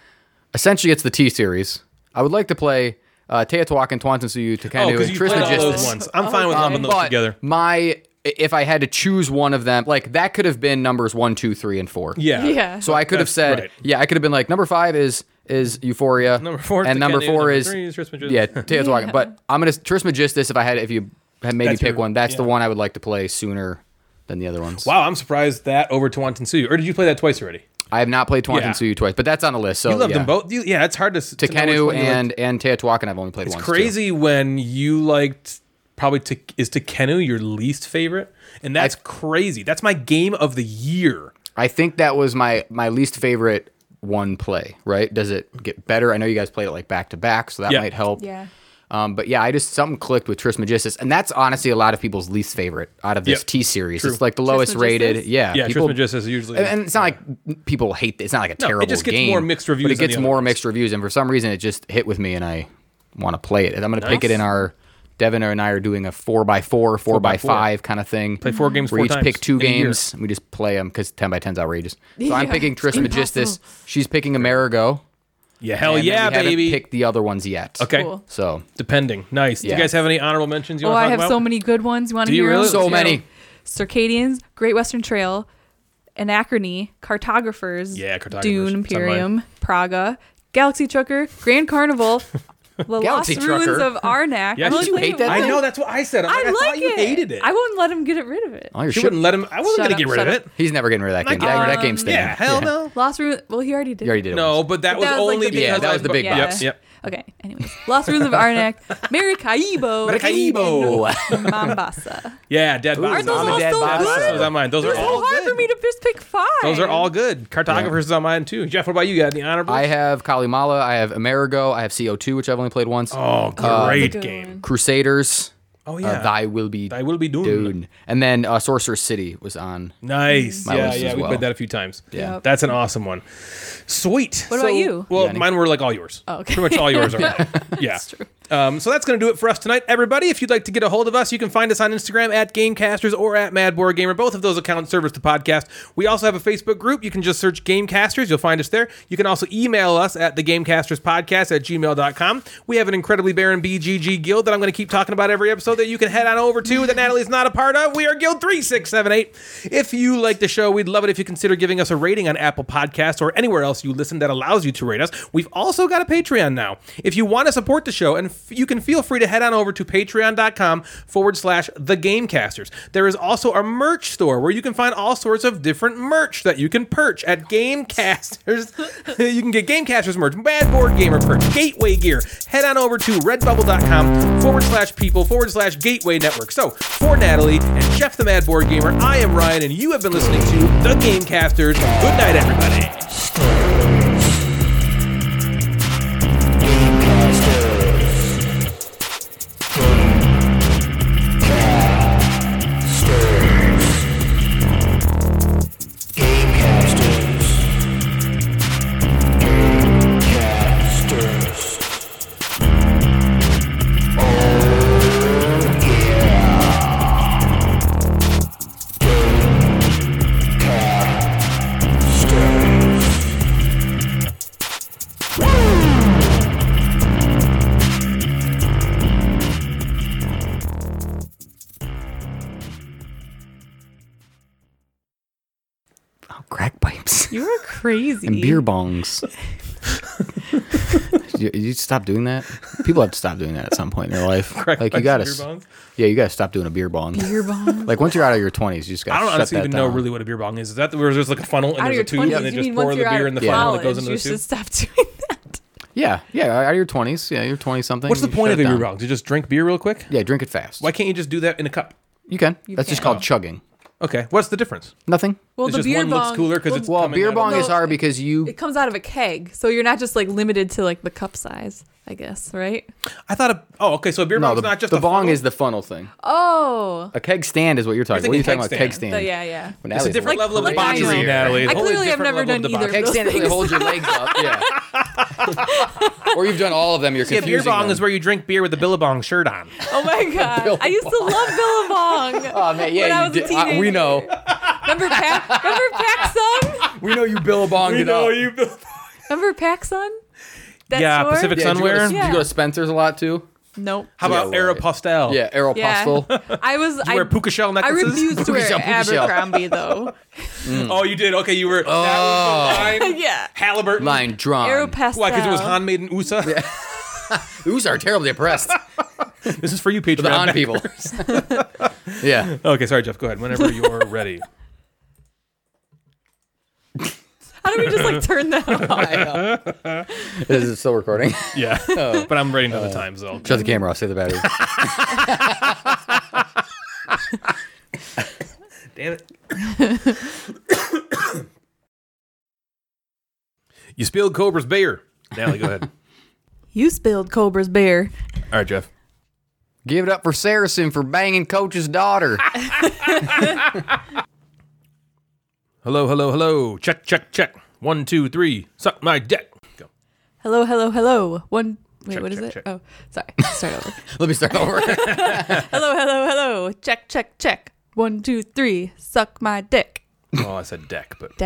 [SPEAKER 3] Essentially, it's the T series. I would like to play uh, Teotihuacan, Tuantinsuyu,
[SPEAKER 1] Oh,
[SPEAKER 3] Tekanu,
[SPEAKER 1] because
[SPEAKER 3] and
[SPEAKER 1] you played all those
[SPEAKER 3] Trismegistus.
[SPEAKER 1] ones. I'm fine with
[SPEAKER 4] Okay.
[SPEAKER 1] lumping those
[SPEAKER 3] But
[SPEAKER 1] together.
[SPEAKER 3] my if I had to choose one of them, like that could have been numbers one, two, three, and four.
[SPEAKER 1] Yeah.
[SPEAKER 4] Yeah.
[SPEAKER 3] So I could have
[SPEAKER 1] That's
[SPEAKER 3] said,
[SPEAKER 1] right.
[SPEAKER 3] yeah, I could have been like number five is is Euphoria,
[SPEAKER 1] Number four is
[SPEAKER 3] and number
[SPEAKER 1] Tekanu,
[SPEAKER 3] four
[SPEAKER 1] number
[SPEAKER 3] is,
[SPEAKER 1] three is Trismegistus.
[SPEAKER 3] yeah, Teotihuacan. But I'm gonna Trismegistus. If I had, if you had made me
[SPEAKER 1] That's
[SPEAKER 3] pick
[SPEAKER 1] your-
[SPEAKER 3] one, that's the
[SPEAKER 1] yeah.
[SPEAKER 3] one I would like to play sooner than the other ones.
[SPEAKER 1] Wow, I'm surprised that over to Wantansuyu. Or did you play that twice already?
[SPEAKER 3] I have not played
[SPEAKER 1] Yeah.
[SPEAKER 3] Tuantinsuyu twice, but that's on the list. So
[SPEAKER 1] You loved
[SPEAKER 3] Oh, yeah.
[SPEAKER 1] them both. You, yeah, it's hard to. to know which
[SPEAKER 3] Tekenu
[SPEAKER 1] one you liked.
[SPEAKER 3] and and Teotihuacan. I've only played
[SPEAKER 1] It's
[SPEAKER 3] once.
[SPEAKER 1] crazy when you liked probably to, is Tekenu your least favorite, and that's crazy. That's my game of the year.
[SPEAKER 3] Too. I think that was my my least favorite one play, right? Does it get better? I know you guys played it like back to back, so that
[SPEAKER 1] Yeah.
[SPEAKER 3] might help.
[SPEAKER 4] Yeah.
[SPEAKER 3] Um, but yeah, I just something clicked with Trismegistus, and that's honestly a lot of people's least favorite out of this
[SPEAKER 1] Yep.
[SPEAKER 3] T series. It's like the lowest rated.
[SPEAKER 4] Trismegistus?
[SPEAKER 3] Yeah,
[SPEAKER 1] Yeah,
[SPEAKER 3] people-
[SPEAKER 1] Trismegistus is usually-
[SPEAKER 3] And, and it's not like people hate. It's not like a
[SPEAKER 1] it
[SPEAKER 3] terrible
[SPEAKER 1] just gets
[SPEAKER 3] game,
[SPEAKER 1] more mixed reviews
[SPEAKER 3] But
[SPEAKER 1] than
[SPEAKER 3] it gets
[SPEAKER 1] the other
[SPEAKER 3] more
[SPEAKER 1] ones.
[SPEAKER 3] mixed reviews, and for some reason, it just hit with me, and I want to play it. And I'm going to pick it in our. Devin and I are doing a four by four, four, by,
[SPEAKER 1] four.
[SPEAKER 3] five kind of thing. Play
[SPEAKER 1] four games
[SPEAKER 3] Where
[SPEAKER 1] four
[SPEAKER 3] each
[SPEAKER 1] times
[SPEAKER 3] pick two
[SPEAKER 1] in a year.
[SPEAKER 3] games. And we just play them because ten by ten's outrageous. So I'm
[SPEAKER 4] Yeah,
[SPEAKER 3] picking
[SPEAKER 4] it's
[SPEAKER 3] Trismegistus.
[SPEAKER 4] impossible.
[SPEAKER 3] She's picking Amerigo.
[SPEAKER 1] Yeah, hell
[SPEAKER 3] and then
[SPEAKER 1] Oh, yeah,
[SPEAKER 3] we haven't
[SPEAKER 1] baby.
[SPEAKER 3] Picked the other ones yet.
[SPEAKER 1] okay,
[SPEAKER 4] Cool.
[SPEAKER 3] So
[SPEAKER 1] depending. Nice. Do
[SPEAKER 3] Yeah.
[SPEAKER 1] you guys have any honorable mentions you
[SPEAKER 4] Oh,
[SPEAKER 1] want to talk
[SPEAKER 4] I have
[SPEAKER 1] about?
[SPEAKER 4] so many good ones. You want to
[SPEAKER 1] Do you
[SPEAKER 4] hear
[SPEAKER 1] really?
[SPEAKER 4] them?
[SPEAKER 1] So
[SPEAKER 4] Yeah.
[SPEAKER 3] many.
[SPEAKER 4] Circadians, Great Western Trail, Anachrony, Cartographers,
[SPEAKER 1] Yeah, Cartographers. It's
[SPEAKER 4] Dune,
[SPEAKER 1] on
[SPEAKER 4] Imperium, Praga, Galaxy Trucker, Grand Carnival, The Lost
[SPEAKER 3] Galaxy
[SPEAKER 4] Ruins
[SPEAKER 3] Trucker?
[SPEAKER 4] of Arnak.
[SPEAKER 1] Yeah,
[SPEAKER 4] I'm
[SPEAKER 1] she-
[SPEAKER 4] like,
[SPEAKER 1] Did you
[SPEAKER 4] wait,
[SPEAKER 3] hate that
[SPEAKER 4] what?
[SPEAKER 1] I know that's what I said. I'm
[SPEAKER 4] I
[SPEAKER 1] like, I thought
[SPEAKER 4] like
[SPEAKER 1] you
[SPEAKER 4] it.
[SPEAKER 1] hated it.
[SPEAKER 4] I won't let him get rid of it.
[SPEAKER 3] all your
[SPEAKER 1] she
[SPEAKER 3] oh, shit-
[SPEAKER 1] wouldn't let him. I wasn't
[SPEAKER 4] Shut
[SPEAKER 1] going to
[SPEAKER 4] up,
[SPEAKER 1] get rid
[SPEAKER 4] shut
[SPEAKER 1] of
[SPEAKER 4] up.
[SPEAKER 1] it. uh,
[SPEAKER 3] He's never getting rid of that game. That,
[SPEAKER 4] um,
[SPEAKER 3] that game's staying.
[SPEAKER 1] Yeah, hell no.
[SPEAKER 4] Lost Ruins. Well, he already did.
[SPEAKER 3] You already did it.
[SPEAKER 1] No,
[SPEAKER 3] once.
[SPEAKER 1] but that,
[SPEAKER 4] But
[SPEAKER 1] was
[SPEAKER 4] that was, like,
[SPEAKER 1] only
[SPEAKER 4] the big
[SPEAKER 1] because
[SPEAKER 4] Yeah, that
[SPEAKER 1] I
[SPEAKER 3] was the
[SPEAKER 1] bu-
[SPEAKER 3] big
[SPEAKER 1] yep,
[SPEAKER 3] bucks.
[SPEAKER 1] Yep.
[SPEAKER 4] Okay. Anyways, Lost Ruins of Arnak, Maracaibo,
[SPEAKER 3] Maracaibo.
[SPEAKER 4] and Mombasa.
[SPEAKER 1] Yeah, dead bodies.
[SPEAKER 4] Aren't those
[SPEAKER 1] on
[SPEAKER 4] all
[SPEAKER 1] mine.
[SPEAKER 4] so
[SPEAKER 1] Dead bodies
[SPEAKER 4] good?
[SPEAKER 1] was on mine. Those
[SPEAKER 4] It
[SPEAKER 1] are
[SPEAKER 4] was so
[SPEAKER 1] all
[SPEAKER 4] hard
[SPEAKER 1] good.
[SPEAKER 4] for me to just pick five.
[SPEAKER 1] Those are all good. Cartographers is on mine too. Jeff, what about you? Got any honorable?
[SPEAKER 3] I have Kalimala. I have Amerigo. I have CO2, which I've only played once.
[SPEAKER 1] oh,
[SPEAKER 3] uh,
[SPEAKER 1] great
[SPEAKER 4] Good
[SPEAKER 1] game.
[SPEAKER 4] one.
[SPEAKER 3] Crusaders.
[SPEAKER 1] Oh
[SPEAKER 3] uh,
[SPEAKER 1] yeah,
[SPEAKER 3] Thy will be.
[SPEAKER 1] I will be doing.
[SPEAKER 3] Dune. And then uh, Sorcerer City was on.
[SPEAKER 1] Nice.
[SPEAKER 3] My
[SPEAKER 1] yeah,
[SPEAKER 3] list
[SPEAKER 1] yeah.
[SPEAKER 3] as
[SPEAKER 1] We
[SPEAKER 3] well.
[SPEAKER 1] played that a few times.
[SPEAKER 4] Yeah. Yep.
[SPEAKER 1] That's an awesome one. Sweet.
[SPEAKER 4] What about you?
[SPEAKER 1] Well,
[SPEAKER 3] You got any?
[SPEAKER 1] mine were like all yours.
[SPEAKER 4] Oh, okay.
[SPEAKER 1] Pretty much all yours are. yeah. That's
[SPEAKER 4] true.
[SPEAKER 1] Um, so that's going to do it for us tonight, everybody. If you'd like to get a hold of us, you can find us on Instagram at Gamecasters or at Mad Board Gamer. Both of those accounts service the podcast. We also have a Facebook group. You can just search Gamecasters. You'll find us there. You can also email us at thegamecasterspodcast at gmail.com. We have an incredibly barren BGG guild that I'm going to keep talking about every episode that you can head on over to that Natalie's not a part of. We are Guild 3678. If you like the show, we'd love it if you consider giving us a rating on Apple Podcasts or anywhere else you listen that allows you to rate us. We've also got a Patreon now. If you want to support the show, and f- you can feel free to head on over to patreon.com forward slash the gamecasters. There is also a merch store where you can find all sorts of different merch that you can perch at Gamecasters. you can get Gamecasters merch, Bad Board Gamer perch, Gateway gear. Head on over to redbubble.com forward slash people forward slash gateway network. So for Natalie and Jeff the Mad Board Gamer, I am Ryan, and you have been listening to the Gamecasters. Good night, everybody.
[SPEAKER 3] Oh, crack pipes.
[SPEAKER 4] You were crazy.
[SPEAKER 3] and beer bongs. you, you stop doing that? People have to stop doing that at some point in their life. like you got to, yeah, you got to stop doing a beer bong.
[SPEAKER 4] Beer bong.
[SPEAKER 3] Like once you're out of your 20s, you just got.
[SPEAKER 1] I don't
[SPEAKER 3] shut
[SPEAKER 1] honestly
[SPEAKER 3] that
[SPEAKER 1] even know
[SPEAKER 3] down.
[SPEAKER 1] really what a beer bong is. Is that where there's like a funnel and
[SPEAKER 4] out
[SPEAKER 1] there's
[SPEAKER 4] of
[SPEAKER 1] a
[SPEAKER 4] your
[SPEAKER 1] tube
[SPEAKER 4] twenties,
[SPEAKER 1] and they
[SPEAKER 4] you
[SPEAKER 1] just
[SPEAKER 4] mean once
[SPEAKER 1] pour the
[SPEAKER 4] you're out
[SPEAKER 1] beer
[SPEAKER 4] of
[SPEAKER 1] in the funnel and
[SPEAKER 4] college,
[SPEAKER 1] it goes into
[SPEAKER 4] you
[SPEAKER 1] the tube?
[SPEAKER 4] should stop doing that.
[SPEAKER 3] Yeah, yeah, out of your 20s. Yeah, your 20 something.
[SPEAKER 1] What's the
[SPEAKER 3] you
[SPEAKER 1] point
[SPEAKER 3] shut
[SPEAKER 1] of a
[SPEAKER 3] it
[SPEAKER 1] beer
[SPEAKER 3] down.
[SPEAKER 1] bong? To just drink beer real quick?
[SPEAKER 3] Yeah, drink it fast.
[SPEAKER 1] Why can't you just do that in a cup?
[SPEAKER 3] You can. That's just
[SPEAKER 4] can.
[SPEAKER 3] called chugging.
[SPEAKER 1] Okay, what's the difference?
[SPEAKER 3] Nothing.
[SPEAKER 4] Well,
[SPEAKER 1] It's
[SPEAKER 4] the
[SPEAKER 1] just
[SPEAKER 4] beer
[SPEAKER 1] one
[SPEAKER 4] bong
[SPEAKER 1] looks cooler 'cause
[SPEAKER 4] well,
[SPEAKER 1] it's-
[SPEAKER 3] Well,
[SPEAKER 1] coming out
[SPEAKER 3] beer
[SPEAKER 1] of-
[SPEAKER 3] bong is
[SPEAKER 4] No,
[SPEAKER 3] hard because you.
[SPEAKER 4] it comes out of a keg, so you're not just like limited to like the cup size, I guess, right?
[SPEAKER 1] I thought. A, oh, okay. So a beer
[SPEAKER 3] No,
[SPEAKER 1] bong's
[SPEAKER 3] the,
[SPEAKER 1] not just
[SPEAKER 3] the
[SPEAKER 1] a
[SPEAKER 3] bong
[SPEAKER 1] funnel?
[SPEAKER 3] is the funnel thing.
[SPEAKER 4] Oh,
[SPEAKER 3] A keg stand is what you're talking.
[SPEAKER 1] You're
[SPEAKER 3] about. What are you
[SPEAKER 1] thinking
[SPEAKER 3] talking about?
[SPEAKER 1] keg
[SPEAKER 3] Keg
[SPEAKER 1] stand.
[SPEAKER 3] stand.
[SPEAKER 4] the- yeah, yeah.
[SPEAKER 3] When
[SPEAKER 1] It's a
[SPEAKER 3] Natalie
[SPEAKER 1] different
[SPEAKER 3] was-
[SPEAKER 1] level of
[SPEAKER 4] like I
[SPEAKER 1] debauchery,
[SPEAKER 4] know.
[SPEAKER 1] Natalie. It's
[SPEAKER 4] I
[SPEAKER 1] a whole
[SPEAKER 4] clearly have
[SPEAKER 1] different
[SPEAKER 4] never
[SPEAKER 1] level of
[SPEAKER 4] done either
[SPEAKER 1] debauchery.
[SPEAKER 4] of
[SPEAKER 3] Keg
[SPEAKER 4] those
[SPEAKER 3] stand is where you hold your
[SPEAKER 4] things.
[SPEAKER 3] legs up. Yeah. or you've done all of them. You're
[SPEAKER 1] Yeah, beer
[SPEAKER 3] confusing.
[SPEAKER 1] bong
[SPEAKER 3] them.
[SPEAKER 1] is where you drink beer with a Billabong shirt on.
[SPEAKER 4] Oh my god, I used to love Billabong.
[SPEAKER 3] Oh man, yeah,
[SPEAKER 4] when I
[SPEAKER 3] you
[SPEAKER 4] was a
[SPEAKER 3] did. I- we
[SPEAKER 4] teenager.
[SPEAKER 3] know.
[SPEAKER 4] Remember Pac? Remember Paxson?
[SPEAKER 3] We know you billabonged it up.
[SPEAKER 1] you.
[SPEAKER 4] Remember Paxson? That
[SPEAKER 1] Yeah,
[SPEAKER 4] store?
[SPEAKER 1] Pacific
[SPEAKER 3] Yeah, did you go to-
[SPEAKER 1] Sunwear?
[SPEAKER 3] Did you go to Spencer's a lot too?
[SPEAKER 4] Nope.
[SPEAKER 1] How about
[SPEAKER 3] Yeah, right.
[SPEAKER 1] Aeropostale?
[SPEAKER 3] Yeah, Aeropostale.
[SPEAKER 4] Yeah. I was. I
[SPEAKER 1] You wear puka shell
[SPEAKER 4] I
[SPEAKER 1] necklaces.
[SPEAKER 4] refused to
[SPEAKER 3] Puka
[SPEAKER 4] wear
[SPEAKER 3] shell, puka shell.
[SPEAKER 4] Abercrombie though.
[SPEAKER 1] Oh, you did. Okay, you were. That was the line.
[SPEAKER 4] yeah.
[SPEAKER 1] Halliburton.
[SPEAKER 3] Oh. Line drawn.
[SPEAKER 4] Aeropastel.
[SPEAKER 1] Why? Because it was Han made in USA.
[SPEAKER 3] Ooze are terribly oppressed.
[SPEAKER 1] This is for you, Patreon.
[SPEAKER 3] The Han people. yeah.
[SPEAKER 1] Okay, sorry, Jeff. Go ahead. Whenever you're ready.
[SPEAKER 4] How do we just like turn that off?
[SPEAKER 3] This is still recording.
[SPEAKER 1] Yeah, but I'm ready another time. So
[SPEAKER 3] Shut the camera off. Save the battery.
[SPEAKER 1] damn it. You spilled Cobra's beer. Natalie, go ahead.
[SPEAKER 4] You spilled Cobra's beer.
[SPEAKER 1] All right, Jeff.
[SPEAKER 3] Give it up for Saracen for banging Coach's daughter.
[SPEAKER 1] Hello, hello, hello. Check, check, check. One, two, three. Suck my dick. Go.
[SPEAKER 4] Hello, hello, hello. One. Wait,
[SPEAKER 1] Check,
[SPEAKER 4] what is
[SPEAKER 1] check,
[SPEAKER 4] it?
[SPEAKER 1] check.
[SPEAKER 4] Oh, sorry. Start over.
[SPEAKER 3] Let me start over.
[SPEAKER 4] hello, hello, hello. Check, check, check. One, two, three. Suck my dick.
[SPEAKER 1] Oh, I said deck, but
[SPEAKER 4] Deck?